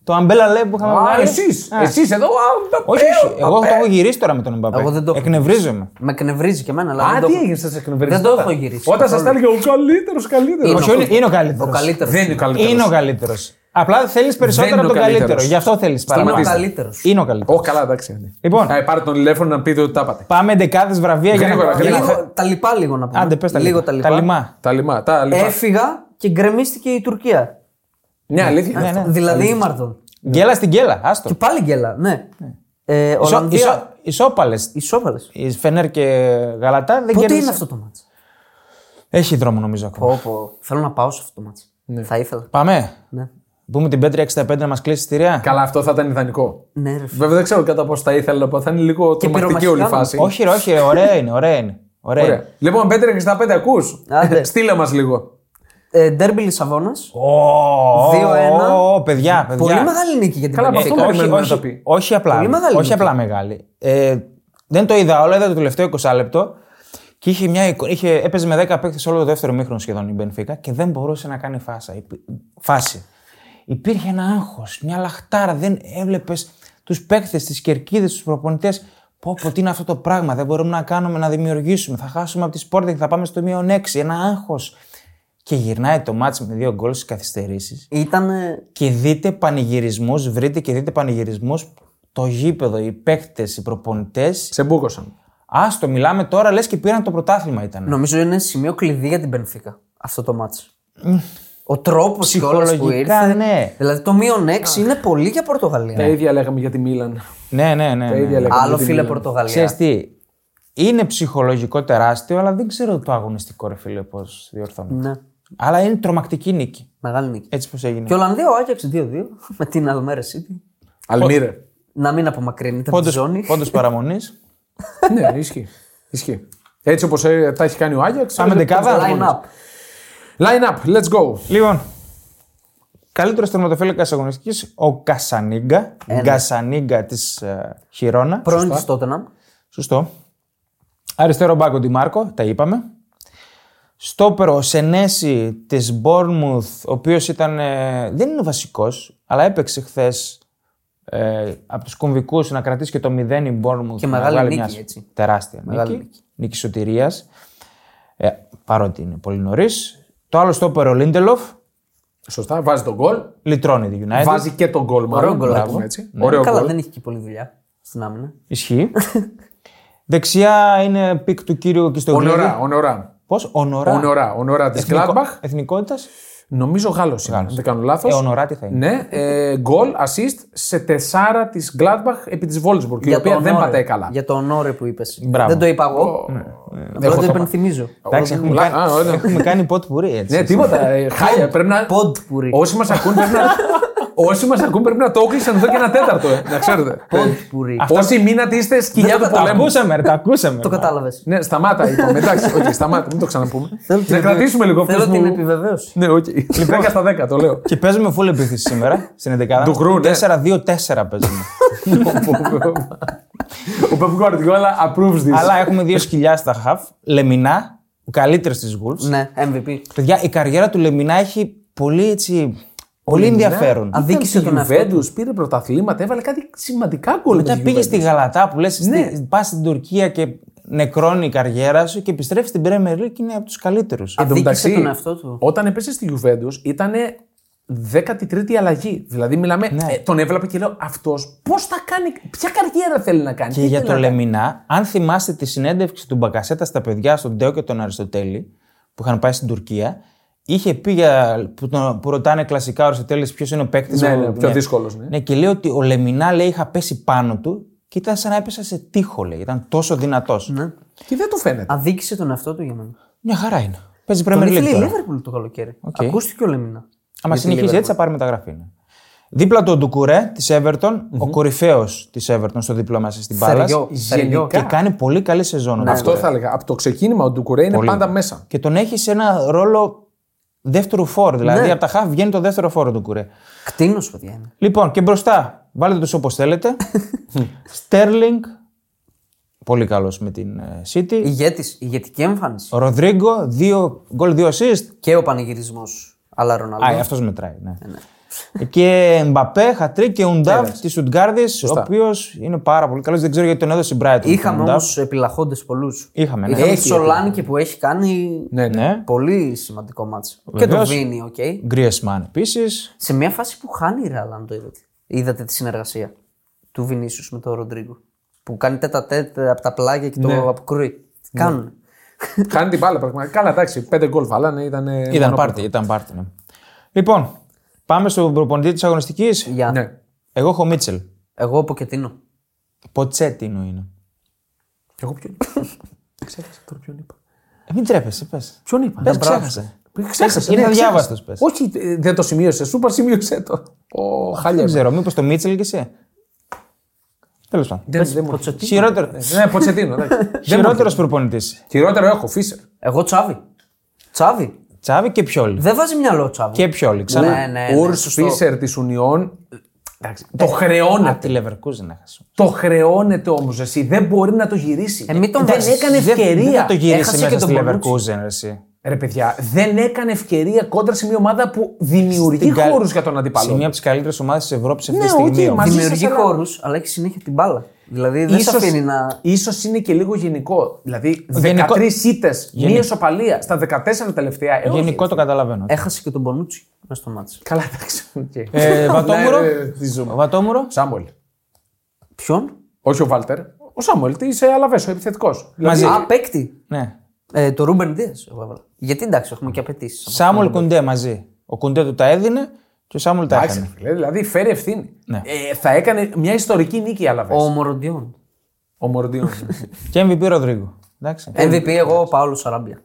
[SPEAKER 3] το Αμπέλα Λέ που είχαμε
[SPEAKER 1] Α,
[SPEAKER 3] βγάλει.
[SPEAKER 1] εσείς!
[SPEAKER 3] Α,
[SPEAKER 1] Εσείς εδώ. Α, τα
[SPEAKER 3] Όχι,
[SPEAKER 1] πέω,
[SPEAKER 3] όχι.
[SPEAKER 1] τα
[SPEAKER 3] Εγώ το
[SPEAKER 1] πέω.
[SPEAKER 3] έχω γυρίσει τώρα με τον Μπαπέ.
[SPEAKER 2] Ε, Εγώ δεν το έχω.
[SPEAKER 3] Εκνευρίζομαι.
[SPEAKER 2] Με κνευρίζει και εμένα, αλλά.
[SPEAKER 1] Α,
[SPEAKER 2] δεν το
[SPEAKER 1] τι
[SPEAKER 2] έχω.
[SPEAKER 1] έγινε, σας εκνευρίζει.
[SPEAKER 2] Δεν το
[SPEAKER 1] τώρα.
[SPEAKER 2] έχω γυρίσει
[SPEAKER 1] Όταν σας
[SPEAKER 2] καθόλου.
[SPEAKER 1] τα έλεγε ο καλύτερος, καλύτερος.
[SPEAKER 3] Όχι, είναι- είναι ο καλύτερος.
[SPEAKER 2] Ο καλύτερος.
[SPEAKER 1] Δεν είναι ο καλύτερος.
[SPEAKER 3] Είναι ο καλύτερος. Απλά θέλεις περισσότερο
[SPEAKER 1] είναι
[SPEAKER 3] από
[SPEAKER 1] ο
[SPEAKER 3] τον καλύτερος.
[SPEAKER 1] καλύτερος.
[SPEAKER 3] Γι' αυτό θέλεις
[SPEAKER 2] Είναι ο
[SPEAKER 1] Σταματήστε.
[SPEAKER 3] παραπάνω.
[SPEAKER 2] καλύτερος.
[SPEAKER 3] Είναι ο καλύτερος.
[SPEAKER 1] Ω, καλά, εντάξει. ναι.
[SPEAKER 3] Λοιπόν.
[SPEAKER 1] Ε, πάρε τον τηλέφωνο να πείτε ότι τα είπατε.
[SPEAKER 3] Πάμε δεκάδες βραβεία για
[SPEAKER 1] Γρήγορα,
[SPEAKER 3] να
[SPEAKER 1] γρήγορα.
[SPEAKER 3] για να-
[SPEAKER 2] Λίγο, τα λοιπά λίγο να πούμε.
[SPEAKER 3] Άντε, πες τα
[SPEAKER 2] λίγο τα λοιπά.
[SPEAKER 3] λιμά.
[SPEAKER 1] Τα λιμά, τα λοιπά.
[SPEAKER 2] Έφυγα και γκρεμίστηκε η Τουρκία.
[SPEAKER 1] Ναι, αλήθεια.
[SPEAKER 3] ναι, ναι.
[SPEAKER 2] δηλαδή η Μάρδον.
[SPEAKER 3] Γκέλα στην γκέλα, άστο.
[SPEAKER 2] Και πάλι γκέλα, ναι. Ε,
[SPEAKER 3] Ισο-
[SPEAKER 2] Ολλανδία.
[SPEAKER 3] ισο- Ισόπαλες.
[SPEAKER 2] Ισόβαλε.
[SPEAKER 3] Η Φενέρ και Γαλατά δεν
[SPEAKER 2] Πότε
[SPEAKER 3] κέρδισαν.
[SPEAKER 2] είναι αυτό το μάτσο.
[SPEAKER 3] Έχει δρόμο νομίζω ακόμα.
[SPEAKER 2] Πω, πω. Θέλω να πάω σε αυτό το μάτσο.
[SPEAKER 3] Ναι.
[SPEAKER 2] Θα ήθελα.
[SPEAKER 3] Πάμε.
[SPEAKER 2] Ναι.
[SPEAKER 3] Πούμε την Πέτρια 65 να μας κλείσει εισιτήρια.
[SPEAKER 1] Καλά, αυτό θα ήταν ιδανικό.
[SPEAKER 2] Ναι, ρε. φίλε.
[SPEAKER 1] Βέβαια δεν ξέρω κατά πώς θα ήθελα, αλλά θα είναι λίγο τρομακτική όλη η
[SPEAKER 2] πυρομαχικά,
[SPEAKER 1] φάση.
[SPEAKER 3] Όχι, ρε, όχι, ρε, ωραία είναι. Ωραία είναι. Ωραία.
[SPEAKER 1] Ωραία.
[SPEAKER 3] είναι.
[SPEAKER 1] Λοιπόν, Πέτρε 65 ακούς. [laughs]
[SPEAKER 2] Άντε.
[SPEAKER 1] Στείλε μας λίγο.
[SPEAKER 2] Ε, Ντέρμπι Λισαβόνας.
[SPEAKER 3] Ω,
[SPEAKER 2] 2-1.
[SPEAKER 3] ω, ω, παιδιά, παιδιά.
[SPEAKER 2] Πολύ μεγάλη νίκη για την
[SPEAKER 1] Καλά,
[SPEAKER 2] Premier
[SPEAKER 1] μα αυτό
[SPEAKER 2] League.
[SPEAKER 1] περιμένουμε να
[SPEAKER 3] Ε, όχι,
[SPEAKER 1] τα πει.
[SPEAKER 3] όχι απλά.
[SPEAKER 2] Πολύ μεγάλη
[SPEAKER 3] όχι
[SPEAKER 2] νίκη.
[SPEAKER 3] απλά μεγάλη. Ε, δεν το είδα όλο, είδα το τελευταίο 20 λεπτό και είχε μια, εικο- είχε, έπαιζε με 10 παίκτες όλο το δεύτερο μήχρονο σχεδόν η Μπενφίκα και δεν μπορούσε να κάνει φάσα, Υπή- φάση. Υπήρχε ένα άγχος, μια λαχτάρα. Δεν έβλεπες τους παίκτες, τις κερκίδες, τους προπονητές. Πω, πω, τι είναι αυτό το πράγμα. Δεν μπορούμε να κάνουμε, να δημιουργήσουμε. Θα χάσουμε από τη Sporting, θα πάμε στο μείον 6. Ένα άγχος. Και γυρνάει το μάτς με δύο γκολ στις καθυστερήσεις
[SPEAKER 2] Ήταν. ε,
[SPEAKER 3] και δείτε πανηγυρισμούς, βρείτε και δείτε πανηγυρισμούς το γήπεδο, οι παίκτες, οι προπονητές.
[SPEAKER 1] Σε μπούκωσαν.
[SPEAKER 3] Άστο, μιλάμε τώρα, λες και πήραν το πρωτάθλημα ήταν.
[SPEAKER 2] Νομίζω είναι σημείο κλειδί για την Πενφύκα αυτό το μάτσο. Ο τρόπος κιόλα που
[SPEAKER 3] Ψυχολογικά,
[SPEAKER 2] ήρθε.
[SPEAKER 3] ναι.
[SPEAKER 2] Δηλαδή το μείον 6 είναι πολύ για
[SPEAKER 1] Τα
[SPEAKER 2] Πορτογαλία.
[SPEAKER 1] ίδια λέγαμε για τη Μίλαν.
[SPEAKER 3] Ναι, ναι, ναι.
[SPEAKER 1] Τα ίδια
[SPEAKER 3] ναι.
[SPEAKER 1] λέγαμε.
[SPEAKER 2] Άλλο
[SPEAKER 1] για τη
[SPEAKER 2] φίλε
[SPEAKER 1] Μίλαν.
[SPEAKER 3] Ξέρεις
[SPEAKER 2] Πορτογαλία.
[SPEAKER 3] τι, είναι ψυχολογικό τεράστιο, αλλά δεν ξέρω το αγωνιστικό ρε φίλε πώς διορθώνει.
[SPEAKER 2] Ναι,
[SPEAKER 3] Αλλά είναι τρομακτική νίκη.
[SPEAKER 2] μεγάλη νίκη.
[SPEAKER 3] Έτσι ναι. πώς έγινε.
[SPEAKER 2] Και Ολλανδία ο Άγιαξ 2-2 [laughs] με την Αλμέρα City.
[SPEAKER 1] Αλμύρε.
[SPEAKER 2] Να μην απομακρύνεται από τη
[SPEAKER 3] Πόντος,
[SPEAKER 2] ζώνη.
[SPEAKER 3] πόντος
[SPEAKER 2] [laughs]
[SPEAKER 3] παραμονής.
[SPEAKER 1] ναι, ισχύει. ισχύει. Έτσι όπως τα έχει κάνει ο Άγιαξ. ε,
[SPEAKER 3] Πάμε δεκάδα.
[SPEAKER 2] Line up.
[SPEAKER 1] Line up, let's go.
[SPEAKER 3] Λοιπόν, καλύτερος τερματοφύλακας αγωνιστικής, ο Κασανίγκα. Κασανίγκα της Χιρόνα.
[SPEAKER 2] Πρώην τη Τότεναμ.
[SPEAKER 3] Σωστό. Αριστερό μπάκο Ντι Μάρκο, τα είπαμε. Στόπερο ο Σενέση της Μπόρμουθ, ο οποίος ήταν. ε, δεν είναι βασικός, αλλά έπαιξε χθες ε, από τους κομβικούς να κρατήσει και το 0 η Μπόρμουθ.
[SPEAKER 2] Και
[SPEAKER 3] να
[SPEAKER 2] μεγάλη
[SPEAKER 3] βγάλει
[SPEAKER 2] νίκη,
[SPEAKER 3] μια σ-
[SPEAKER 2] έτσι.
[SPEAKER 3] Τεράστια
[SPEAKER 2] Μεγάλη
[SPEAKER 3] νίκη. Νίκη, σωτηρίας. Ε, παρότι είναι πολύ νωρίς. Το άλλο στόπερο ο Λίντελοφ,
[SPEAKER 1] Σωστά, βάζει τον γκολ.
[SPEAKER 3] λυτρώνει τη United.
[SPEAKER 1] Βάζει και τον γκολ, μάλλον.
[SPEAKER 2] γκολ,
[SPEAKER 1] να
[SPEAKER 2] μπράβο.
[SPEAKER 1] πούμε έτσι. Ωραίο
[SPEAKER 2] Ε, Ναι. Καλά,
[SPEAKER 1] γκολ.
[SPEAKER 2] δεν έχει και πολλή δουλειά στην άμυνα. [laughs]
[SPEAKER 3] Ισχύει. Δεξιά είναι πικ του κύριου Κιστογλίδη.
[SPEAKER 1] Ονορά, ονορά.
[SPEAKER 3] Πώς, Ονορά.
[SPEAKER 1] Ονορά, ονορά της Gladbach.
[SPEAKER 3] Εθνικότητας.
[SPEAKER 1] Νομίζω Γάλλος είναι, αν δεν κάνω λάθος.
[SPEAKER 3] Ε, ο Νορά τι θα είναι.
[SPEAKER 1] Ναι, ε, γκολ, assist σε τεσσάρα της Gladbach επί της Wolfsburg, η
[SPEAKER 2] Για
[SPEAKER 1] οποία
[SPEAKER 2] το
[SPEAKER 1] δεν
[SPEAKER 2] Honore.
[SPEAKER 1] πατάει καλά. Ναι.
[SPEAKER 2] Για το honore που είπες.
[SPEAKER 3] Μπράβο.
[SPEAKER 2] Δεν το είπα εγώ. Απλά
[SPEAKER 1] Έχω
[SPEAKER 2] το
[SPEAKER 1] το
[SPEAKER 2] υπενθυμίζω.
[SPEAKER 3] Εντάξει, έχουμε,
[SPEAKER 1] Μουλά-
[SPEAKER 3] κάνει,
[SPEAKER 1] Α, ωραία.
[SPEAKER 3] [laughs] έχουμε κάνει pot πουρί έτσι.
[SPEAKER 1] Ναι, τίποτα.
[SPEAKER 2] [laughs]
[SPEAKER 1] ε, Χάλια. Πρέπει να.
[SPEAKER 2] Ποντ πουρί.
[SPEAKER 1] Όσοι μας ακούν πρέπει
[SPEAKER 2] [laughs]
[SPEAKER 1] να. Όσοι μας ακούν πρέπει να το κλείσαν εδώ και ένα τέταρτο, ε, να
[SPEAKER 2] [laughs]
[SPEAKER 1] ξέρετε.
[SPEAKER 2] Ποντ πουρί.
[SPEAKER 1] Όσοι μείνατε είστε σκυλιά του
[SPEAKER 3] τα
[SPEAKER 1] πολέμου.
[SPEAKER 3] ακούσαμε, ρε, τα ακούσαμε.
[SPEAKER 2] Το κατάλαβες.
[SPEAKER 1] Ναι, σταμάτα είπαμε. Εντάξει, όχι, σταμάτα, μην το ξαναπούμε. Να κρατήσουμε λίγο αυτό
[SPEAKER 2] Θέλω την
[SPEAKER 1] που.
[SPEAKER 2] επιβεβαίωση.
[SPEAKER 1] Ναι, όχι. 10 στα 10, το
[SPEAKER 2] [laughs]
[SPEAKER 1] λέω.
[SPEAKER 3] Και παίζουμε full επίθεση σήμερα στην 11.
[SPEAKER 1] Του Γκρου, ναι.
[SPEAKER 3] 4-2-4
[SPEAKER 1] [laughs]
[SPEAKER 3] παίζουμε.
[SPEAKER 2] Λοιπόν,
[SPEAKER 1] Λοιπόν, Ο Πεπ Guardiola approves this.
[SPEAKER 3] Αλλά έχουμε δύο σκυλιά στα χαφ. Λεμινά, ο καλύτερος της Wolves.
[SPEAKER 2] Ναι, MVP.
[SPEAKER 3] Παιδιά, η καριέρα του Λεμινά έχει πολύ έτσι. Πολύ ενδιαφέρον.
[SPEAKER 2] Αδίκησε
[SPEAKER 1] Ήταν
[SPEAKER 2] τον
[SPEAKER 1] στη
[SPEAKER 2] εαυτό του.
[SPEAKER 1] Juventus, πήρε πρωταθλήματα, έβαλε κάτι σημαντικά γκολ. με
[SPEAKER 3] Μετά
[SPEAKER 1] τη
[SPEAKER 3] πήγε
[SPEAKER 1] Juventus.
[SPEAKER 3] στη Γαλατά που λες:
[SPEAKER 1] Ναι.
[SPEAKER 3] πας στην Τουρκία και νεκρώνει η καριέρα σου και επιστρέφεις στην Premier League και είναι από τους καλύτερους.
[SPEAKER 1] Εν τω
[SPEAKER 2] Αδίκησε
[SPEAKER 1] μεταξύ,
[SPEAKER 2] τον εαυτό του.
[SPEAKER 1] Όταν έπεσε στη Juventus ήταν 13η αλλαγή. Δηλαδή, μιλάμε, ε, τον έβλεπα και λέω αυτός πώς θα κάνει, ποια καριέρα θέλει να κάνει.
[SPEAKER 3] Και
[SPEAKER 1] τι
[SPEAKER 3] για
[SPEAKER 1] θέλει
[SPEAKER 3] το
[SPEAKER 1] να κάνει».
[SPEAKER 3] Λεμινά, αν θυμάστε τη συνέντευξη του Μπακασέτα στα παιδιά, στον Τέο και τον Αριστοτέλη, που είχαν πάει στην Τουρκία, είχε πει για, που, τον, που ρωτάνε κλασικά ο Αριστοτέλη ποιος είναι ο παίκτης.
[SPEAKER 1] Ναι, ναι, πιο δύσκολος, ναι.
[SPEAKER 3] Ναι, και λέει ότι ο Λεμινά λέει είχα πέσει πάνω του και ήταν σαν να έπεσα σε τείχο, λέει. Ήταν τόσο δυνατός.
[SPEAKER 2] Ναι.
[SPEAKER 1] Και δεν του φαίνεται.
[SPEAKER 2] Αδίκησε τον εαυτό του για μένα.
[SPEAKER 3] Μια χαρά είναι. Παίζει
[SPEAKER 2] Τον
[SPEAKER 3] Premier
[SPEAKER 2] ήθελε
[SPEAKER 3] League
[SPEAKER 2] η
[SPEAKER 3] τώρα.
[SPEAKER 2] Λίβερπουλ το καλοκαίρι. Ακούστηκε ο Λεμινά.
[SPEAKER 3] Άμα συνεχίσει έτσι θα πάρει μεταγραφή. ναι. Δίπλα του ο Ντουκουρέ της Everton, ο κορυφαίος της Everton στο διπλό μέσα στην μπάλα.
[SPEAKER 2] Θεριό, θεριό.
[SPEAKER 3] Και κάνει πολύ καλή σεζόν. ο
[SPEAKER 1] Αυτό θα έλεγα. Από το ξεκίνημα ο Ντουκουρέ είναι πάντα μέσα.
[SPEAKER 3] και τον έχει σε ένα ρόλο δεύτερου φόρου. Δηλαδή από τα χαφ βγαίνει το δεύτερο φόρο του Κουρέ.
[SPEAKER 2] Κτίνος, παιδιά είναι.
[SPEAKER 3] Λοιπόν, και μπροστά, βάλετε τους όπως [laughs] θέλετε. Στέρλινγκ, πολύ καλός με την ε, City.
[SPEAKER 2] Ηγέτης, ηγετική εμφάνιση.
[SPEAKER 3] Ροδρίγκο, δύο γκολ, δύο assist.
[SPEAKER 2] Και ο πανηγυρισμός. Αλλά
[SPEAKER 3] Α,
[SPEAKER 1] ε,
[SPEAKER 2] Ροναλντό.
[SPEAKER 3] αυτός μετράει, ναι. και Μπαπέ, Χατρί και Ουντάβ τη Σουτγκάρδη, ο οποίος είναι πάρα πολύ καλός. Δεν ξέρω γιατί τον έδωσε η Brighton.
[SPEAKER 2] Είχαμε
[SPEAKER 3] τον
[SPEAKER 2] όμως
[SPEAKER 3] Undaf.
[SPEAKER 2] επιλαχώντε πολλούς.
[SPEAKER 3] Είχαμε, ναι.
[SPEAKER 2] Είχαμε τη Σολάνικη που έχει κάνει
[SPEAKER 1] Ναι, ναι.
[SPEAKER 3] Ναι.
[SPEAKER 2] πολύ σημαντικό μάτσο. Και το
[SPEAKER 3] Βεβαίως.
[SPEAKER 2] Βίνι, οκ.
[SPEAKER 3] Γκριεσμάν επίσης.
[SPEAKER 2] Σε μια φάση που χάνει η Ρεάλ, αν το είδατε. Είδατε τη συνεργασία του Βινίσιους με τον Ροντρίγκο. Που κάνει τέτα τέτ από τα πλάγια και το
[SPEAKER 3] Ναι.
[SPEAKER 2] αποκρούει. Κάνουν.
[SPEAKER 1] Χάνει την μπάλα πραγματικά. Καλά, εντάξει, πέντε γκολ βάλανε. Ήταν, ε,
[SPEAKER 3] Ήταν
[SPEAKER 1] μονοπ-
[SPEAKER 3] πάρτι, ήταν πάρτι. Ναι. Λοιπόν, πάμε στον προπονητή της αγωνιστικής.
[SPEAKER 2] Για.
[SPEAKER 1] Ναι.
[SPEAKER 3] Εγώ έχω Μίτσελ.
[SPEAKER 2] Εγώ Ποκετίνο.
[SPEAKER 3] Ποτσέτινο είναι.
[SPEAKER 1] Εγώ ποιον. Ξέχασα τώρα ποιον είπα.
[SPEAKER 3] Ε, μην τρέπεσαι, πες.
[SPEAKER 1] Ποιον είπα.
[SPEAKER 3] Πες,
[SPEAKER 1] Ναι, μπράβο.
[SPEAKER 3] ξέχασε.
[SPEAKER 1] Πες, Ξέχασα.
[SPEAKER 3] Είναι
[SPEAKER 1] ναι, ξέχασα.
[SPEAKER 3] αδιάβαστος, πες.
[SPEAKER 1] Όχι, ε, δεν το σημείωσε. Σούπα σημείωσε το. Ο χάλια.
[SPEAKER 3] Δεν ξέρω, μήπως το Μίτσελ και εσύ. Τέλος πάντων.
[SPEAKER 1] Δεν δεν μου
[SPEAKER 3] Χειρότερο.
[SPEAKER 1] Ναι, ποτσετίνο. εντάξει. Δεν μου-
[SPEAKER 3] Χειρότερος προπονητής.
[SPEAKER 1] Χειρότερο έχω, Φίσερ.
[SPEAKER 2] Εγώ Τσάβη. Τσάβη.
[SPEAKER 3] Τσάβη και πιόλι.
[SPEAKER 2] Δεν βάζει μυαλό ο Τσάβη.
[SPEAKER 3] Και πιόλι, ξανά.
[SPEAKER 2] Ναι, ναι, ναι,
[SPEAKER 1] Ουρ
[SPEAKER 2] σωστό.
[SPEAKER 1] Φίσερ της Ουνιών. Το χρεώνεται.
[SPEAKER 3] Απ' τη Leverkusen έχασε.
[SPEAKER 1] Το χρεώνεται όμως εσύ. Δεν μπορεί να το γυρίσει.
[SPEAKER 2] Ε, μην τον
[SPEAKER 1] δεν
[SPEAKER 2] βάζεις.
[SPEAKER 1] έκανε
[SPEAKER 3] Δεν-
[SPEAKER 1] ευκαιρία.
[SPEAKER 3] Δεν θα το γύρισε
[SPEAKER 1] Έχασε και
[SPEAKER 3] μέσα
[SPEAKER 1] τον
[SPEAKER 3] στη
[SPEAKER 1] Bonucci.
[SPEAKER 3] Leverkusen, ρε, εσύ.
[SPEAKER 1] Ρε παιδιά, δεν έκανε ευκαιρία κόντρα σε μια ομάδα που δημιουργεί
[SPEAKER 3] Την κα-
[SPEAKER 1] χώρους για τον
[SPEAKER 3] Σε
[SPEAKER 1] αντίπαλο.
[SPEAKER 3] μια από τις καλύτερες ομάδες της Ευρώπης αυτή
[SPEAKER 1] Ναι,
[SPEAKER 3] τη
[SPEAKER 1] οκ,
[SPEAKER 3] στιγμή. όμως.
[SPEAKER 1] μαζί σας,
[SPEAKER 2] Δημιουργεί
[SPEAKER 1] αλλά-
[SPEAKER 2] χώρους, αλλά έχει συνέχεια την μπάλα. Δηλαδή δεν σε αφήνει να.
[SPEAKER 1] ίσως είναι και λίγο γενικό. Δηλαδή, 13
[SPEAKER 3] Γενικό-
[SPEAKER 1] ήττες, μία ισοπαλία στα 14 τελευταία. Ε, όχι.
[SPEAKER 3] Γενικό το καταλαβαίνω.
[SPEAKER 2] Έχασε και τον Μπονούτσι μέσα στο μάτσο.
[SPEAKER 1] Καλά, εντάξει. οκ.
[SPEAKER 3] Ε, Βατόμουρο.
[SPEAKER 1] Ναι, ρε, τη ζούμε.
[SPEAKER 3] Βατόμουρο.
[SPEAKER 1] Σάμουελ.
[SPEAKER 2] Ποιον?
[SPEAKER 1] Όχι ο Βάλτερ. Ο Σάμουελ τη Αλαβέ, ο επιθετικό.
[SPEAKER 3] Μαζί.
[SPEAKER 2] Α, παίκτη.
[SPEAKER 3] Ναι.
[SPEAKER 2] Ε, το Ρούμπεν Δίας. Γιατί εντάξει, έχουμε και απαιτήσεις.
[SPEAKER 3] Σάμουελ Κουντέ μαζί. Ο Κουντέ του τα έδινε και ο Σάμουελ τα
[SPEAKER 1] Εντάξει,
[SPEAKER 3] έκανε.
[SPEAKER 1] ρε φίλε, δηλαδή φέρει ευθύνη.
[SPEAKER 3] Ναι.
[SPEAKER 1] Ε, θα έκανε μια ιστορική νίκη η Αλαβέ.
[SPEAKER 2] Ο
[SPEAKER 1] Ο,
[SPEAKER 2] Μοροντιόν.
[SPEAKER 1] ο Μορντίον.
[SPEAKER 3] Και MVP Ροδρίγκο.
[SPEAKER 1] Ε-
[SPEAKER 3] Εντάξει.
[SPEAKER 2] MVP, εγώ ο Παόλο Σαράμπια.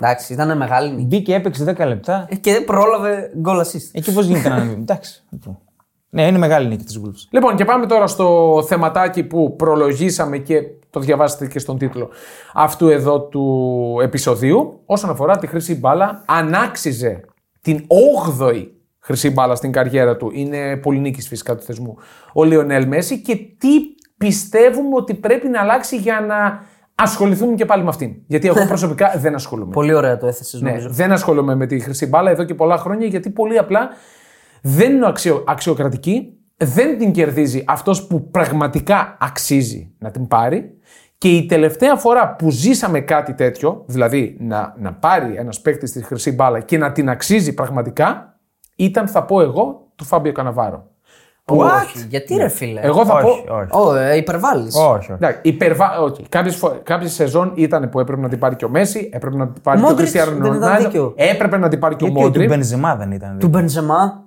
[SPEAKER 2] Εντάξει, ήταν μεγάλη νίκη.
[SPEAKER 3] Μπήκε, έπαιξε 10 λεπτά.
[SPEAKER 2] Ε, Και πρόλαβε γκολ assist.
[SPEAKER 3] Εκεί πώς γίνεται να ανέβει. Εντάξει. λοιπόν. Ναι, είναι μεγάλη νίκη της Wolves.
[SPEAKER 1] [laughs] λοιπόν, και πάμε τώρα στο θεματάκι που προλογίσαμε και το διαβάσετε και στον τίτλο αυτού εδώ του επεισοδίου. Όσον αφορά τη χρυσή μπάλα, ανάξιζε την 8η χρυσή μπάλα στην καριέρα του. Είναι πολυνίκη φυσικά του θεσμού ο Λιονέλ Μέση. Και τι πιστεύουμε ότι πρέπει να αλλάξει για να ασχοληθούμε και πάλι με αυτήν. Γιατί εγώ προσωπικά δεν ασχολούμαι.
[SPEAKER 2] Πολύ ωραία το έθεσες,
[SPEAKER 1] Ναι,
[SPEAKER 2] νομίζω.
[SPEAKER 1] δεν ασχολούμαι με τη χρυσή μπάλα εδώ και πολλά χρόνια γιατί πολύ απλά δεν είναι αξιο, αξιοκρατική, δεν την κερδίζει αυτός που πραγματικά αξίζει να την πάρει και η τελευταία φορά που ζήσαμε κάτι τέτοιο, δηλαδή να, να πάρει ένας παίκτης τη χρυσή μπάλα και να την αξίζει πραγματικά, ήταν θα πω εγώ του Φάμπιο Καναβάρο.
[SPEAKER 2] Όχι, γιατί ρε φίλε.
[SPEAKER 1] Εγώ θα
[SPEAKER 3] Όχι,
[SPEAKER 1] πω.
[SPEAKER 3] όχι.
[SPEAKER 2] Ω, ε, υπερβάλλεις.
[SPEAKER 3] Όχι, όχι.
[SPEAKER 1] Εντάξει, υπερβα... όχι. Κάποιες, φο... κάποιες σεζόν ήταν που έπρεπε να την πάρει και ο Μέση, έπρεπε να την πάρει και ο
[SPEAKER 2] Μόντριτς
[SPEAKER 1] Κριστιανό
[SPEAKER 2] δεν ήταν δίκαιο.
[SPEAKER 1] έπρεπε να την πάρει και ο
[SPEAKER 3] Και ο του
[SPEAKER 1] Μόντριτ.
[SPEAKER 3] Μπενζεμά δεν ήταν. δηλαδή.
[SPEAKER 2] Του Μπενζεμά.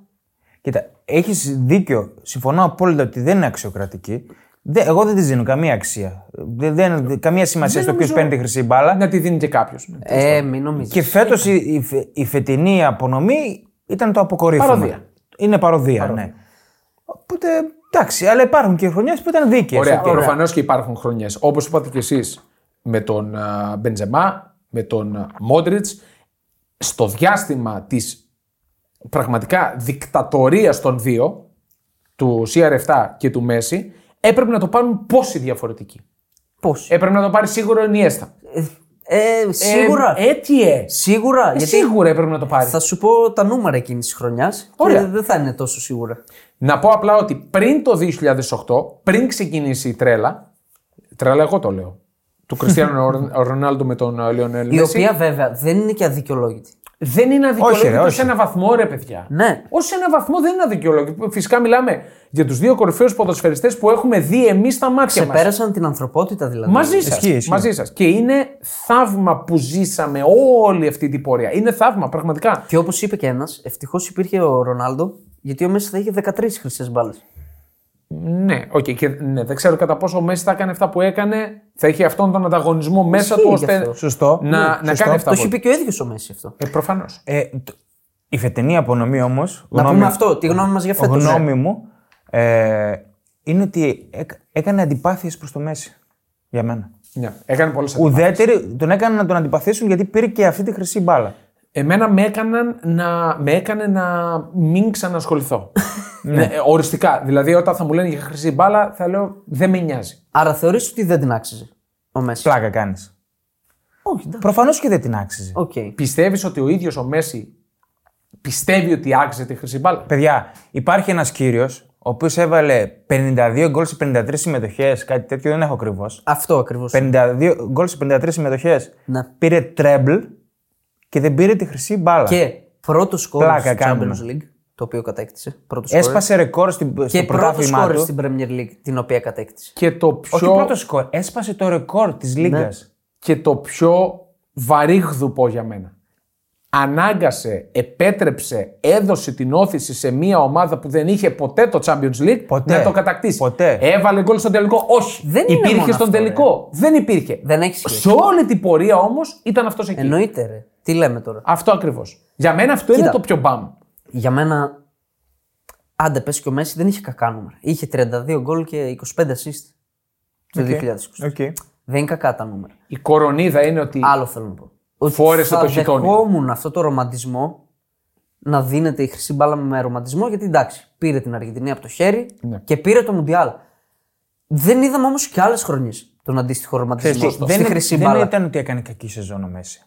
[SPEAKER 3] Κοίτα, έχεις δίκιο. Συμφωνώ απόλυτα ότι δεν είναι αξιοκρατική. Δε, εγώ δεν τη δίνω καμία αξία. Δεν, δεν, δε- καμία σημασία στο ποιος παίρνει τη χρυσή μπάλα.
[SPEAKER 1] να τη δίνει και κάποιος.
[SPEAKER 2] Ε, μην νομίζεις.
[SPEAKER 3] Και φέτος η, η, φε- η φετινή απονομή ήταν το αποκορύφωμα.
[SPEAKER 1] Παροδία.
[SPEAKER 3] Είναι παροδία, ναι. Οπότε εντάξει, αλλά υπάρχουν και χρονιές που ήταν δίκαιες.
[SPEAKER 1] Ωραία, προφανώς και υπάρχουν χρονιές. Όπως είπατε κι εσείς με τον α, Μπεντζεμά, με τον Μόντριτ, στο διάστημα της πραγματικά δικτατορίας των δύο, του CR7 και του Μέση, έπρεπε να το πάρουν πόσοι διαφορετικοί.
[SPEAKER 2] Πώ.
[SPEAKER 1] Έπρεπε να το πάρει σίγουρα ο Νιέστα.
[SPEAKER 2] Ε, σίγουρα.
[SPEAKER 1] Ε, έτυχε.
[SPEAKER 2] Σίγουρα.
[SPEAKER 1] Ε,
[SPEAKER 2] γιατί
[SPEAKER 1] Σίγουρα έπρεπε να το πάρει.
[SPEAKER 2] θα σου πω τα νούμερα εκείνης της χρονιάς.
[SPEAKER 1] Ωραία. Ναι,
[SPEAKER 2] Δεν θα είναι τόσο σίγουρα.
[SPEAKER 1] Να πω απλά ότι πριν το 2008, πριν ξεκινήσει η τρέλα, τρέλα εγώ το λέω, του Κριστιανού Ρονάλντο με τον Λιονέλ
[SPEAKER 2] Η
[SPEAKER 1] Μέση,
[SPEAKER 2] οποία βέβαια δεν είναι και αδικαιολόγητη.
[SPEAKER 1] δεν είναι
[SPEAKER 3] Όχι, ρε,
[SPEAKER 1] αδικαιολόγητο
[SPEAKER 3] όχι.
[SPEAKER 1] σε ένα βαθμό, ρε παιδιά.
[SPEAKER 2] Ναι.
[SPEAKER 1] Ως σε ένα βαθμό δεν είναι αδικαιολόγητο. Φυσικά μιλάμε για τους δύο κορυφαίους ποδοσφαιριστές που έχουμε δει εμείς στα μάτια μας.
[SPEAKER 2] Ξεπέρασαν την ανθρωπότητα δηλαδή.
[SPEAKER 1] Μαζί σας.
[SPEAKER 3] Ισχύει, ισχύει.
[SPEAKER 1] Μαζί σας. Και είναι θαύμα που ζήσαμε όλη αυτή την πορεία. Είναι θαύμα, πραγματικά.
[SPEAKER 2] Και όπως είπε και ένας, ευτυχώς υπήρχε ο Ρονάλντο, γιατί ο Μέση θα είχε 13 χρυσές μπάλες.
[SPEAKER 1] Ναι, okay, και, ναι, δεν ξέρω κατά πόσο ο Μέση θα έκανε αυτά που έκανε. Θα είχε αυτόν τον ανταγωνισμό μέσα
[SPEAKER 2] Ισχύει
[SPEAKER 1] του
[SPEAKER 2] γι'
[SPEAKER 1] ώστε
[SPEAKER 2] αυτό.
[SPEAKER 3] Σωστό.
[SPEAKER 1] να,
[SPEAKER 3] Ναι,
[SPEAKER 1] να
[SPEAKER 3] σωστό.
[SPEAKER 1] κάνει
[SPEAKER 2] Το
[SPEAKER 1] αυτά.
[SPEAKER 2] είχε πει και ο ίδιος ο Μέση αυτό.
[SPEAKER 1] Ε, Προφανώς.
[SPEAKER 3] Ε, το- Η φετινή απονομή όμως.
[SPEAKER 2] Να πούμε αυτό, τη γνώμη μας για ναι. φέτο.
[SPEAKER 3] γνώμη μου ε, είναι ότι έκ- έκανε αντιπάθειες προς το Μέση. Για μένα.
[SPEAKER 1] Ναι. Έκανε πολλές
[SPEAKER 3] Ουδέτερη, τον έκανε να τον αντιπαθήσουν γιατί πήρε και αυτή τη χρυσή μπάλα.
[SPEAKER 1] Εμένα με, έκαναν να, με έκανε να μην ξανασχοληθώ. ναι. ε, οριστικά. Δηλαδή, όταν θα μου λένε για χρυσή μπάλα, θα λέω δεν με νοιάζει.
[SPEAKER 2] Άρα θεωρείς ότι δεν την άξιζε ο Μέσης.
[SPEAKER 3] Πλάκα κάνεις.
[SPEAKER 2] Όχι, εντάξει.
[SPEAKER 3] Προφανώς και δεν την άξιζε.
[SPEAKER 2] Οκ.
[SPEAKER 1] Πιστεύεις ότι ο ίδιος ο Μέση πιστεύει ότι άξιζε τη χρυσή μπάλα.
[SPEAKER 3] Παιδιά, υπάρχει ένας κύριος ο οποίος έβαλε 52 γκολ σε 53 συμμετοχές, κάτι τέτοιο δεν έχω ακριβώς.
[SPEAKER 2] Αυτό ακριβώς.
[SPEAKER 3] 52 γκολ σε 53 συμμετοχές.
[SPEAKER 2] Ναι.
[SPEAKER 3] Πήρε τρέμπλ και δεν πήρε τη χρυσή μπάλα.
[SPEAKER 2] Και πρώτος σκόρ
[SPEAKER 3] Πλάκα
[SPEAKER 2] στο
[SPEAKER 3] κάνουμε.
[SPEAKER 2] Champions League, το οποίο κατέκτησε. Πρώτος σκόρερ.
[SPEAKER 3] Έσπασε ρεκόρ στην,
[SPEAKER 2] Και
[SPEAKER 3] στο
[SPEAKER 2] πρώτος
[SPEAKER 3] πρωτάθλημά
[SPEAKER 2] σκόρ
[SPEAKER 3] του.
[SPEAKER 2] στην Premier League, την οποία κατέκτησε.
[SPEAKER 1] Και το πιο,
[SPEAKER 3] Όχι πρώτο
[SPEAKER 2] Ε,
[SPEAKER 3] σκορ, έσπασε το ρεκόρ
[SPEAKER 2] Ναι.
[SPEAKER 3] τη Λίγκας.
[SPEAKER 1] και το πιο βαρύγδουπο για μένα. Ανάγκασε, επέτρεψε, έδωσε την όθηση σε μια ομάδα που δεν είχε ποτέ το Champions League
[SPEAKER 3] Ποτέ.
[SPEAKER 1] να το κατακτήσει.
[SPEAKER 3] Ποτέ.
[SPEAKER 1] Έβαλε γκολ στον τελικό. Όχι.
[SPEAKER 2] Δεν είναι
[SPEAKER 1] υπήρχε
[SPEAKER 2] μόνο
[SPEAKER 1] στον
[SPEAKER 2] αυτό,
[SPEAKER 1] τελικό. Δεν υπήρχε.
[SPEAKER 2] Δεν έχει σχέση.
[SPEAKER 1] Σε όλη την πορεία όμως ήταν αυτός εκεί.
[SPEAKER 2] Εννοείται, ρε. Τι λέμε τώρα.
[SPEAKER 1] Αυτό ακριβώς. Για μένα αυτό είναι
[SPEAKER 2] Κοίτα.
[SPEAKER 1] το πιο μπαμ.
[SPEAKER 2] Για μένα, άντε πες και ο Μέση δεν είχε κακά νούμερα. Είχε 32 γκολ και 25 assist το 2020.
[SPEAKER 3] Okay.
[SPEAKER 2] Δεν είναι κακά τα νούμερα.
[SPEAKER 1] Η κορονίδα είναι ότι.
[SPEAKER 2] Άλλο θέλω να πω. Ότι
[SPEAKER 1] Φόρεσε
[SPEAKER 2] θα
[SPEAKER 1] το χιτόνι.
[SPEAKER 2] δεχόμουν αυτό το ρομαντισμό να δίνεται η χρυσή μπάλα με ρομαντισμό γιατί εντάξει, πήρε την Αργεντινή από το χέρι
[SPEAKER 3] Ναι.
[SPEAKER 2] και πήρε το Μουντιάλ. Δεν είδαμε όμως και άλλες χρονιές τον αντίστοιχο ρομαντισμό. στη
[SPEAKER 3] δεν,
[SPEAKER 2] χρυσή
[SPEAKER 3] δεν
[SPEAKER 2] μπάλα.
[SPEAKER 3] ήταν ότι έκανε κακή σεζόν ο Μέση.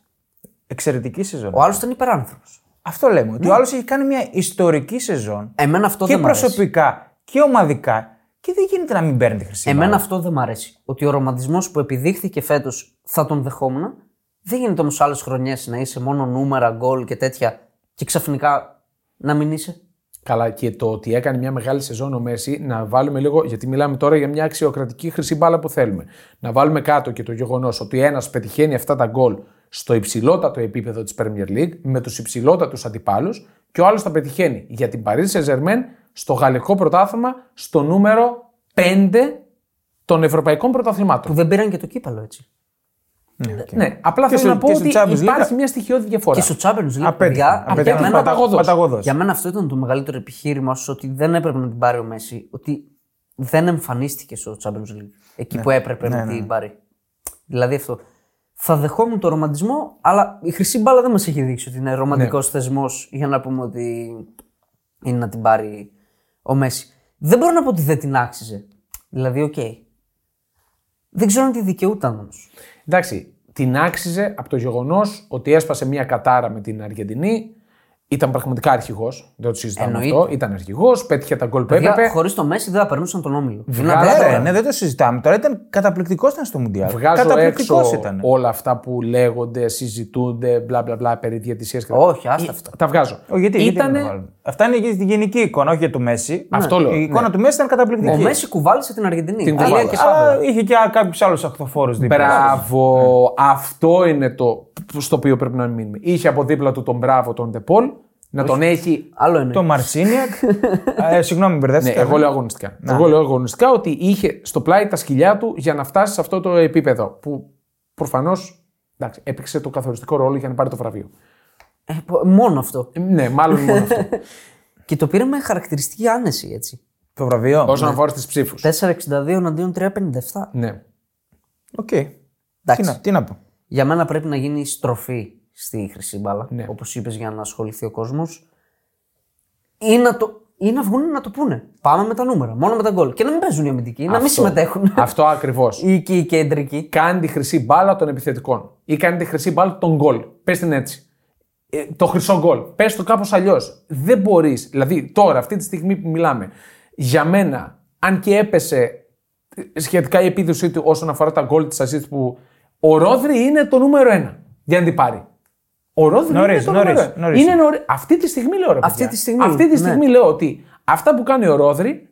[SPEAKER 3] Εξαιρετική σεζόν.
[SPEAKER 2] Ο άλλος ήταν υπεράνθρωπος.
[SPEAKER 3] Αυτό λέμε. Ότι ο άλλος έχει κάνει μια ιστορική σεζόν.
[SPEAKER 2] Εμένα αυτό
[SPEAKER 3] και
[SPEAKER 2] δεν μ' αρέσει.
[SPEAKER 3] προσωπικά και ομαδικά. Και δεν γίνεται να μην παίρνει τη χρυσή.
[SPEAKER 2] Εμένα
[SPEAKER 3] μπάλα.
[SPEAKER 2] αυτό δεν μ' αρέσει. Ότι ο ρομαντισμός που επιδείχθηκε φέτος θα τον δεχόμουν. Δεν γίνεται όμως άλλες χρονιές να είσαι μόνο νούμερα, γκολ και τέτοια και ξαφνικά να μην είσαι.
[SPEAKER 1] Καλά, και το ότι έκανε μια μεγάλη σεζόν ο Μέση, να βάλουμε λίγο. Γιατί μιλάμε τώρα για μια αξιοκρατική χρυσή μπάλα που θέλουμε. Να βάλουμε κάτω και το γεγονός ότι ένας πετυχαίνει αυτά τα γκολ στο υψηλότατο επίπεδο της Premier League με τους υψηλότατους αντιπάλους και ο άλλος τα πετυχαίνει για την Paris Saint-Germain στο γαλλικό πρωτάθλημα στο νούμερο 5 των ευρωπαϊκών πρωταθλημάτων.
[SPEAKER 2] Που δεν πήραν και το κύπαλο έτσι.
[SPEAKER 1] Ναι, απλά
[SPEAKER 3] Και
[SPEAKER 1] θέλω
[SPEAKER 3] στο-
[SPEAKER 1] να πω
[SPEAKER 3] και στο
[SPEAKER 1] ότι
[SPEAKER 3] Champions League.
[SPEAKER 1] υπάρχει μια στοιχειώδη διαφορά.
[SPEAKER 2] Και στο Champions League,
[SPEAKER 3] Απέτυχε.
[SPEAKER 2] παιδιά,
[SPEAKER 3] Απέτυχε.
[SPEAKER 2] για, μένα,
[SPEAKER 1] Παταγωδός.
[SPEAKER 3] Παταγωδός.
[SPEAKER 2] για μένα αυτό ήταν το μεγαλύτερο επιχείρημα σου ότι δεν έπρεπε να την πάρει ο Μέση. Ότι δεν εμφανίστηκε στο Champions League εκεί
[SPEAKER 1] Ναι.
[SPEAKER 2] που έπρεπε να την πάρει. Δηλαδή αυτό. Θα δεχόμουν το ρομαντισμό, αλλά η χρυσή μπάλα δεν μας έχει δείξει ότι είναι ρομαντικός
[SPEAKER 1] Ναι.
[SPEAKER 2] θεσμός για να πούμε ότι είναι να την πάρει ο Μέση. Δεν μπορώ να πω ότι δεν την άξιζε. Δηλαδή, οκ. Δεν ξέρω αν τη δικαιούταν όμως.
[SPEAKER 1] Εντάξει, την άξιζε από το γεγονός ότι έσπασε μια κατάρα με την Αργεντινή. Ήταν πραγματικά αρχηγός. Δεν το συζητάμε
[SPEAKER 2] Εννοείται.
[SPEAKER 1] αυτό. Ήταν αρχηγός, πέτυχε τα γκολ που έπρεπε.
[SPEAKER 2] Χωρίς το Μέση δεν θα περνούσαν τον όμιλο. Είναι
[SPEAKER 1] Βγάλε-
[SPEAKER 2] απλά
[SPEAKER 3] Ναι,
[SPEAKER 2] τώρα.
[SPEAKER 3] ρε, ναι, δεν το συζητάμε. Τώρα ήταν καταπληκτικός ήταν στο Μουντιάλ.
[SPEAKER 1] Βγάζω
[SPEAKER 3] Καταπληκτικός
[SPEAKER 1] έξω
[SPEAKER 3] ήταν.
[SPEAKER 1] όλα αυτά που λέγονται, συζητούνται, μπλα μπλα μπλα περί διαιτησία κτλ.
[SPEAKER 2] Όχι, άστα αυτά.
[SPEAKER 1] Ε, Τα βγάζω.
[SPEAKER 3] Ο, γιατί,
[SPEAKER 1] Ήτανε-
[SPEAKER 3] γιατί να το βάλουμε. Αυτά είναι για τη γενική εικόνα, όχι για του Μέση.
[SPEAKER 1] Αυτό λέω,
[SPEAKER 3] Η
[SPEAKER 1] ναι.
[SPEAKER 3] εικόνα του Μέση ήταν
[SPEAKER 2] Ο
[SPEAKER 3] καταπληκτική.
[SPEAKER 2] Μέση κουβάλισε την Αργεντινή.
[SPEAKER 1] Την
[SPEAKER 2] Τελεία
[SPEAKER 1] κουβάλισε.
[SPEAKER 2] και
[SPEAKER 1] Α,
[SPEAKER 2] παύλα.
[SPEAKER 3] Αλλά είχε και κάποιους άλλους ακτοφόρου δίπλα.
[SPEAKER 1] Μπράβο,
[SPEAKER 3] Ναι.
[SPEAKER 1] αυτό είναι το στο οποίο πρέπει να μείνουμε. Είχε από δίπλα του τον μπράβο τον Ντεπόλ, να τον έχει
[SPEAKER 2] Ναι, Άλλο εννοείς.
[SPEAKER 3] Το Μαρσίνιακ. ε, συγγνώμη,
[SPEAKER 1] Ναι,
[SPEAKER 3] μπερδεύτηκα.
[SPEAKER 1] εγώ λέω αγωνιστικά. Εγώ λέω αγωνιστικά ότι είχε στο πλάι τα σκυλιά του για να φτάσει σε αυτό το επίπεδο. Που προφανώς έπαιξε το καθοριστικό ρόλο για να πάρει το βραβείο.
[SPEAKER 2] Ε, πο- μόνο αυτό.
[SPEAKER 1] Ε, Ναι, μάλλον μόνο αυτό.
[SPEAKER 2] Και το πήρε με χαρακτηριστική άνεση έτσι.
[SPEAKER 3] Το βραβείο.
[SPEAKER 1] [laughs] Όσον αφορά στις ψήφους.
[SPEAKER 2] 4,62 εναντίον 3,57.
[SPEAKER 1] Ναι.
[SPEAKER 3] Οκ. Τι,
[SPEAKER 2] Εντάξει.
[SPEAKER 3] να, τι να πω.
[SPEAKER 2] Για μένα πρέπει να γίνει στροφή στη χρυσή μπάλα.
[SPEAKER 1] Ναι.
[SPEAKER 2] Όπως είπες, για να ασχοληθεί ο κόσμος. Ή, να το... ή να βγουν να το πούνε. Πάμε με τα νούμερα. Μόνο με τα γκολ. Και να μην παίζουν οι αμυντικοί, να μην
[SPEAKER 1] Αυτό.
[SPEAKER 2] συμμετέχουν.
[SPEAKER 1] Αυτό ακριβώς.
[SPEAKER 2] [laughs] ή και οι κεντρικοί.
[SPEAKER 1] Κάνει τη χρυσή μπάλα των επιθετικών. Ή κάνει τη χρυσή μπάλα των γκολ. Πες την έτσι. Ε, το χρυσό γκολ. Πες το κάπως αλλιώς. Δεν μπορείς. Δηλαδή τώρα, αυτή τη στιγμή που μιλάμε, για μένα, αν και έπεσε ε, σχετικά η επίδοσή του όσον αφορά τα γκολ της assist που ο Ρόδρυ είναι το νούμερο ένα για να την πάρει. Ο Ρόδρυ
[SPEAKER 3] Νωρίς,
[SPEAKER 1] είναι το
[SPEAKER 3] νωρίς,
[SPEAKER 1] νούμερο ένα.
[SPEAKER 3] νωρίς.
[SPEAKER 1] Είναι νωρί- Αυτή τη στιγμή λέω ρε
[SPEAKER 2] Αυτή
[SPEAKER 1] παιδιά.
[SPEAKER 2] τη στιγμή,
[SPEAKER 1] Αυτή τη
[SPEAKER 2] ναι.
[SPEAKER 1] στιγμή λέω ότι αυτά που κάνει ο Ρόδρυ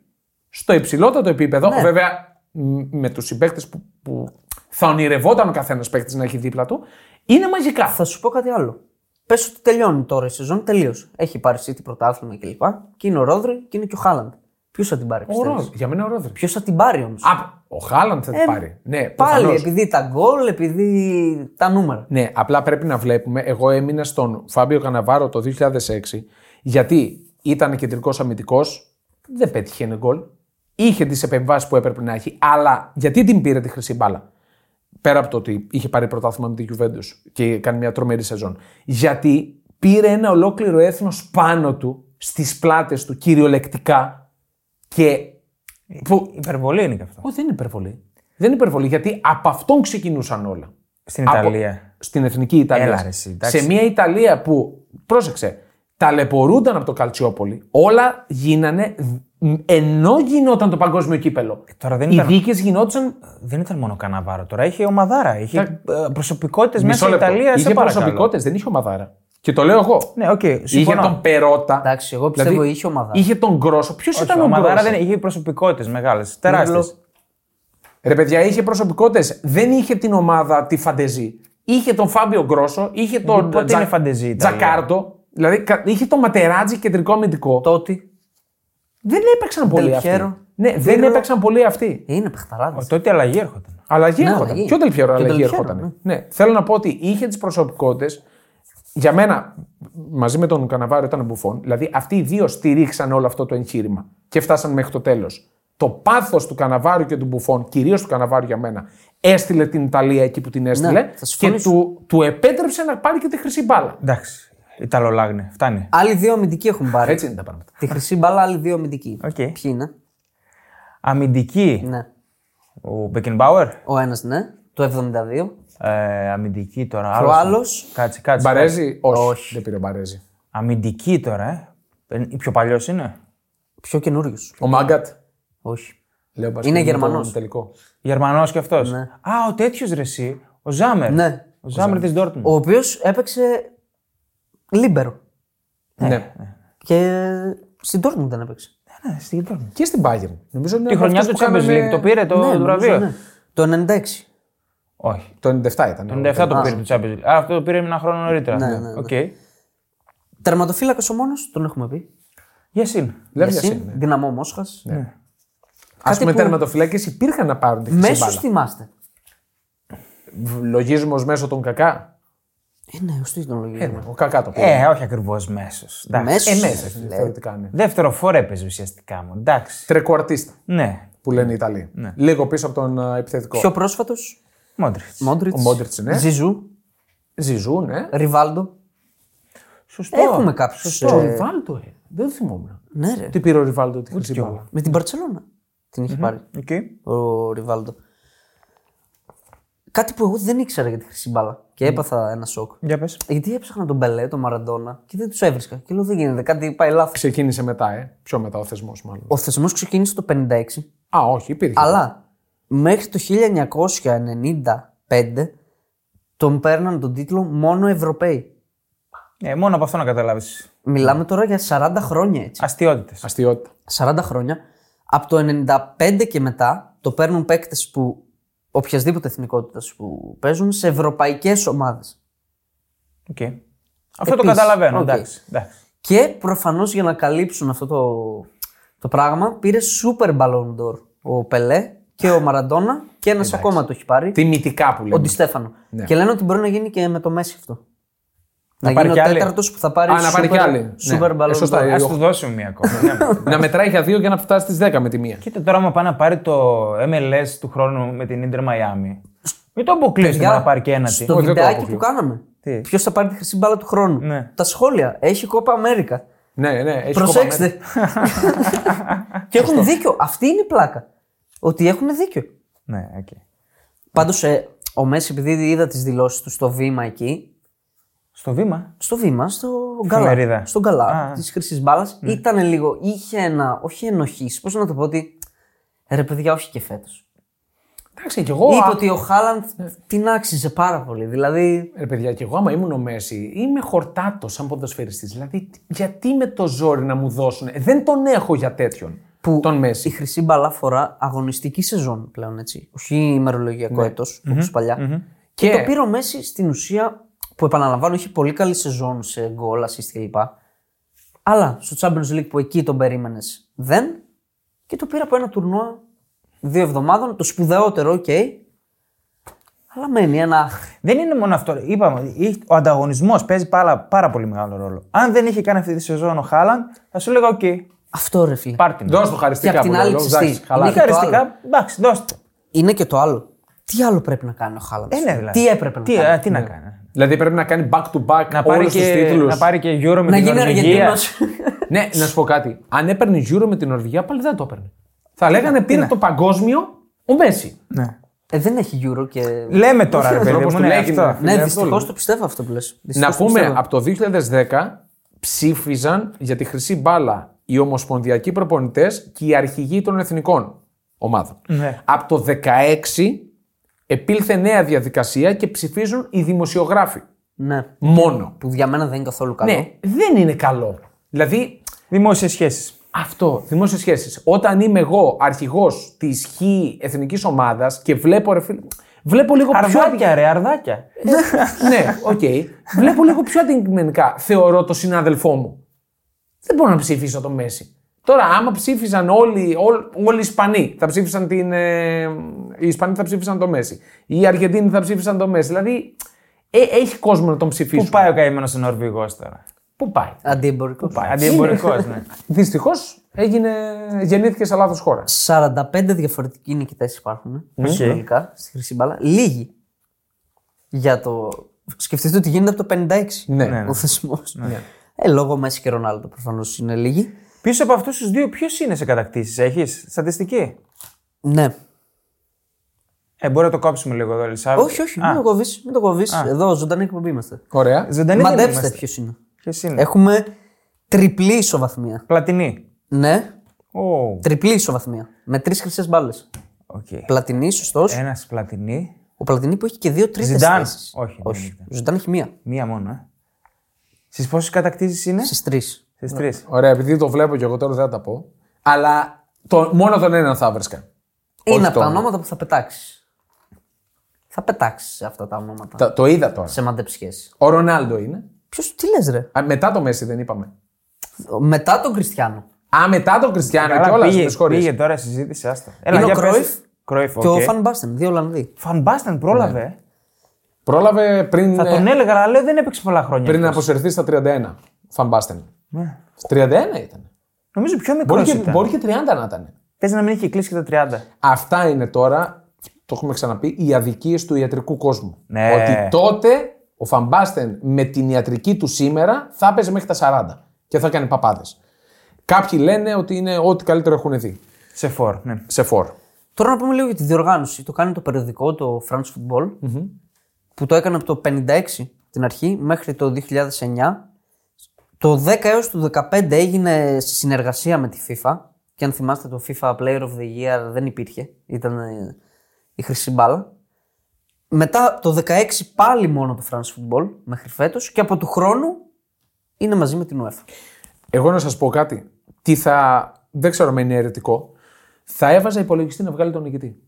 [SPEAKER 1] στο υψηλότατο επίπεδο, βέβαια μ, με τους συμπαίκτες που, που θα ονειρευόταν ο καθένας παίκτης να έχει δίπλα του, είναι μαγικά.
[SPEAKER 2] Θα σου πω κάτι άλλο. Πες ότι τελειώνει τώρα η σεζόν, τελείωσε. Έχει πάρει City πρωτάθλημα κλπ. Και είναι ο Ρόδρυ και είναι και ο Χάλαντ. Ποιος θα την πάρει,
[SPEAKER 1] Ο
[SPEAKER 2] πιστεύεις.
[SPEAKER 1] Ρόδ- Για μένα ο Ρόδρυ.
[SPEAKER 2] Ποιος θα την πάρει όμως.
[SPEAKER 1] Α, ο Χάλαντ θα την πάρει. Ναι,
[SPEAKER 2] Πάλι
[SPEAKER 1] προφανώς.
[SPEAKER 2] επειδή τα γκολ, επειδή τα νούμερα.
[SPEAKER 1] Ναι, απλά πρέπει να βλέπουμε. Εγώ έμεινα στον Φάμπιο Καναβάρο το 2006 γιατί ήταν κεντρικός αμυντικός, δεν πέτυχε ένα γκολ. Είχε τις επεμβάσεις που έπρεπε να έχει, αλλά γιατί την πήρε τη χρυσή μπάλα. Πέρα από το ότι είχε πάρει πρωτάθλημα με την Juventus και κάνει μια τρομερή σεζόν. Γιατί πήρε ένα ολόκληρο έθνος πάνω του, στις πλάτες του, κυριολεκτικά και.
[SPEAKER 3] Ε,
[SPEAKER 1] Που...
[SPEAKER 3] Υπερβολή είναι και αυτό.
[SPEAKER 1] Ω, δεν είναι υπερβολή. Δεν είναι υπερβολή, γιατί από αυτόν ξεκινούσαν όλα.
[SPEAKER 3] Στην
[SPEAKER 1] Από-
[SPEAKER 3] Ιταλία.
[SPEAKER 1] Στην εθνική Ιταλία.
[SPEAKER 3] Έλα ρε εσύ, εντάξει.
[SPEAKER 1] σε μια Ιταλία που, πρόσεξε, ταλαιπωρούνταν από το Καλτσιόπολη, όλα γίνανε ενώ γινόταν το παγκόσμιο κύπελο.
[SPEAKER 3] Ε, τώρα δεν
[SPEAKER 1] Οι
[SPEAKER 3] ήταν-
[SPEAKER 1] δίκες γινόντουσαν.
[SPEAKER 3] Δεν ήταν μόνο καναβάρο τώρα. Είχε ομαδάρα. Είχε προσωπικότητες
[SPEAKER 1] Μισό
[SPEAKER 3] μέσα
[SPEAKER 1] λεπτό.
[SPEAKER 3] Ιταλία.
[SPEAKER 1] Είχε προσωπικότητες, δεν είχε ομαδάρα. Και το λέω εγώ.
[SPEAKER 3] Ναι, οκ.
[SPEAKER 1] είχε
[SPEAKER 3] συμφωνώ.
[SPEAKER 1] τον Περότα. Δηλαδή,
[SPEAKER 2] Εντάξει, εγώ πιστεύω είχε ομαδάρα.
[SPEAKER 1] Είχε τον Γκρόσο. Ποιος
[SPEAKER 3] Όχι,
[SPEAKER 1] ήταν ο
[SPEAKER 3] ομαδάρα
[SPEAKER 1] Γκρόσο.
[SPEAKER 3] δεν είχε προσωπικότητες μεγάλες. Τεράστιες.
[SPEAKER 1] Ρε παιδιά, είχε προσωπικότητες. Δεν είχε την ομάδα τη φαντεζή. Είχε τον Φάμπιο Γκρόσο, είχε τον
[SPEAKER 3] πότε είναι φαντεζή η Ιταλία?
[SPEAKER 1] Τζακάρτο. Δηλαδή κα- είχε τον Ματεράτζι κεντρικό αμυντικό.
[SPEAKER 2] Τότε
[SPEAKER 1] Δεν έπαιξαν πολύ αυτοί.
[SPEAKER 2] Τελπιέρο.
[SPEAKER 1] Ναι, δεν
[SPEAKER 2] Πίρο.
[SPEAKER 1] έπαιξαν πολύ αυτοί.
[SPEAKER 2] είναι παιχταράδες.
[SPEAKER 3] Ε, Τότε η αλλαγή έρχονταν.
[SPEAKER 1] Αλλαγή
[SPEAKER 2] Ναι,
[SPEAKER 1] έρχονταν.
[SPEAKER 2] αλλαγή.
[SPEAKER 1] Πιο τελπιέρο
[SPEAKER 2] Και
[SPEAKER 1] αλλαγή
[SPEAKER 2] Τελπιέρο,
[SPEAKER 1] έρχονταν. Ναι. Θέλω να πω ότι είχε τις προσωπικότητες. Για μένα, μαζί με τον Καναβάρο ήταν μπουφόν. Δηλαδή αυτοί οι δύο στηρίξαν όλο αυτό το εγχείρημα και φτάσαν μέχρι το τέλος. Το πάθος του Καναβάρου και του Μπουφόν, κυρίως του Καναβάρου για μένα, έστειλε την Ιταλία εκεί που την έστειλε
[SPEAKER 2] Ναι, θα
[SPEAKER 1] και
[SPEAKER 2] συμφωνήσω.
[SPEAKER 1] του, του επέτρεψε να πάρει και τη χρυσή μπάλα.
[SPEAKER 3] Εντάξει. Ιταλολάγνε. Φτάνει.
[SPEAKER 2] Άλλοι δύο αμυντικοί έχουν πάρει.
[SPEAKER 1] Έτσι είναι τα πράγματα.
[SPEAKER 2] Τη χρυσή μπάλα, άλλοι δύο αμυντικοί.
[SPEAKER 3] Οκ.
[SPEAKER 2] Ποιοι είναι.
[SPEAKER 3] Αμυντική.
[SPEAKER 2] Ναι.
[SPEAKER 3] Ο Μπέκενμπάουερ.
[SPEAKER 2] Ο ένας ναι, το 72.
[SPEAKER 3] Ε, αμυντική τώρα.
[SPEAKER 2] Ο
[SPEAKER 3] άλλος.
[SPEAKER 2] άλλος.
[SPEAKER 3] Κάτσε, κάτσε.
[SPEAKER 1] Μπαρέζι, όχι. Δεν πήρε ο Μπαρέζι.
[SPEAKER 3] Αμυντική τώρα, ε. ε. η Πιο παλιός είναι.
[SPEAKER 2] Πιο καινούριος.
[SPEAKER 1] Ο Μάγκατ.
[SPEAKER 2] Όχι.
[SPEAKER 1] Λέω, Μπαρέζι, με τον
[SPEAKER 2] Γερμανός.
[SPEAKER 1] Τελικό.
[SPEAKER 3] Γερμανός κι αυτός.
[SPEAKER 2] Ναι.
[SPEAKER 3] Α, ο τέτοιος ρε εσύ. Ο Ζάμερ.
[SPEAKER 2] Ναι.
[SPEAKER 3] Ο Ζάμερ της Ντόρτμουντ.
[SPEAKER 2] Ο οποίος έπαιξε λίμπερο.
[SPEAKER 1] Ναι.
[SPEAKER 2] Και στην Dortmund δεν έπαιξε.
[SPEAKER 3] Ναι, στην Ντόρτμουντ.
[SPEAKER 1] Και στην Bayern. Νομίζω είναι
[SPEAKER 3] Τη
[SPEAKER 1] από
[SPEAKER 3] χρονιά
[SPEAKER 1] αυτούς
[SPEAKER 3] του
[SPEAKER 1] που
[SPEAKER 3] Champions
[SPEAKER 1] κάνανε-
[SPEAKER 3] League το πήρε το
[SPEAKER 2] νομίζω,
[SPEAKER 3] βραβείο.
[SPEAKER 2] ναι. Το 96.
[SPEAKER 3] Όχι.
[SPEAKER 1] Το 97 ήταν.
[SPEAKER 3] Το 97 το πήρε το Champions League. Άρα αυτό το πήρε ένα χρόνο νωρίτερα.
[SPEAKER 2] Ναι, ναι, ναι.
[SPEAKER 3] Οκ.
[SPEAKER 2] Τερματοφύλακας ο μόνος, τον έχουμε πει.
[SPEAKER 3] Για συν.
[SPEAKER 1] Λέμε για
[SPEAKER 2] Εσύ,
[SPEAKER 1] σύν.
[SPEAKER 2] δυναμό Μόσχας. Ναι.
[SPEAKER 1] Ας πούμε,
[SPEAKER 2] που-
[SPEAKER 1] τερματοφυλάκε υπήρχαν να πάρουν τη χρυσή
[SPEAKER 2] Μέσο
[SPEAKER 1] μπάλα.
[SPEAKER 2] θυμάστε.
[SPEAKER 1] Λογίζουμε ω μέσο τον κακά.
[SPEAKER 2] Ε, ναι, ωστή τον λογισμό.
[SPEAKER 1] Ο κακά το πήρε.
[SPEAKER 3] Ε, όχι ακριβώς μέσος.
[SPEAKER 2] Μέσος.
[SPEAKER 1] Ε, μέσα θεωρητικά ναι.
[SPEAKER 3] Δεύτερο φορ έπαιζε ουσιαστικά μου. Εντάξει.
[SPEAKER 1] Τρεκουαρτίστα
[SPEAKER 3] Ναι.
[SPEAKER 1] που λένε οι Ιταλοί. Λίγο πίσω από τον α, επιθετικό.
[SPEAKER 2] Πιο πρόσφατος,
[SPEAKER 3] Μόντριτ.
[SPEAKER 2] Μόντριτ.
[SPEAKER 1] Ο Μόντριτς, ναι.
[SPEAKER 2] Ζιζού,
[SPEAKER 1] Ζιζού, ναι.
[SPEAKER 2] Ριβάλντο.
[SPEAKER 3] Ε, Σωστό.
[SPEAKER 2] Έχουμε κάποιους.
[SPEAKER 1] Ο Ριβάλτο, ε. Δεν θυμόμουν.
[SPEAKER 2] Ναι, ρε.
[SPEAKER 1] Τι πήρε ο Ριβάλτο τη χρυσή μπάλα.
[SPEAKER 2] Με την Παρσελώνα. Την είχε πάρει
[SPEAKER 3] Οκ.
[SPEAKER 2] ο Ριβάλντο. Κάτι που εγώ δεν ήξερα για τη χρυσή μπάλα και έπαθα ένα σοκ.
[SPEAKER 3] Για πες.
[SPEAKER 2] Γιατί έψαχνα τον Μπελέ, τον Μαραντόνα και δεν τους έβρισκα. Και λέω δεν γίνεται, κάτι πάει λάθος.
[SPEAKER 1] Ξεκίνησε μετά, ε. Πιο μετά ο θεσμός, μάλλον.
[SPEAKER 2] Ο θεσμός ξεκίνησε το 56,
[SPEAKER 1] Α, όχι, υπήρχε.
[SPEAKER 2] αλλά μέχρι το 1995 τον παίρναν τον τίτλο μόνο Ευρωπαίοι.
[SPEAKER 3] Ε, μόνο από αυτό να καταλάβεις.
[SPEAKER 2] Μιλάμε τώρα για 40 χρόνια έτσι.
[SPEAKER 3] Αστείωτε.
[SPEAKER 1] Αστείωτα.
[SPEAKER 2] 40 χρόνια. Από το 95 και μετά το παίρνουν παίκτες που οποιασδήποτε εθνικότητας που παίζουν σε ευρωπαϊκές ομάδες.
[SPEAKER 3] Αυτό το
[SPEAKER 2] Επίσης,
[SPEAKER 3] καταλαβαίνω.
[SPEAKER 2] οκ.
[SPEAKER 3] Εντάξει. εντάξει.
[SPEAKER 2] Και προφανώς για να καλύψουν αυτό το, το πράγμα πήρε Super Ballon d'Or ο Πελέ και ο Μαραντόνα και ένας ακόμα το έχει πάρει.
[SPEAKER 1] Τιμητικά που
[SPEAKER 2] Ο
[SPEAKER 1] λέμε.
[SPEAKER 2] Ντι Στέφανο.
[SPEAKER 1] Ναι.
[SPEAKER 2] Και λένε ότι μπορεί να γίνει και με το Μέση αυτό. Να,
[SPEAKER 3] πάρει
[SPEAKER 2] γίνει
[SPEAKER 3] κι
[SPEAKER 2] ο
[SPEAKER 3] άλλη.
[SPEAKER 2] τέταρτος που θα πάρει
[SPEAKER 1] Α, να πάρει
[SPEAKER 2] Super-
[SPEAKER 1] κι άλλη.
[SPEAKER 2] Super
[SPEAKER 1] Ναι. Ε,
[SPEAKER 2] Ballon
[SPEAKER 1] σωστά,
[SPEAKER 2] d'Or.
[SPEAKER 1] ε.
[SPEAKER 3] Α του δώσουμε μία
[SPEAKER 2] [laughs]
[SPEAKER 3] ακόμα. ναι.
[SPEAKER 1] Να μετράει για δύο για να φτάσει στις 10 με τη μία.
[SPEAKER 3] Κοίτα τώρα, άμα πάει να πάρει το MLS του χρόνου με την Ιντερ Μαϊάμι. Μην το αποκλείσουμε
[SPEAKER 2] Παιδιά,
[SPEAKER 3] να πάρει και ένα τι.
[SPEAKER 2] Στο
[SPEAKER 1] Όχι, δεν το
[SPEAKER 2] βιντεάκι
[SPEAKER 1] αποκλείω.
[SPEAKER 2] που κάναμε.
[SPEAKER 3] Τι?
[SPEAKER 2] Ποιος θα πάρει τη χρυσή μπάλα του χρόνου.
[SPEAKER 3] Ναι.
[SPEAKER 2] Τα σχόλια. Έχει κόπα Αμέρικα.
[SPEAKER 1] Ναι, ναι, έχει κόμμα
[SPEAKER 2] Προσέξτε. [laughs] και έχουν δίκιο. Αυτή είναι η πλάκα. Ότι έχουν δίκιο.
[SPEAKER 3] Ναι, οκ.
[SPEAKER 2] Πάντως ο Μέσης, επειδή είδα τις δηλώσεις του στο βήμα εκεί,
[SPEAKER 3] Στο βήμα.
[SPEAKER 2] στο βήμα, στο γκαλά.
[SPEAKER 3] Εφημερίδα.
[SPEAKER 2] Στον γκαλά της Χρυσής Μπάλας.
[SPEAKER 1] Ναι.
[SPEAKER 2] Ήταν λίγο. Είχε ένα. Όχι ενοχής. Πώς να το πω ότι. «Ε, Ρε παιδιά, όχι και φέτος.
[SPEAKER 1] μέτρα. Εντάξει, κι εγώ.
[SPEAKER 2] Είπε
[SPEAKER 1] α- Ναι.
[SPEAKER 2] ότι ο Χάλαντ την άξιζε πάρα πολύ. Δηλαδή.
[SPEAKER 1] Ρε παιδιά, κι εγώ άμα ήμουν ο Μέση, είμαι χορτάτος σαν ποδοσφαιριστής. Δηλαδή, τι- γιατί με το ζόρι να μου δώσουν. Δεν τον έχω για τέτοιον.
[SPEAKER 2] Που
[SPEAKER 1] τον
[SPEAKER 2] Η
[SPEAKER 1] Μέση.
[SPEAKER 2] χρυσή μπαλά αφορά αγωνιστική σεζόν πλέον έτσι. Όχι
[SPEAKER 3] Ναι.
[SPEAKER 2] ημερολογιακό έτος, όπως παλιά. Και,
[SPEAKER 1] Και-
[SPEAKER 3] Ε.
[SPEAKER 2] το πήρε ο Μέση στην ουσία που επαναλαμβάνω είχε πολύ καλή σεζόν σε γκολ, assist κλπ. Αλλά στο Champions League που εκεί τον περίμενες δεν, Και το πήρα από ένα τουρνουά δύο εβδομάδων, το σπουδαιότερο, οκ. Αλλά μένει ένα.
[SPEAKER 3] Δεν είναι μόνο αυτό. Είπαμε ότι είχε- ο ανταγωνισμός παίζει πάρα, πάρα πολύ μεγάλο ρόλο. Αν δεν είχε κάνει αυτή τη σεζόν ο Χάλαν, θα σου λέγα: Οκ,
[SPEAKER 2] Αυτό ρε φίλε.
[SPEAKER 3] πάρτι.
[SPEAKER 1] Δώσ' το
[SPEAKER 2] Και
[SPEAKER 1] χαριστικά
[SPEAKER 2] απ' την
[SPEAKER 1] λέω,
[SPEAKER 2] άλλη
[SPEAKER 1] εντάξει,
[SPEAKER 2] ξυστή.
[SPEAKER 1] χαλά.
[SPEAKER 2] Είναι και το άλλο.
[SPEAKER 3] Χαριστικά, εντάξει, δώστε.
[SPEAKER 2] Είναι και το άλλο. Τι άλλο πρέπει να κάνει ο Χάλαντ.
[SPEAKER 3] Ε, ναι, δηλαδή.
[SPEAKER 2] Τι έπρεπε να
[SPEAKER 3] τι,
[SPEAKER 2] κάνει.
[SPEAKER 3] α, τι να κάνει.
[SPEAKER 1] Δηλαδή πρέπει να κάνει back to back
[SPEAKER 3] Να πάρει,
[SPEAKER 1] όλους τους
[SPEAKER 3] και,
[SPEAKER 1] τίτλους.
[SPEAKER 3] να πάρει και Euro με
[SPEAKER 2] Να
[SPEAKER 3] την
[SPEAKER 2] γίνει
[SPEAKER 3] Νορβηγία.
[SPEAKER 2] Αργεντίνο.
[SPEAKER 1] Ναι, να σου πω κάτι. Αν έπαιρνε Euro με την Νορβηγία, πάλι δεν το έπαιρνε. Θα λέγανε πήρε το παγκόσμιο ο Μέση.
[SPEAKER 3] Ναι.
[SPEAKER 2] ε, δεν έχει γύρο και.
[SPEAKER 3] Λέμε τώρα, ρε παιδί
[SPEAKER 1] Όπως
[SPEAKER 3] μου,
[SPEAKER 1] του
[SPEAKER 3] ναι,
[SPEAKER 1] λέγει,
[SPEAKER 3] αυτό.
[SPEAKER 1] φίλε,
[SPEAKER 2] Ναι,
[SPEAKER 1] αυτό
[SPEAKER 2] δυστυχώ
[SPEAKER 1] λέω.
[SPEAKER 2] το πιστεύω αυτό που λες.
[SPEAKER 1] Να πούμε, από το 2010 ψήφιζαν για τη χρυσή μπάλα οι ομοσπονδιακοί προπονητές και οι αρχηγοί των εθνικών ομάδων.
[SPEAKER 3] Ναι.
[SPEAKER 1] Από το 2016 επήλθε νέα διαδικασία και ψηφίζουν οι δημοσιογράφοι.
[SPEAKER 2] Ναι,
[SPEAKER 1] Μόνο.
[SPEAKER 2] που για μένα δεν είναι καθόλου καλό.
[SPEAKER 1] Ναι, δεν είναι καλό. Δηλαδή,
[SPEAKER 3] Δημόσιες σχέσεις.
[SPEAKER 1] αυτό, δημόσιες σχέσεις. Όταν είμαι εγώ αρχηγός της χ εθνικής ομάδας και βλέπω. Ρε, φίλε, βλέπω λίγο πιο.
[SPEAKER 3] Αρδάκια, ρε, αρδάκια.
[SPEAKER 1] ναι, οκ. Βλέπω λίγο πιο αντικειμενικά. Θεωρώ το συνάδελφό μου. Δεν μπορώ να ψηφίσω το Μέση. Τώρα, άμα ψήφισαν όλοι, ό, όλοι οι Ισπανοί, θα ψήφισαν την, ε, οι Ισπανοί θα ψήφισαν το Μέση. Οι Αργεντίνοι θα ψήφισαν το Μέση. Δηλαδή, ε, έχει κόσμο να τον ψηφίσει.
[SPEAKER 3] Πού πάει ο καημένος Νορβηγός τώρα.
[SPEAKER 1] Πού πάει.
[SPEAKER 2] Αντιεμπορικό.
[SPEAKER 3] Αντιεμπορικό, ναι.
[SPEAKER 1] Δυστυχώς έγινε, γεννήθηκε σε λάθος χώρα.
[SPEAKER 2] 45 διαφορετικοί νικητές υπάρχουν ε, συνολικά στη Χρυσή Μπάλα. Λίγοι. Για το. Σκεφτείτε ότι γίνεται από το 56
[SPEAKER 1] Ναι. Ναι,
[SPEAKER 2] ο θεσμός. Ε, λόγω Μέση και Ρονάλντο προφανώς είναι λίγοι.
[SPEAKER 3] Πίσω από αυτούς τους δύο, ποιος είναι σε κατακτήσεις, έχεις στατιστική.
[SPEAKER 2] Ναι.
[SPEAKER 3] Ε, μπορεί να το κόψουμε λίγο εδώ, Ελισάβη.
[SPEAKER 2] Όχι, όχι, μην το κόβεις. Μην το κόβεις. Εδώ ζωντανή εκπομπή
[SPEAKER 1] Ε,
[SPEAKER 2] είμαστε.
[SPEAKER 1] Ωραία.
[SPEAKER 3] Ζωντανή δεν
[SPEAKER 2] Μαντέψτε
[SPEAKER 3] είμαστε.
[SPEAKER 2] ποιος είναι.
[SPEAKER 3] Ποιος
[SPEAKER 2] Ε,
[SPEAKER 3] είναι.
[SPEAKER 2] Έχουμε τριπλή ισοβαθμία.
[SPEAKER 3] Πλατινή.
[SPEAKER 2] Ναι,
[SPEAKER 3] Ω,
[SPEAKER 2] τριπλή ισοβαθμία. Με τρεις χρυσές μπάλες.
[SPEAKER 3] οκ.
[SPEAKER 2] Πλατινή, σωστός.
[SPEAKER 3] Ένας πλατινή.
[SPEAKER 2] Ο Πλατινή που έχει και δύο τρίτες
[SPEAKER 3] Ζιντάν.
[SPEAKER 2] θέσεις.
[SPEAKER 3] Όχι, δεν
[SPEAKER 2] όχι.
[SPEAKER 3] είναι.
[SPEAKER 2] Ο Ζιντάν έχει μία.
[SPEAKER 3] Μία μόνο, ε. Στις πόσες κατακτήσεις είναι,
[SPEAKER 2] Στις τρεις.
[SPEAKER 3] στις τρεις.
[SPEAKER 1] Ωραία, επειδή το βλέπω και εγώ τώρα δεν θα τα πω. Αλλά το, μόνο τον έναν θα βρίσκα.
[SPEAKER 2] Είναι από τα
[SPEAKER 1] τον.
[SPEAKER 2] ονόματα που θα πετάξεις. Θα πετάξεις αυτά τα ονόματα.
[SPEAKER 1] Τα- το είδα τώρα.
[SPEAKER 2] Σε μαντέψεις σχέση.
[SPEAKER 1] Ο Ρονάλντο είναι.
[SPEAKER 2] Ποιος τι λες, ρε.
[SPEAKER 1] Α, μετά το Μέση δεν είπαμε.
[SPEAKER 2] Μετά τον Κριστιανό.
[SPEAKER 1] Α, μετά τον Κριστιανό και όλα
[SPEAKER 3] Ε, πήγε,
[SPEAKER 1] με συγχωρείς.
[SPEAKER 3] πήγε τώρα συζήτηση, άστα. Έλα,
[SPEAKER 2] Είναι ο
[SPEAKER 3] για πες.
[SPEAKER 2] Κρόιφ
[SPEAKER 3] Κρόιφ,
[SPEAKER 2] Και ο
[SPEAKER 3] οκ.
[SPEAKER 2] Φαν Μπάστεν, δύο Ολλανδοί.
[SPEAKER 3] Φαν Μπάστεν πρόλαβε. ε.
[SPEAKER 1] Πρόλαβε πριν, ε,
[SPEAKER 3] Θα τον έλεγα, αλλά λέω δεν έπαιξε πολλά χρόνια. Ναι.
[SPEAKER 1] πριν αποσυρθεί στα 31. Φαμπάστεν. 31 ήταν.
[SPEAKER 3] Νομίζω πιο μικρός
[SPEAKER 1] Μπορεί και,
[SPEAKER 3] ήταν.
[SPEAKER 1] μπορεί και 30 να ήταν.
[SPEAKER 3] Πες να μην έχει κλείσει και τα 30.
[SPEAKER 1] Αυτά είναι τώρα, το έχουμε ξαναπεί, οι αδικίες του ιατρικού κόσμου.
[SPEAKER 3] Ναι.
[SPEAKER 1] Ότι τότε ο Φαμπάστεν με την ιατρική του σήμερα θα έπαιζε μέχρι τα 40 και θα έκανε παπάδες. Κάποιοι λένε ότι είναι ό,τι καλύτερο έχουν δει
[SPEAKER 3] Σε φορ, ναι.
[SPEAKER 1] σε φόρ.
[SPEAKER 2] Τώρα να πούμε λίγο για τη διοργάνωση. Το κάνει το περιοδικό, το France Football, που το έκανε από το 56 την αρχή μέχρι το 2009. Το 10 έως το 15 έγινε σε συνεργασία με τη FIFA και αν θυμάστε το FIFA Player of the Year δεν υπήρχε, ήταν ε, η χρυσή μπάλα. Μετά το 16 πάλι μόνο το France Football μέχρι φέτος και από του χρόνου είναι μαζί με την UEFA.
[SPEAKER 1] Εγώ να σας πω κάτι. Τι θα. Δεν ξέρω αν είναι αιρετικό. Θα έβαζα υπολογιστή να βγάλει τον
[SPEAKER 3] [laughs]
[SPEAKER 1] νικητή.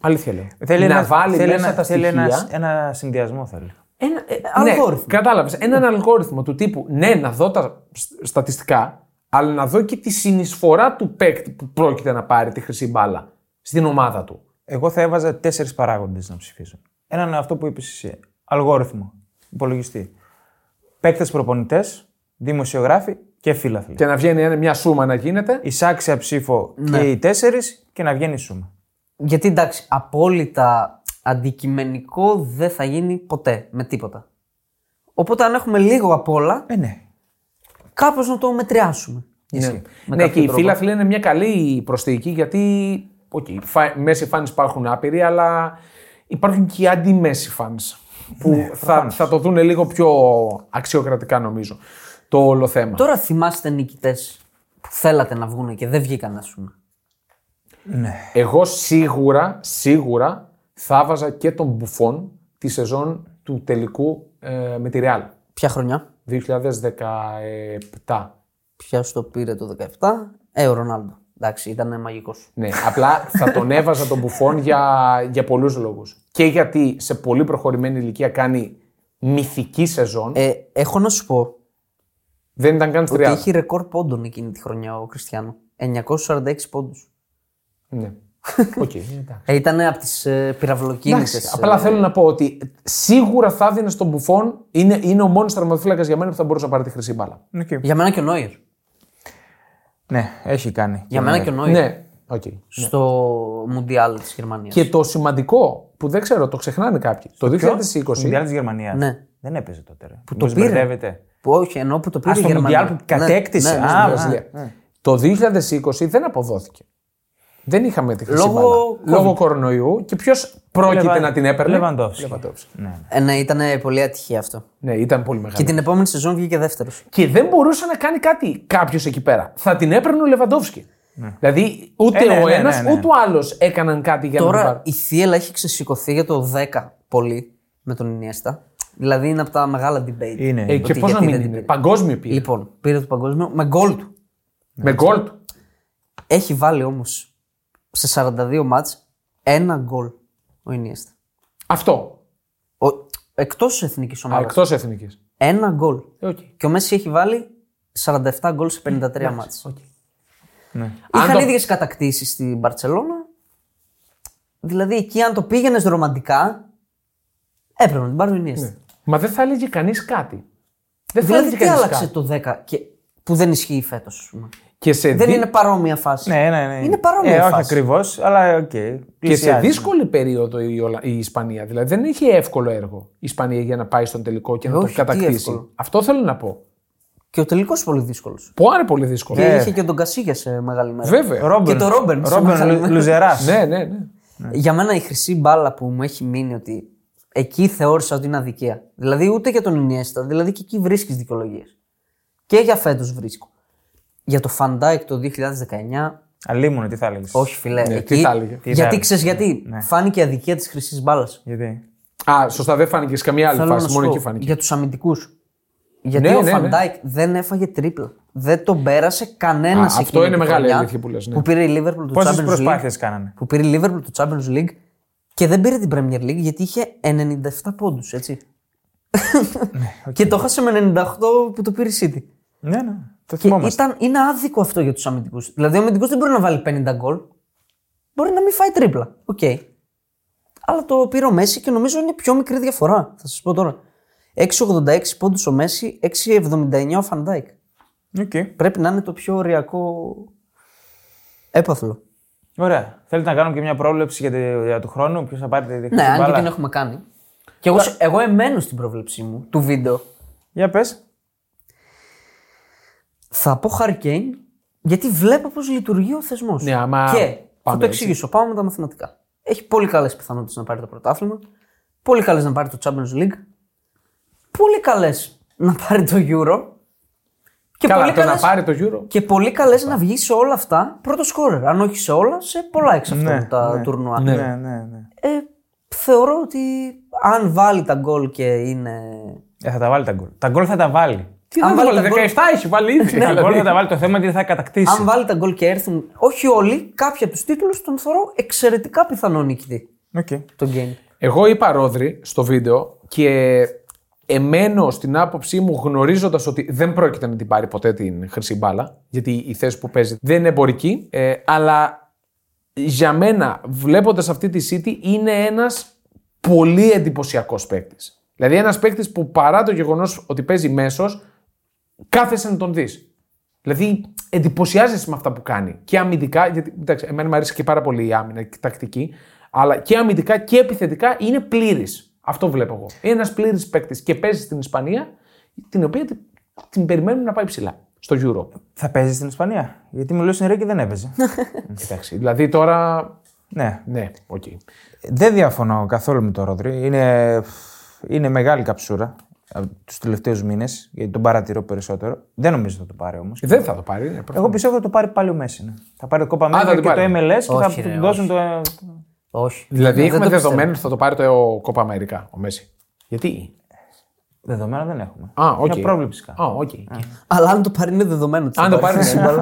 [SPEAKER 1] Αλήθεια λέω.
[SPEAKER 3] Θέλει
[SPEAKER 1] να
[SPEAKER 3] ένα,
[SPEAKER 1] βάλει
[SPEAKER 3] θέλει
[SPEAKER 1] μέσα
[SPEAKER 3] ένα,
[SPEAKER 1] τα
[SPEAKER 3] θέλει
[SPEAKER 1] στοιχεία.
[SPEAKER 3] ένας, ένα συνδυασμό θέλει.
[SPEAKER 1] Ένα, ε,
[SPEAKER 2] αλγόριθμο.
[SPEAKER 1] Ναι, κατάλαβες. Έναν αλγόριθμο του τύπου ναι, να δω τα σ- στατιστικά, αλλά να δω και τη συνεισφορά του παίκτη που πρόκειται να πάρει τη χρυσή μπάλα στην ομάδα του.
[SPEAKER 3] Εγώ θα έβαζα τέσσερις παράγοντες να ψηφίζουν. Έναν αυτό που είπες εσύ. Αλγόριθμο. Υπολογιστή. Παίκτες προπονητές, δημοσιογράφοι και φίλαθλοι.
[SPEAKER 1] Και να βγαίνει ένα- μια σούμα να γίνεται.
[SPEAKER 3] Εισάξια ψήφο
[SPEAKER 2] Ναι.
[SPEAKER 3] και οι τέσσερις και να βγαίνει η σούμα.
[SPEAKER 2] Γιατί εντάξει, απόλυτα αντικειμενικό δεν θα γίνει ποτέ με τίποτα. Οπότε αν έχουμε λίγο απ' όλα,
[SPEAKER 3] Ε, ναι.
[SPEAKER 2] κάπως να το μετριάσουμε.
[SPEAKER 1] Ναι,
[SPEAKER 2] με
[SPEAKER 1] ναι
[SPEAKER 2] κάποιο
[SPEAKER 1] και οι
[SPEAKER 2] τρόπο.
[SPEAKER 1] φίλαθλοι είναι μια καλή προσθήκη γιατί. Οκ, okay, μέση fans υπάρχουν άπειροι, αλλά υπάρχουν και οι αντι-μέση fans που
[SPEAKER 2] Ναι,
[SPEAKER 1] θα, θα το δουν λίγο πιο αξιοκρατικά νομίζω το όλο θέμα.
[SPEAKER 2] Τώρα θυμάστε νικητές που θέλατε να βγουν και δεν βγήκαν, ας πούμε.
[SPEAKER 1] Εγώ σίγουρα, σίγουρα θα βάζα και τον Μπουφόν τη σεζόν του τελικού ε, με τη Real
[SPEAKER 2] Ποια χρονιά,
[SPEAKER 1] 2017.
[SPEAKER 2] ποια το πήρε το 17, ε, ο Ρονάλντο. Εντάξει, ήταν μαγικός.
[SPEAKER 1] Ναι, απλά θα τον έβαζα τον Μπουφόν για, για πολλούς λόγους. Και γιατί σε πολύ προχωρημένη ηλικία κάνει μυθική σεζόν.
[SPEAKER 2] Ε, έχω να σου πω
[SPEAKER 1] δεν ήταν καν στη
[SPEAKER 2] ότι
[SPEAKER 1] Real.
[SPEAKER 2] έχει ρεκόρ πόντων εκείνη τη χρονιά ο Κριστιανό. 946 πόντους. [laughs]
[SPEAKER 1] Ναι. Οκ, εντάξει.
[SPEAKER 2] Ε, ήταν από τις ε, πυραυλοκίνητες.
[SPEAKER 1] Εντάξει, Απλά θέλω να πω ότι σίγουρα θα δίνει στον Μπουφόν. Είναι, είναι ο μόνος τραυματοφύλακα για μένα που θα μπορούσε να πάρει τη χρυσή μπάλα.
[SPEAKER 3] Okay.
[SPEAKER 2] ε, Για μένα και ο Νόιερ.
[SPEAKER 3] Ναι, έχει κάνει.
[SPEAKER 2] Για μένα και ο Νόιερ.
[SPEAKER 1] Ναι, οκ.
[SPEAKER 2] Στο Μουντιάλ της Γερμανίας.
[SPEAKER 1] Και το σημαντικό που δεν ξέρω, το ξεχνάνε κάποιοι. Το
[SPEAKER 3] 2020.
[SPEAKER 1] 2020.
[SPEAKER 3] Μουντιάλ της Γερμανίας.
[SPEAKER 2] Ναι.
[SPEAKER 3] Δεν έπαιζε τότε. Ρε. Που
[SPEAKER 2] το πήρε. Που όχι, ενώ που το πήρε
[SPEAKER 3] Α,
[SPEAKER 2] η
[SPEAKER 3] στο
[SPEAKER 2] Γερμανία.
[SPEAKER 3] Μουντιάλ που κατέκτησε.
[SPEAKER 2] Ναι, ναι,
[SPEAKER 3] Α,
[SPEAKER 2] ναι.
[SPEAKER 1] Βραζιλία. Το 2020 δεν αποδόθηκε. Δεν είχαμε τη χρυσή
[SPEAKER 2] Λόγω
[SPEAKER 1] μπάλα.
[SPEAKER 2] COVID.
[SPEAKER 1] Λόγω κορονοϊού και ποιος πρόκειται
[SPEAKER 3] Λεβαν-
[SPEAKER 1] να την έπαιρνε.
[SPEAKER 3] Λεβαντόφσκι.
[SPEAKER 1] Λεβαντόφσκι.
[SPEAKER 2] Ε, ναι, ήταν πολύ ατυχία αυτό.
[SPEAKER 1] Ναι, ήταν πολύ μεγάλη.
[SPEAKER 2] Και την επόμενη σεζόν βγήκε δεύτερος.
[SPEAKER 3] Ε, ναι,
[SPEAKER 1] Και δεν μπορούσε να κάνει κάτι κάποιος εκεί πέρα. Θα την έπαιρνε ο Λεβαντόφσκι. Δηλαδή ούτε
[SPEAKER 3] Ε, ναι,
[SPEAKER 1] ο
[SPEAKER 3] ναι,
[SPEAKER 1] ένας
[SPEAKER 3] ναι, ναι.
[SPEAKER 1] ούτε ο άλλος έκαναν κάτι για να την
[SPEAKER 2] Τώρα
[SPEAKER 1] πάρουν.
[SPEAKER 2] η Θίελα έχει ξεσηκωθεί για το 10 πολύ με τον Ινιέστα. Δηλαδή είναι από τα μεγάλα debate.
[SPEAKER 3] Είναι.
[SPEAKER 1] Ε, και
[SPEAKER 2] Ότι
[SPEAKER 1] πώς να
[SPEAKER 2] γιατί
[SPEAKER 1] μην
[SPEAKER 2] δεν
[SPEAKER 1] είναι.
[SPEAKER 2] την πήρε.
[SPEAKER 1] Παγκόσμιο πήρε.
[SPEAKER 2] Λοιπόν, πήρε το παγκόσμιο με γκολ του.
[SPEAKER 1] Με γκολ του.
[SPEAKER 2] Έχει βάλει όμως σε 42 μάτς ένα γκολ ο Ινιέστα.
[SPEAKER 1] Αυτό.
[SPEAKER 2] Ο... Εκτός εθνική ομάδας.
[SPEAKER 1] Εκτός εθνικής.
[SPEAKER 2] Ένα γκολ.
[SPEAKER 1] Οκ.
[SPEAKER 2] Και ο Μέση έχει βάλει 47 γκολ σε 53 μάτς. Είχαν
[SPEAKER 1] Αν
[SPEAKER 2] το...
[SPEAKER 1] το-
[SPEAKER 2] ίδιες κατακτήσεις στην Μπαρτσελώνα. Δηλαδή εκεί αν το πήγαινες ρομαντικά έπρεπε να την πάρει ο Ινιέστα.
[SPEAKER 1] Ναι. Μα δεν θα έλεγε κανείς κάτι. Δεν θα
[SPEAKER 2] Δηλαδή
[SPEAKER 1] έλεγε
[SPEAKER 2] τι
[SPEAKER 1] κανείς
[SPEAKER 2] άλλαξε
[SPEAKER 1] κάτι.
[SPEAKER 2] το 10 και... που δεν ισχύει φέτος. ας πούμε.
[SPEAKER 1] Και σε
[SPEAKER 2] Δεν
[SPEAKER 1] Ε, δι-
[SPEAKER 2] είναι παρόμοια φάση.
[SPEAKER 3] Ναι, ναι, ναι.
[SPEAKER 2] Είναι παρόμοια
[SPEAKER 3] ε,
[SPEAKER 2] φάση.
[SPEAKER 3] Όχι ακριβώς, αλλά οκ. Okay,
[SPEAKER 1] Και σε δύσκολη περίοδο η, Ολα- η Ισπανία. Δηλαδή δεν είχε εύκολο έργο η Ισπανία για να πάει στον τελικό και να
[SPEAKER 2] Ε, Όχι,
[SPEAKER 1] το
[SPEAKER 2] τι
[SPEAKER 1] κατακτήσει.
[SPEAKER 2] εύκολο.
[SPEAKER 1] Αυτό θέλω να πω.
[SPEAKER 2] Και ο τελικός πολύ δύσκολος.
[SPEAKER 1] Πάρα πολύ δύσκολο.
[SPEAKER 2] Και
[SPEAKER 1] Ε,
[SPEAKER 2] είχε και τον Κασίγια σε μεγάλη μέρα.
[SPEAKER 1] Βέβαια.
[SPEAKER 3] Ρόμπεν,
[SPEAKER 2] Και το Ρόμπεν, σε μεγάλη
[SPEAKER 3] Ρόμπεν
[SPEAKER 2] μέρα.
[SPEAKER 3] Λουζεράς.
[SPEAKER 1] Ναι, ναι, ναι.
[SPEAKER 2] Για μένα η χρυσή μπάλα που μου έχει μείνει ότι εκεί θεώρησα ότι είναι αδικία. Δηλαδή ούτε για τον Ινιέστα, δηλαδή και εκεί βρίσκεις δικαιολογίες. Και για φέτος βρίσκω. Για το Φαντάικ το 2019,
[SPEAKER 3] Αλίμονο, τι θα έλεγες.
[SPEAKER 2] όχι φιλέ.
[SPEAKER 1] Ναι,
[SPEAKER 2] εκεί,
[SPEAKER 1] τι θα έλεγε. Ναι.
[SPEAKER 3] θα
[SPEAKER 2] γιατί
[SPEAKER 3] έλεγε.
[SPEAKER 2] ξέρει γιατί. Φάνηκε η αδικία της χρυσής μπάλας.
[SPEAKER 3] Γιατί.
[SPEAKER 1] Α, σωστά, δεν φάνηκες σε καμία άλλη
[SPEAKER 2] Θέλω να
[SPEAKER 1] φάση.
[SPEAKER 2] σου
[SPEAKER 1] Μόνο
[SPEAKER 2] πω
[SPEAKER 1] εκεί φάνηκε.
[SPEAKER 2] για τους αμυντικούς. Γιατί
[SPEAKER 1] Ναι,
[SPEAKER 2] ο
[SPEAKER 1] ναι, ναι.
[SPEAKER 2] Φαντάικ δεν έφαγε τρίπλα. Δεν τον πέρασε κανένα
[SPEAKER 1] Α, αυτό είναι μεγάλη αλήθεια που λες, ναι.
[SPEAKER 2] πήρε η Liverpool του
[SPEAKER 3] Πόσες
[SPEAKER 2] Champions League.
[SPEAKER 3] προσπάθειες κάνανε.
[SPEAKER 2] που πήρε η Liverpool το Champions League και δεν πήρε την Premier League γιατί είχε 97 πόντους, έτσι.
[SPEAKER 1] Ναι,
[SPEAKER 2] [laughs] Και το χάσε με 98 που το πήρε η City.
[SPEAKER 3] Ναι, ναι. Το
[SPEAKER 2] Και
[SPEAKER 3] θυμόμαστε.
[SPEAKER 2] ήταν, είναι άδικο αυτό για τους αμυντικούς. Δηλαδή ο αμυντικός δεν μπορεί να βάλει 50 γκολ. Μπορεί να μην φάει τρίπλα. Οκ. Αλλά το πήρε ο Μέση και νομίζω είναι πιο μικρή διαφορά. Θα σας πω τώρα. 6,86 πόντους ο Μέση, 6,79 ο Φαντάικ.
[SPEAKER 3] Οκ.
[SPEAKER 2] Πρέπει να είναι το πιο ωριακό έπαθλο.
[SPEAKER 3] Ωραία. Θέλετε να κάνουμε και μια πρόβλεψη για, τη- για του χρόνου, ποιος θα πάρει τη χρυσή
[SPEAKER 2] Ναι, αν και
[SPEAKER 3] μπάλα.
[SPEAKER 2] την έχουμε κάνει. Και εγώ, εγώ εμένω στην πρόβλεψή μου του βίντεο.
[SPEAKER 3] Για πες.
[SPEAKER 2] Θα πω Hurricane γιατί βλέπω πώς λειτουργεί ο θεσμός.
[SPEAKER 1] Ναι, άμα
[SPEAKER 2] Και θα
[SPEAKER 1] πάμε
[SPEAKER 2] το
[SPEAKER 1] έτσι.
[SPEAKER 2] εξηγήσω. Πάμε με τα μαθηματικά. Έχει πολύ καλές πιθανότητες να πάρει το πρωτάθλημα. Πολύ καλές να πάρει το Champions League. Πολύ καλές να πάρει το Euro. Και
[SPEAKER 1] Καλά,
[SPEAKER 2] πολύ
[SPEAKER 1] το να
[SPEAKER 2] καλές,
[SPEAKER 1] πάρει το Euro.
[SPEAKER 2] και πολύ καλές να βγει σε όλα αυτά πρώτο σκόρερ. Αν όχι σε όλα, σε πολλά εξ αυτών
[SPEAKER 3] Ναι,
[SPEAKER 2] τα
[SPEAKER 3] ναι,
[SPEAKER 2] τουρνουά.
[SPEAKER 3] Ναι, ναι, ναι.
[SPEAKER 2] Ε, θεωρώ ότι αν βάλει τα γκολ και είναι
[SPEAKER 3] Ε, θα τα βάλει τα γκολ. Τα γκολ θα τα βάλει.
[SPEAKER 1] Τι
[SPEAKER 2] Αν
[SPEAKER 1] δεν
[SPEAKER 2] βάλει
[SPEAKER 1] βάλει,
[SPEAKER 2] τα γκολ-
[SPEAKER 1] 17 έχει βάλει
[SPEAKER 2] Ναι,
[SPEAKER 1] ήδη.
[SPEAKER 3] Τα γκολ
[SPEAKER 1] δηλαδή.
[SPEAKER 3] θα τα βάλει το θέμα είναι τι θα κατακτήσει.
[SPEAKER 2] Αν βάλει τα γκολ και έρθουν, όχι όλοι, κάποιοι από τους τίτλους, τον θεωρώ εξαιρετικά πιθανό νικητή.
[SPEAKER 3] Οκ.
[SPEAKER 2] Το game.
[SPEAKER 1] Εγώ είπα Ρόδρυ στο βίντεο και εμένω στην άποψή μου γνωρίζοντας ότι δεν πρόκειται να την πάρει ποτέ την χρυσή μπάλα, γιατί η θέση που παίζει δεν είναι εμπορική, ε, αλλά για μένα βλέποντας αυτή τη City είναι ένας πολύ εντυπωσιακός παίκτης. Δηλαδή ένας παίκτης που παρά το γεγονός ότι παίζει μέσος, κάθεσαι να τον δεις. Δηλαδή, εντυπωσιάζεσαι με αυτά που κάνει. Και αμυντικά, γιατί εντάξει, εμένα μου αρέσει και πάρα πολύ η άμυνα και η τακτική, αλλά και αμυντικά και επιθετικά είναι πλήρης. Αυτό βλέπω εγώ. Ένας πλήρης παίκτης και παίζει στην Ισπανία, την οποία τη- την περιμένουν να πάει ψηλά στο Euro.
[SPEAKER 3] Θα παίζει στην Ισπανία. Γιατί μου λέει στην Ρέγκη δεν
[SPEAKER 2] [laughs]
[SPEAKER 3] έπαιζε.
[SPEAKER 1] Εντάξει, δηλαδή τώρα.
[SPEAKER 3] ναι.
[SPEAKER 1] Ναι, οκ.
[SPEAKER 3] Δεν διαφωνώ καθόλου με τον Ρόδρυ. Είναι, είναι μεγάλη καψούρα τους τελευταίους μήνες, γιατί τον παρατηρώ περισσότερο. Δεν νομίζω θα το πάρει όμως.
[SPEAKER 1] Δεν θα το πάρει. Ναι, προφανώς.
[SPEAKER 3] Εγώ πιστεύω θα το πάρει πάλι ο Μέση. ναι. Θα πάρει το Copa
[SPEAKER 1] θα
[SPEAKER 3] America
[SPEAKER 1] την
[SPEAKER 3] και
[SPEAKER 1] πάρει.
[SPEAKER 3] το MLS και
[SPEAKER 2] Όχι,
[SPEAKER 3] θα
[SPEAKER 2] ρε,
[SPEAKER 3] του δώσουν το.
[SPEAKER 2] Όχι.
[SPEAKER 1] δηλαδή,
[SPEAKER 2] Ναι, δεν
[SPEAKER 1] έχουμε
[SPEAKER 2] το
[SPEAKER 1] δεδομένο ότι θα το πάρει το Copa America ο Μέση. Γιατί.
[SPEAKER 3] Δεδομένα δεν έχουμε.
[SPEAKER 1] Α, οκ.
[SPEAKER 3] Είναι πρόβλεψη κάπου.
[SPEAKER 1] Α, οκ.
[SPEAKER 2] πιστεύω. Αλλά αν το πάρει, είναι δεδομένο. ότι
[SPEAKER 1] Αν
[SPEAKER 2] θα
[SPEAKER 1] το πάρει. ναι.
[SPEAKER 2] πάρει.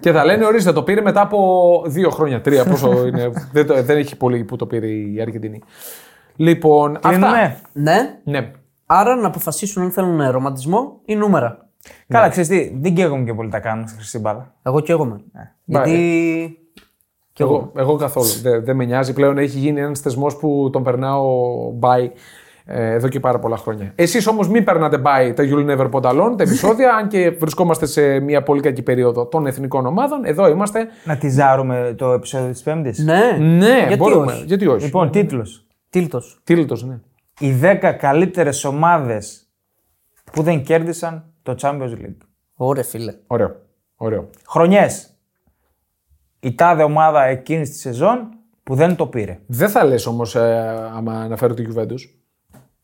[SPEAKER 1] και θα λένε, ορίστε, το πήρε μετά από δύο χρόνια, τρία. Πόσο είναι. δεν, το- δεν έχει πολύ που το πήρε η Αργεντινή. Λοιπόν, αυτά.
[SPEAKER 3] Κλείνουμε.
[SPEAKER 2] ναι.
[SPEAKER 1] Ναι.
[SPEAKER 2] Άρα να αποφασίσουν αν θέλουν ρομαντισμό ή νούμερα.
[SPEAKER 3] Καλά, ξέρεις τι, δεν καίγομαι και πολύ τα κάνουμε στη χρυσή μπάλα.
[SPEAKER 2] Εγώ και εγώ
[SPEAKER 1] Ε,
[SPEAKER 2] με. Γιατί.
[SPEAKER 1] Κι εγώ, εγώ καθόλου. Δεν, δεν με νοιάζει. Πλέον έχει γίνει ένας θεσμός που τον περνάω by ε, εδώ και πάρα πολλά χρόνια. Εσείς όμως μην περνάτε by τα You'll Never Put Alone, τα επεισόδια, αν και βρισκόμαστε σε μια πολύ κακή περίοδο των εθνικών ομάδων. Εδώ είμαστε.
[SPEAKER 3] Να τυζάρουμε το επεισόδιο της Πέμπτης.
[SPEAKER 2] Ναι,
[SPEAKER 1] Ναι,
[SPEAKER 2] γιατί
[SPEAKER 1] μπορούμε.
[SPEAKER 2] όχι.
[SPEAKER 1] Γιατί όχι.
[SPEAKER 3] Λοιπόν, τίτλος.
[SPEAKER 2] Τίλτος.
[SPEAKER 1] Τίλτος, ναι.
[SPEAKER 3] Οι 10 καλύτερες ομάδες που δεν κέρδισαν το Champions League.
[SPEAKER 2] Ωρε φίλε.
[SPEAKER 1] Ωραίο. Ωραίο.
[SPEAKER 3] Χρονιές. Η τάδε ομάδα εκείνης της σεζόν που δεν το πήρε.
[SPEAKER 1] Δεν θα λες όμως, ε, άμα αναφέρω τη Juventus.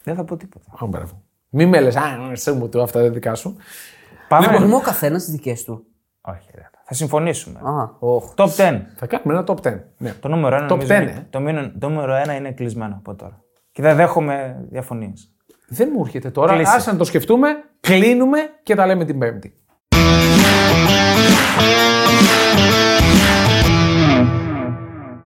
[SPEAKER 3] Δεν θα πω τίποτα.
[SPEAKER 1] Α, μπράβο. Μην με λες, Α, σε μου το αυτά δεν δικά σου. Λοιπόν,
[SPEAKER 3] Πάμε.
[SPEAKER 1] ναι.
[SPEAKER 2] Τολμώ ο καθένας τι δικές του.
[SPEAKER 3] Όχι, ρε. Θα συμφωνήσουμε.
[SPEAKER 2] Α, όχ.
[SPEAKER 3] Top 10.
[SPEAKER 1] Θα κάνουμε ένα top 10. Ναι.
[SPEAKER 3] Το νούμερο 1
[SPEAKER 1] Top 10, ε.
[SPEAKER 3] το, μήνο- το νούμερο 1 είναι κλεισμένο από τώρα. Και δεν δέχομαι διαφωνίες.
[SPEAKER 1] Δεν μου έρχεται τώρα.
[SPEAKER 3] Κλείσες.
[SPEAKER 1] Άσε να το σκεφτούμε, κλείνουμε και τα λέμε την Πέμπτη.